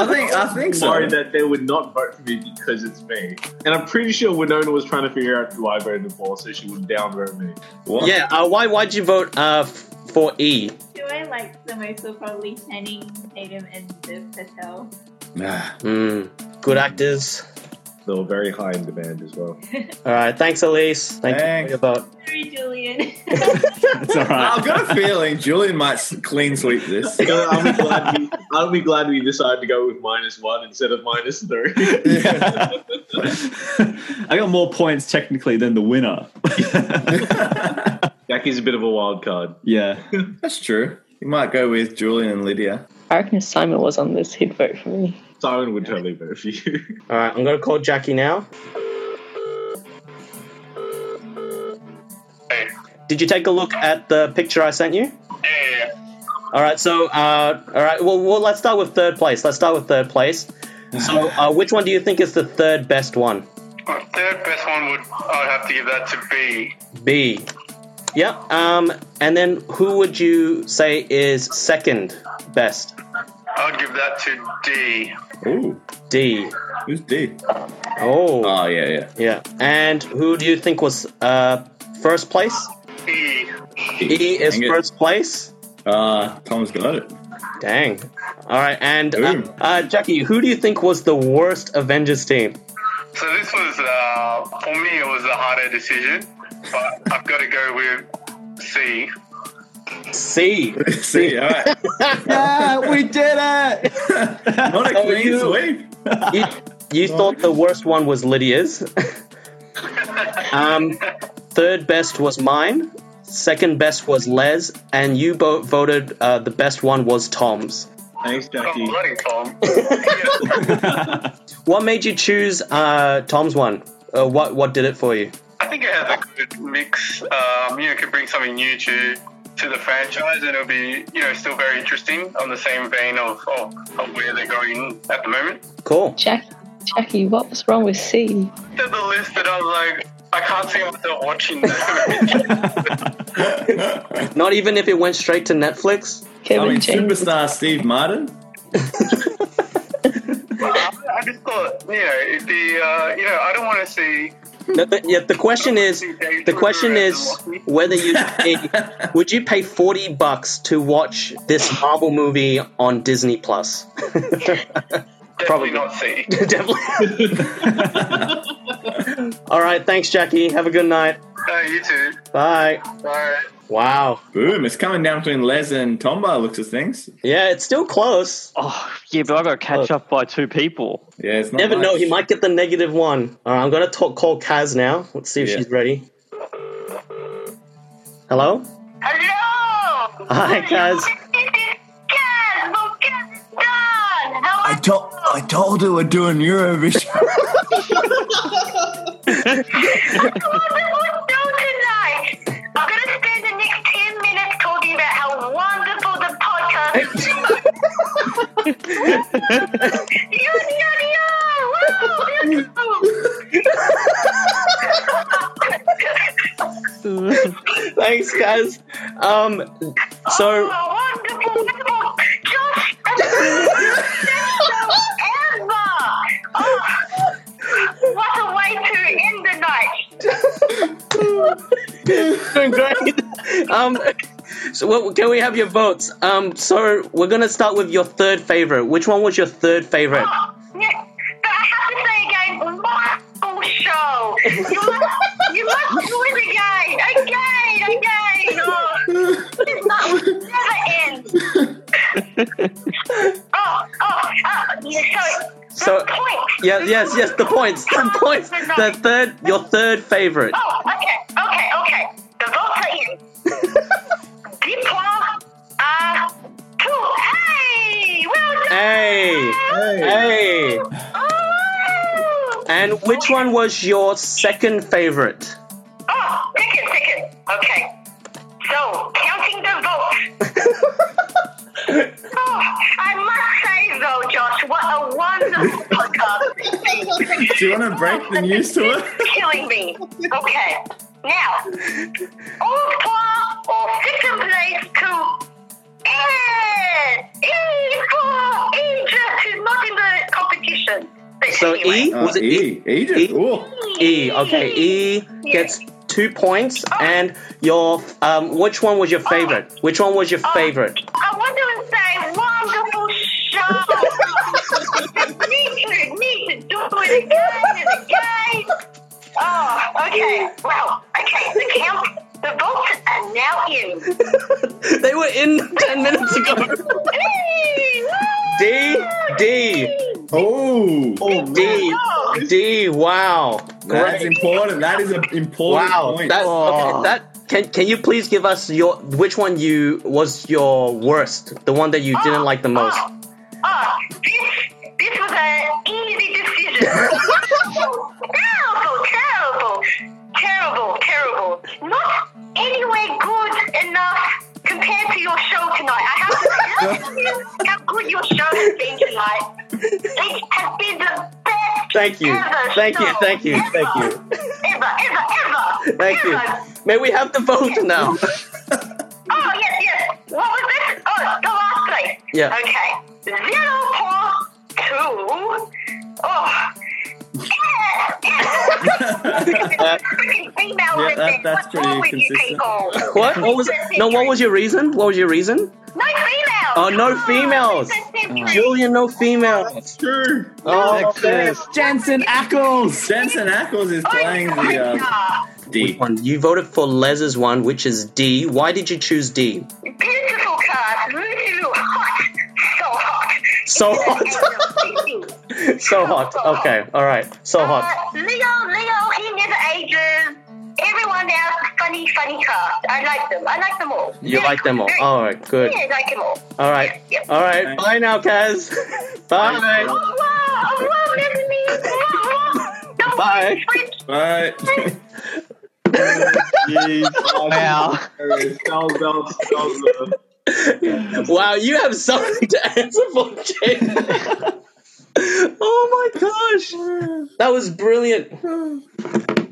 Speaker 7: think I think so.
Speaker 4: Sorry that they would not vote for me because it's me. And I'm pretty sure Winona was trying to figure out who I voted for, so she would downvote me.
Speaker 7: What?
Speaker 2: yeah. Uh, why? Why'd you vote uh, f- for E?
Speaker 11: Do I like the most? So probably Channing Tatum and Dev Patel.
Speaker 7: Nah.
Speaker 2: Hmm. good actors.
Speaker 4: They were very high in demand as well.
Speaker 2: All right. Thanks, Elise. Thank
Speaker 7: Thanks.
Speaker 2: you for your vote.
Speaker 11: Sorry, Julian.
Speaker 1: It's all right.
Speaker 7: I've got a feeling Julian might s- clean sweep this.
Speaker 4: So I'll be glad we, I'll be glad we decided to go with minus one instead of minus three.
Speaker 1: I got more points technically than the winner.
Speaker 4: Jack is a bit of a wild card.
Speaker 1: yeah.
Speaker 7: That's true. You might go with Julian and Lydia.
Speaker 5: I reckon if Simon was on this, he'd vote for me.
Speaker 4: Simon would totally vote for you.
Speaker 2: All right. I'm gonna call Jackie now.
Speaker 12: Hey,
Speaker 2: Did you take a look at the picture I sent you?
Speaker 12: yeah,
Speaker 2: All right, so uh, all right, well, well, let's start with third place. Let's start with third place. So, uh, which one do you think is the third best one?
Speaker 12: my third best one would I'd have to give that to B.
Speaker 2: B. Yep. Um, and then who would you say is second best?
Speaker 12: I'd give that to D.
Speaker 7: Ooh,
Speaker 2: D.
Speaker 7: who's D?
Speaker 2: Oh,
Speaker 7: Oh yeah, yeah.
Speaker 2: yeah. And who do you think was uh, first place?
Speaker 12: E.
Speaker 2: E is
Speaker 7: Dang it.
Speaker 2: first place.
Speaker 7: Uh, Tom's got it.
Speaker 2: Dang. All right, and uh,
Speaker 7: Ooh.
Speaker 2: uh, Jackie, who do you think was the worst Avengers team?
Speaker 12: So this was uh, for me. It was a harder decision, but I've got to go with C.
Speaker 2: C.
Speaker 7: See, all right.
Speaker 1: yeah, we did it!
Speaker 7: Not a
Speaker 2: Oh,
Speaker 7: clean
Speaker 2: you-
Speaker 7: sweep.
Speaker 2: you, you thought the worst one was Lydia's. um, third best was mine. Second best was Les, and you both voted uh, the best one was Tom's.
Speaker 4: Thanks,
Speaker 12: Oh,
Speaker 4: Jackie.
Speaker 12: bloody Tom.
Speaker 2: What made you choose uh, Tom's one? Uh, what what did it for you?
Speaker 12: I think it has a good mix. Um, you know, it could bring something new to to the franchise, and it'll be you know still very interesting on the same vein of of, of where they're going at the moment.
Speaker 2: Cool.
Speaker 5: Jackie, Jackie, what was wrong with C?
Speaker 12: Did the list that I was like, I can't see myself watching that.
Speaker 2: Not even if it went straight to Netflix.
Speaker 7: I
Speaker 5: Kevin
Speaker 7: mean,
Speaker 5: James.
Speaker 7: superstar Steve Martin.
Speaker 12: I I just thought, you know, it'd be, uh, you know, I don't want to see.
Speaker 2: The, the, yeah, the question is, the question is whether you would you pay forty bucks to watch this Marvel movie on Disney Plus?
Speaker 12: Definitely not see.
Speaker 2: Definitely. All right. Thanks, Jackie. Have a good night.
Speaker 12: No, Uh, you too.
Speaker 2: Bye.
Speaker 12: Bye.
Speaker 2: Wow.
Speaker 7: Boom! It's coming down between Les and Tomba. Looks of things.
Speaker 2: Yeah, it's still close.
Speaker 3: oh, yeah, but I've got to catch up by two people.
Speaker 7: Yeah, it's not.
Speaker 2: Never
Speaker 7: much.
Speaker 2: know. He might get the negative one. All right. I'm gonna talk, call Kaz now. Let's see if
Speaker 7: Yeah.
Speaker 2: she's ready. Hello.
Speaker 10: Hello!
Speaker 2: Hi, Kaz.
Speaker 10: Kaz, well, Kaz is done! How are
Speaker 7: I told I told her we're doing Eurovision.
Speaker 10: you?
Speaker 2: Thanks, guys. Um, so
Speaker 10: Oh, What a way to end the night!
Speaker 2: doing great. Um, so what, can we have your votes? Um, so we're gonna start with your third favorite. Which one was your third favorite?
Speaker 10: Yeah, but I have to say again, Michael Show. You must, you must do it again, again, again. Oh, it's not never ends. oh, oh, oh. yeah, So,
Speaker 2: So-
Speaker 10: the point.
Speaker 2: Yeah, yes, yes. The points. The points. The third. Your third favorite.
Speaker 10: Oh, okay, okay, okay. The votes are in. Diplo, uh, two. Hey, well done.
Speaker 2: Hey, hey. Oh. And which one was your second favorite?
Speaker 10: Oh, second, second. Okay. So, counting the votes. oh, I must say, though, Josh, what a wonderful podcast it's been.
Speaker 8: Do you want to break the news to her?
Speaker 10: Killing me. Okay. Now, all four or fix in place to end. E for Egypt is not in the competition. But
Speaker 2: So E
Speaker 10: anyway.
Speaker 2: was it E?
Speaker 8: E. Egypt.
Speaker 2: E?
Speaker 8: Ooh.
Speaker 2: E. Okay, E gets two points. And your um, which one was your favorite? Which one was your favorite?
Speaker 10: I want to say wonderful show. need to need to do it again and again. Oh, okay. Well, okay. The count, the votes are now in.
Speaker 2: They were in ten minutes ago.
Speaker 10: Hey, woo,
Speaker 2: D D
Speaker 8: Oh.
Speaker 2: D D. Wow.
Speaker 8: That's important. That is an important
Speaker 2: Wow.
Speaker 8: point.
Speaker 2: That okay, that can can you please give us your which one you was your worst? The one that you didn't like the most.
Speaker 10: Oh, oh, this this was an easy decision. terrible, terrible, terrible, terrible. Not anywhere good enough compared to your show tonight. I have to say how good your show has been tonight. It has been the best.
Speaker 2: Thank you.
Speaker 10: Ever
Speaker 2: Thank you,
Speaker 10: show
Speaker 2: thank you,
Speaker 10: ever,
Speaker 2: thank you.
Speaker 10: Ever, ever, ever.
Speaker 2: Thank you.
Speaker 10: ever.
Speaker 2: May we have the vote now?
Speaker 10: Oh, yes, yes. What was this? Oh, the last place.
Speaker 2: Yeah.
Speaker 10: Okay. Zero point two. Oh. Yeah, yeah. Freaking female
Speaker 8: Yeah,
Speaker 10: with
Speaker 8: that-
Speaker 10: it.
Speaker 8: that's
Speaker 10: What's wrong
Speaker 8: pretty
Speaker 10: with you
Speaker 8: consistent.
Speaker 10: people?
Speaker 2: What? What was no? What was your reason? What was your reason?
Speaker 10: No females.
Speaker 2: Oh, no females. Julian, no females.
Speaker 8: True.
Speaker 2: Oh,
Speaker 3: Texas.
Speaker 1: Jensen Ackles.
Speaker 8: Jensen Ackles is playing
Speaker 10: Oh,
Speaker 8: the uh,
Speaker 2: which
Speaker 8: D.
Speaker 2: one? You voted for Les's one, which is D. Why did you choose D?
Speaker 10: Beautiful cars. Lulu, hot. So hot.
Speaker 2: So hot, so hot. Okay, all right, so hot.
Speaker 10: Uh, Leo, Leo, he never ages. Everyone else, funny, funny cast. I like them. I like them all.
Speaker 2: You
Speaker 10: Yeah,
Speaker 2: like them all.
Speaker 10: very-
Speaker 2: All right, good.
Speaker 10: Yeah, I like them all.
Speaker 2: All right,
Speaker 10: Yep.
Speaker 2: all right. Bye now, Kaz.
Speaker 10: Oh,
Speaker 2: Bye.
Speaker 10: wow. Oh, wow, Melanie. Wow, wow. Don't
Speaker 2: Bye.
Speaker 10: worry, French.
Speaker 8: Right.
Speaker 3: Wow.
Speaker 4: uh,
Speaker 2: Wow, you have something to answer for, Jake. oh my gosh, that was brilliant.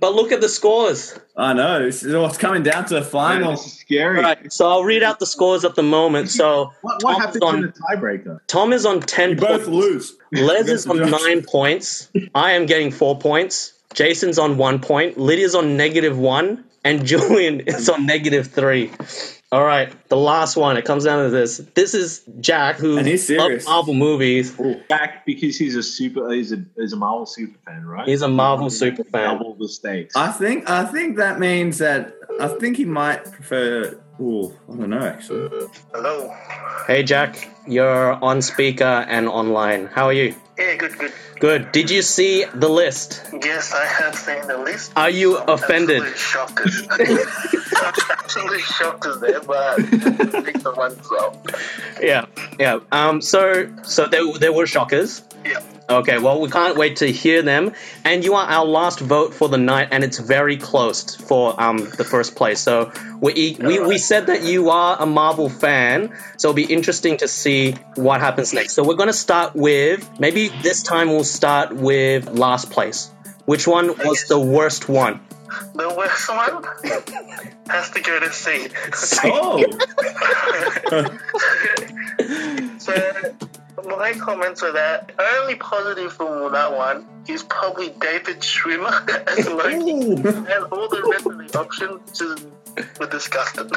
Speaker 2: But look at the scores.
Speaker 8: I know. This is what's coming down to the
Speaker 4: Man,
Speaker 8: final.
Speaker 4: this is scary.
Speaker 2: Right, so I'll read out the scores at the moment. So
Speaker 4: What, what
Speaker 2: Tom's
Speaker 4: happens
Speaker 2: on-
Speaker 4: in a tiebreaker?
Speaker 2: Tom is on ten
Speaker 8: You both
Speaker 2: points.
Speaker 8: lose.
Speaker 2: Les is on nine points. I am getting four points. Jason's on one point. Lydia's on negative one, and Julian is on negative three. All right, the last one. It comes down to this. This is Jack, who
Speaker 8: And he's
Speaker 2: loves
Speaker 8: serious.
Speaker 2: Marvel movies.
Speaker 4: Back because he's a super. He's a he's a Marvel super fan, right?
Speaker 2: He's a Marvel super fan.
Speaker 4: Double the stakes.
Speaker 8: I think. I think that means that. I think he might prefer. Oh, I don't know. Actually,
Speaker 12: Hello.
Speaker 2: Hey, Jack. You're on speaker and online. How are you?
Speaker 10: Yeah, good, good.
Speaker 2: Good. Did you see the list?
Speaker 10: Yes, I have seen the list.
Speaker 2: Are you offended?
Speaker 10: Absolutely shocked. I'm absolutely shocked as there, but I think the one's wrong.
Speaker 2: Yeah, yeah. Um, so, so there, there were shockers.
Speaker 10: Yeah.
Speaker 2: Okay, well, we can't wait to hear them. And you are our last vote for the night, and it's very close for um, the first place. So we, e- we, we said that you are a Marvel fan, so it'll be interesting to see what happens next. So we're going to start with maybe this time we'll start with last place. Which one was the worst one?
Speaker 10: The worst one has to go to C.
Speaker 7: Oh,
Speaker 10: so my comments are that only positive from that one is probably David Schwimmer as Loki, and all the rest of the options just were disgusted.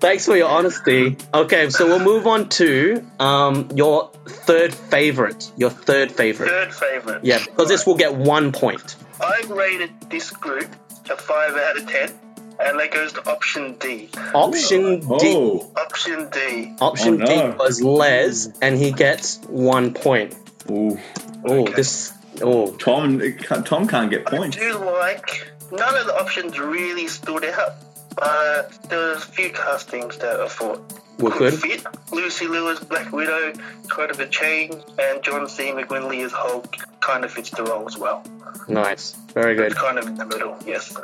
Speaker 2: Thanks for your honesty. Okay, so we'll move on to um, your third favorite. Your third favorite.
Speaker 10: Third favorite.
Speaker 2: Yeah, because this will get one point.
Speaker 10: I rated this group a five out of ten, and that goes to option D.
Speaker 2: Option D.
Speaker 7: oh,
Speaker 10: Option D.
Speaker 2: Option
Speaker 7: Oh, no.
Speaker 2: D was Les, and he gets one point.
Speaker 7: Ooh.
Speaker 2: Oh, this. Oh,
Speaker 7: Tom, Tom can't get
Speaker 10: I
Speaker 7: points.
Speaker 10: do like none of the options really stood out, but there was a few castings that I thought
Speaker 2: we're
Speaker 10: could
Speaker 2: good.
Speaker 10: fit. Lucy Lewis, Black Widow, kind of a change, and John C. McGuinley as Hulk kind of fits the role as well.
Speaker 2: Nice. Very good.
Speaker 10: It's kind of in the middle, yes.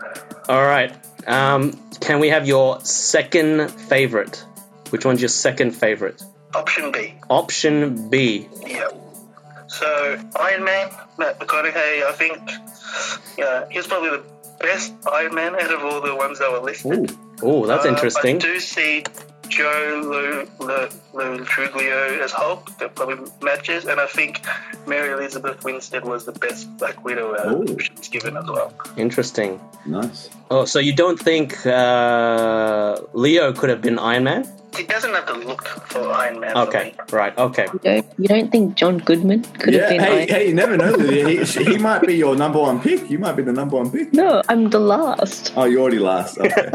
Speaker 2: All right. Um, can we have your second favorite? Which one's your second favorite?
Speaker 10: Option B.
Speaker 2: Option B.
Speaker 10: Yeah. So Iron Man, Matt McConaughey, I think yeah, he's probably the best Iron Man out of all the ones that were listed.
Speaker 2: Oh, that's
Speaker 10: Uh,
Speaker 2: interesting.
Speaker 10: I do see Joe Lou, Lou, Lou Truglio as Hulk. That probably matches, and I think Mary Elizabeth Winstead was the best Black Widow out of the
Speaker 7: Ooh.
Speaker 10: options given as well.
Speaker 2: Interesting.
Speaker 7: Nice.
Speaker 2: Oh, so you don't think uh, Leo could have been Iron Man?
Speaker 10: He doesn't have to look for Iron Man. for
Speaker 2: Okay,
Speaker 10: me.
Speaker 2: right. Okay,
Speaker 5: You don't, you don't think John Goodman could have been
Speaker 7: hey,
Speaker 5: Iron
Speaker 7: hey, you never know, Lydia. He, he might be your number one pick. You might be the number one pick.
Speaker 5: No, I'm the last.
Speaker 7: Oh, you already last. Okay.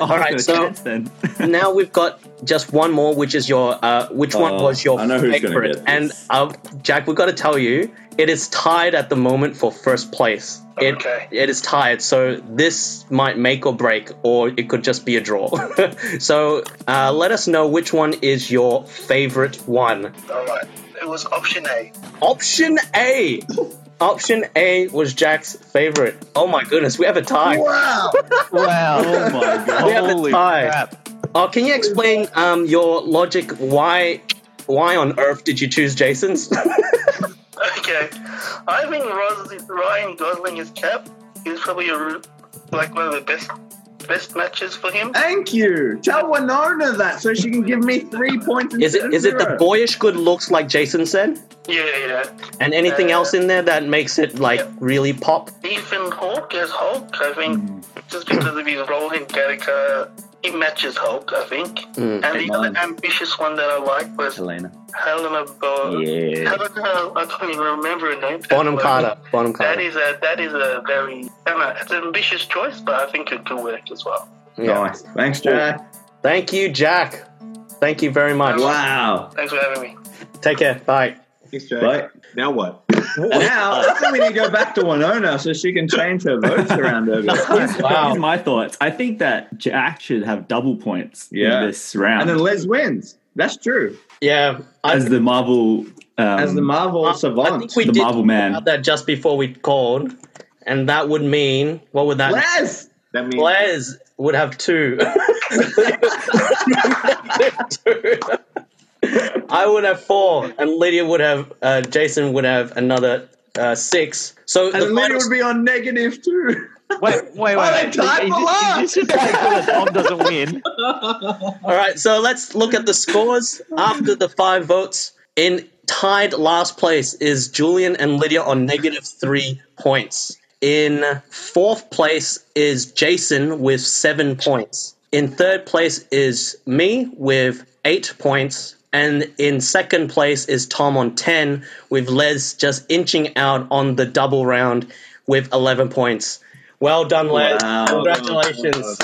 Speaker 1: Oh,
Speaker 2: All right,
Speaker 1: I've got a
Speaker 2: so-
Speaker 1: chance then.
Speaker 2: now we've got just one more, which is your uh, which one
Speaker 7: Oh,
Speaker 2: was your
Speaker 7: I know who's gonna
Speaker 2: favorite?
Speaker 7: get this.
Speaker 2: And uh, Jack, we've got to tell you, it is tied at the moment for first place. It,
Speaker 10: Okay.
Speaker 2: it is tied, so this might make or break, or it could just be a draw. so uh, let us know which one is your favorite one.
Speaker 10: All right. It was option A.
Speaker 2: Option A. Option A was Jack's favorite. Oh my goodness, we have a tie.
Speaker 10: Wow.
Speaker 3: Wow.
Speaker 1: oh my god.
Speaker 2: We have a
Speaker 3: Holy
Speaker 2: tie.
Speaker 3: crap.
Speaker 2: Oh, can you explain um, your logic? Why, why on earth did you choose Jason's?
Speaker 10: Okay, I think Ros- Ryan Gosling is cap. He's probably a, r- like one of the best best matches for him.
Speaker 7: Thank you. Tell Winona that so she can give me three points.
Speaker 2: is it
Speaker 7: instead of
Speaker 2: is it the
Speaker 7: zero.
Speaker 2: boyish good looks like Jason said,
Speaker 10: Yeah, yeah.
Speaker 2: and anything
Speaker 10: Uh,
Speaker 2: else in there that makes it like
Speaker 10: yeah.
Speaker 2: really pop?
Speaker 10: Ethan Hawke as Hulk. I think
Speaker 2: Mm.
Speaker 10: just because of his role in Gattaca, he matches Hulk. I think.
Speaker 2: Mm.
Speaker 10: And the
Speaker 7: Mine.
Speaker 10: other ambitious one that I liked was
Speaker 7: Helena.
Speaker 10: Helena Bo.
Speaker 7: Yeah.
Speaker 10: Helena, I can't even remember her name.
Speaker 2: Bonham Carter. Bonham
Speaker 10: That
Speaker 2: Carter.
Speaker 10: is a that is a very I don't know, it's an ambitious choice, but I think it could work as well.
Speaker 2: Yeah.
Speaker 7: Nice. Thanks, Jack.
Speaker 2: Thank you, Jack. Thank you very much.
Speaker 7: Wow.
Speaker 10: Thanks for having me.
Speaker 2: Take care. Bye.
Speaker 4: Thanks, Jay.
Speaker 7: Right.
Speaker 4: Now what?
Speaker 7: Now, I think we need to go back to Winona so she can change her votes around over.
Speaker 1: Here's,
Speaker 2: Wow.
Speaker 1: here's my thoughts. I think that Jack should have double points
Speaker 7: Yeah.
Speaker 1: in this round
Speaker 7: And then Les wins. That's true.
Speaker 2: Yeah. I,
Speaker 1: as the Marvel um,
Speaker 7: As the Marvel
Speaker 2: I- I
Speaker 7: savant.
Speaker 2: think we
Speaker 1: the
Speaker 2: did
Speaker 1: Marvel
Speaker 2: talk
Speaker 1: man.
Speaker 2: about that just before we called, and that would mean what would that? mean?
Speaker 7: Les!
Speaker 4: That means
Speaker 2: Les would have two. I would have four, and Lydia would have. Uh, Jason would have another uh, six. So
Speaker 7: And
Speaker 2: the
Speaker 7: Lydia
Speaker 2: final,
Speaker 7: would be on negative two.
Speaker 3: Wait, wait, wait.
Speaker 7: Oh, they
Speaker 3: wait.
Speaker 7: tied
Speaker 3: Is
Speaker 7: for
Speaker 3: this- is this just to make sure that Tom doesn't win.
Speaker 2: all right. So let's look at the scores after the five votes. In tied last place is Julian and Lydia on negative three points. In fourth place is Jason with seven points. In third place is me with eight points. And in second place is Tom on 10, with Les just inching out on the double round with 11 points. Well done, Les.
Speaker 7: Wow.
Speaker 2: Congratulations.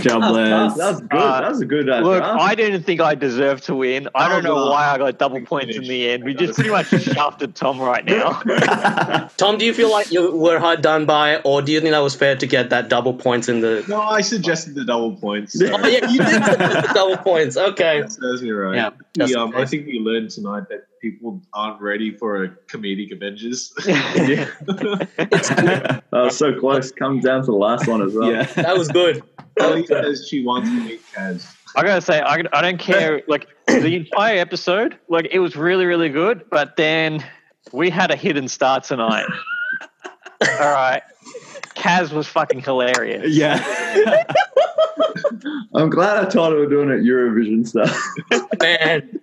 Speaker 1: Jobless.
Speaker 8: That was good. that was a good uh,
Speaker 3: Look,
Speaker 8: draft.
Speaker 3: I didn't think I deserved to win. I don't know
Speaker 8: Well done.
Speaker 3: why I got double points in the end. Oh, We just pretty much shafted Tom right now.
Speaker 2: Tom, do you feel like you were hard done by, or do you think that was fair to get that double points in the?
Speaker 4: No, I suggested the double points.
Speaker 2: Oh yeah, you did get the double points. Okay.
Speaker 4: Serves me right.
Speaker 6: Yeah,
Speaker 2: that's
Speaker 4: We, um,
Speaker 2: okay.
Speaker 4: I think we learned tonight that people aren't ready for a comedic Avengers.
Speaker 3: yeah.
Speaker 8: that was so close. Comes down to the last one as well.
Speaker 1: Yeah.
Speaker 2: That was good.
Speaker 4: Ellie says she wants to meet Kaz.
Speaker 3: I gotta say, I, I don't care. Like the entire episode, like it was really, really good. But then we had a hidden star tonight. All right, Kaz was fucking hilarious.
Speaker 1: Yeah.
Speaker 8: I'm glad I told her we're doing it Eurovision stuff.
Speaker 2: Man,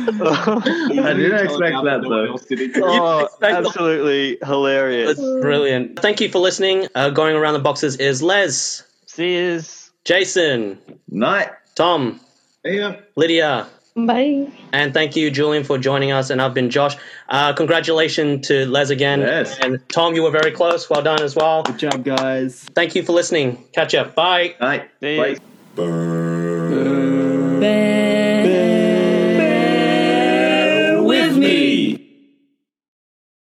Speaker 8: I
Speaker 4: You
Speaker 8: didn't
Speaker 4: tell
Speaker 8: expect
Speaker 4: now
Speaker 8: that
Speaker 4: no one
Speaker 8: though.
Speaker 4: else did it.
Speaker 3: Oh, absolutely hilarious.
Speaker 2: that's brilliant. Thank you for listening. Uh, going around the boxes is Les,
Speaker 3: Cheers.
Speaker 2: Jason,
Speaker 8: Night.
Speaker 2: Tom,
Speaker 4: Yeah.
Speaker 2: Lydia,
Speaker 5: Bye.
Speaker 2: and thank you, Julian, for joining us. And I've been Josh. Uh, congratulations to Les again.
Speaker 8: Yes.
Speaker 2: And Tom, you were very close. Well done as well.
Speaker 1: Good job, guys.
Speaker 2: Thank you for listening. Catch up. Bye.
Speaker 8: Night.
Speaker 3: Cheers.
Speaker 8: Bye.
Speaker 3: Cheers.
Speaker 5: Bye.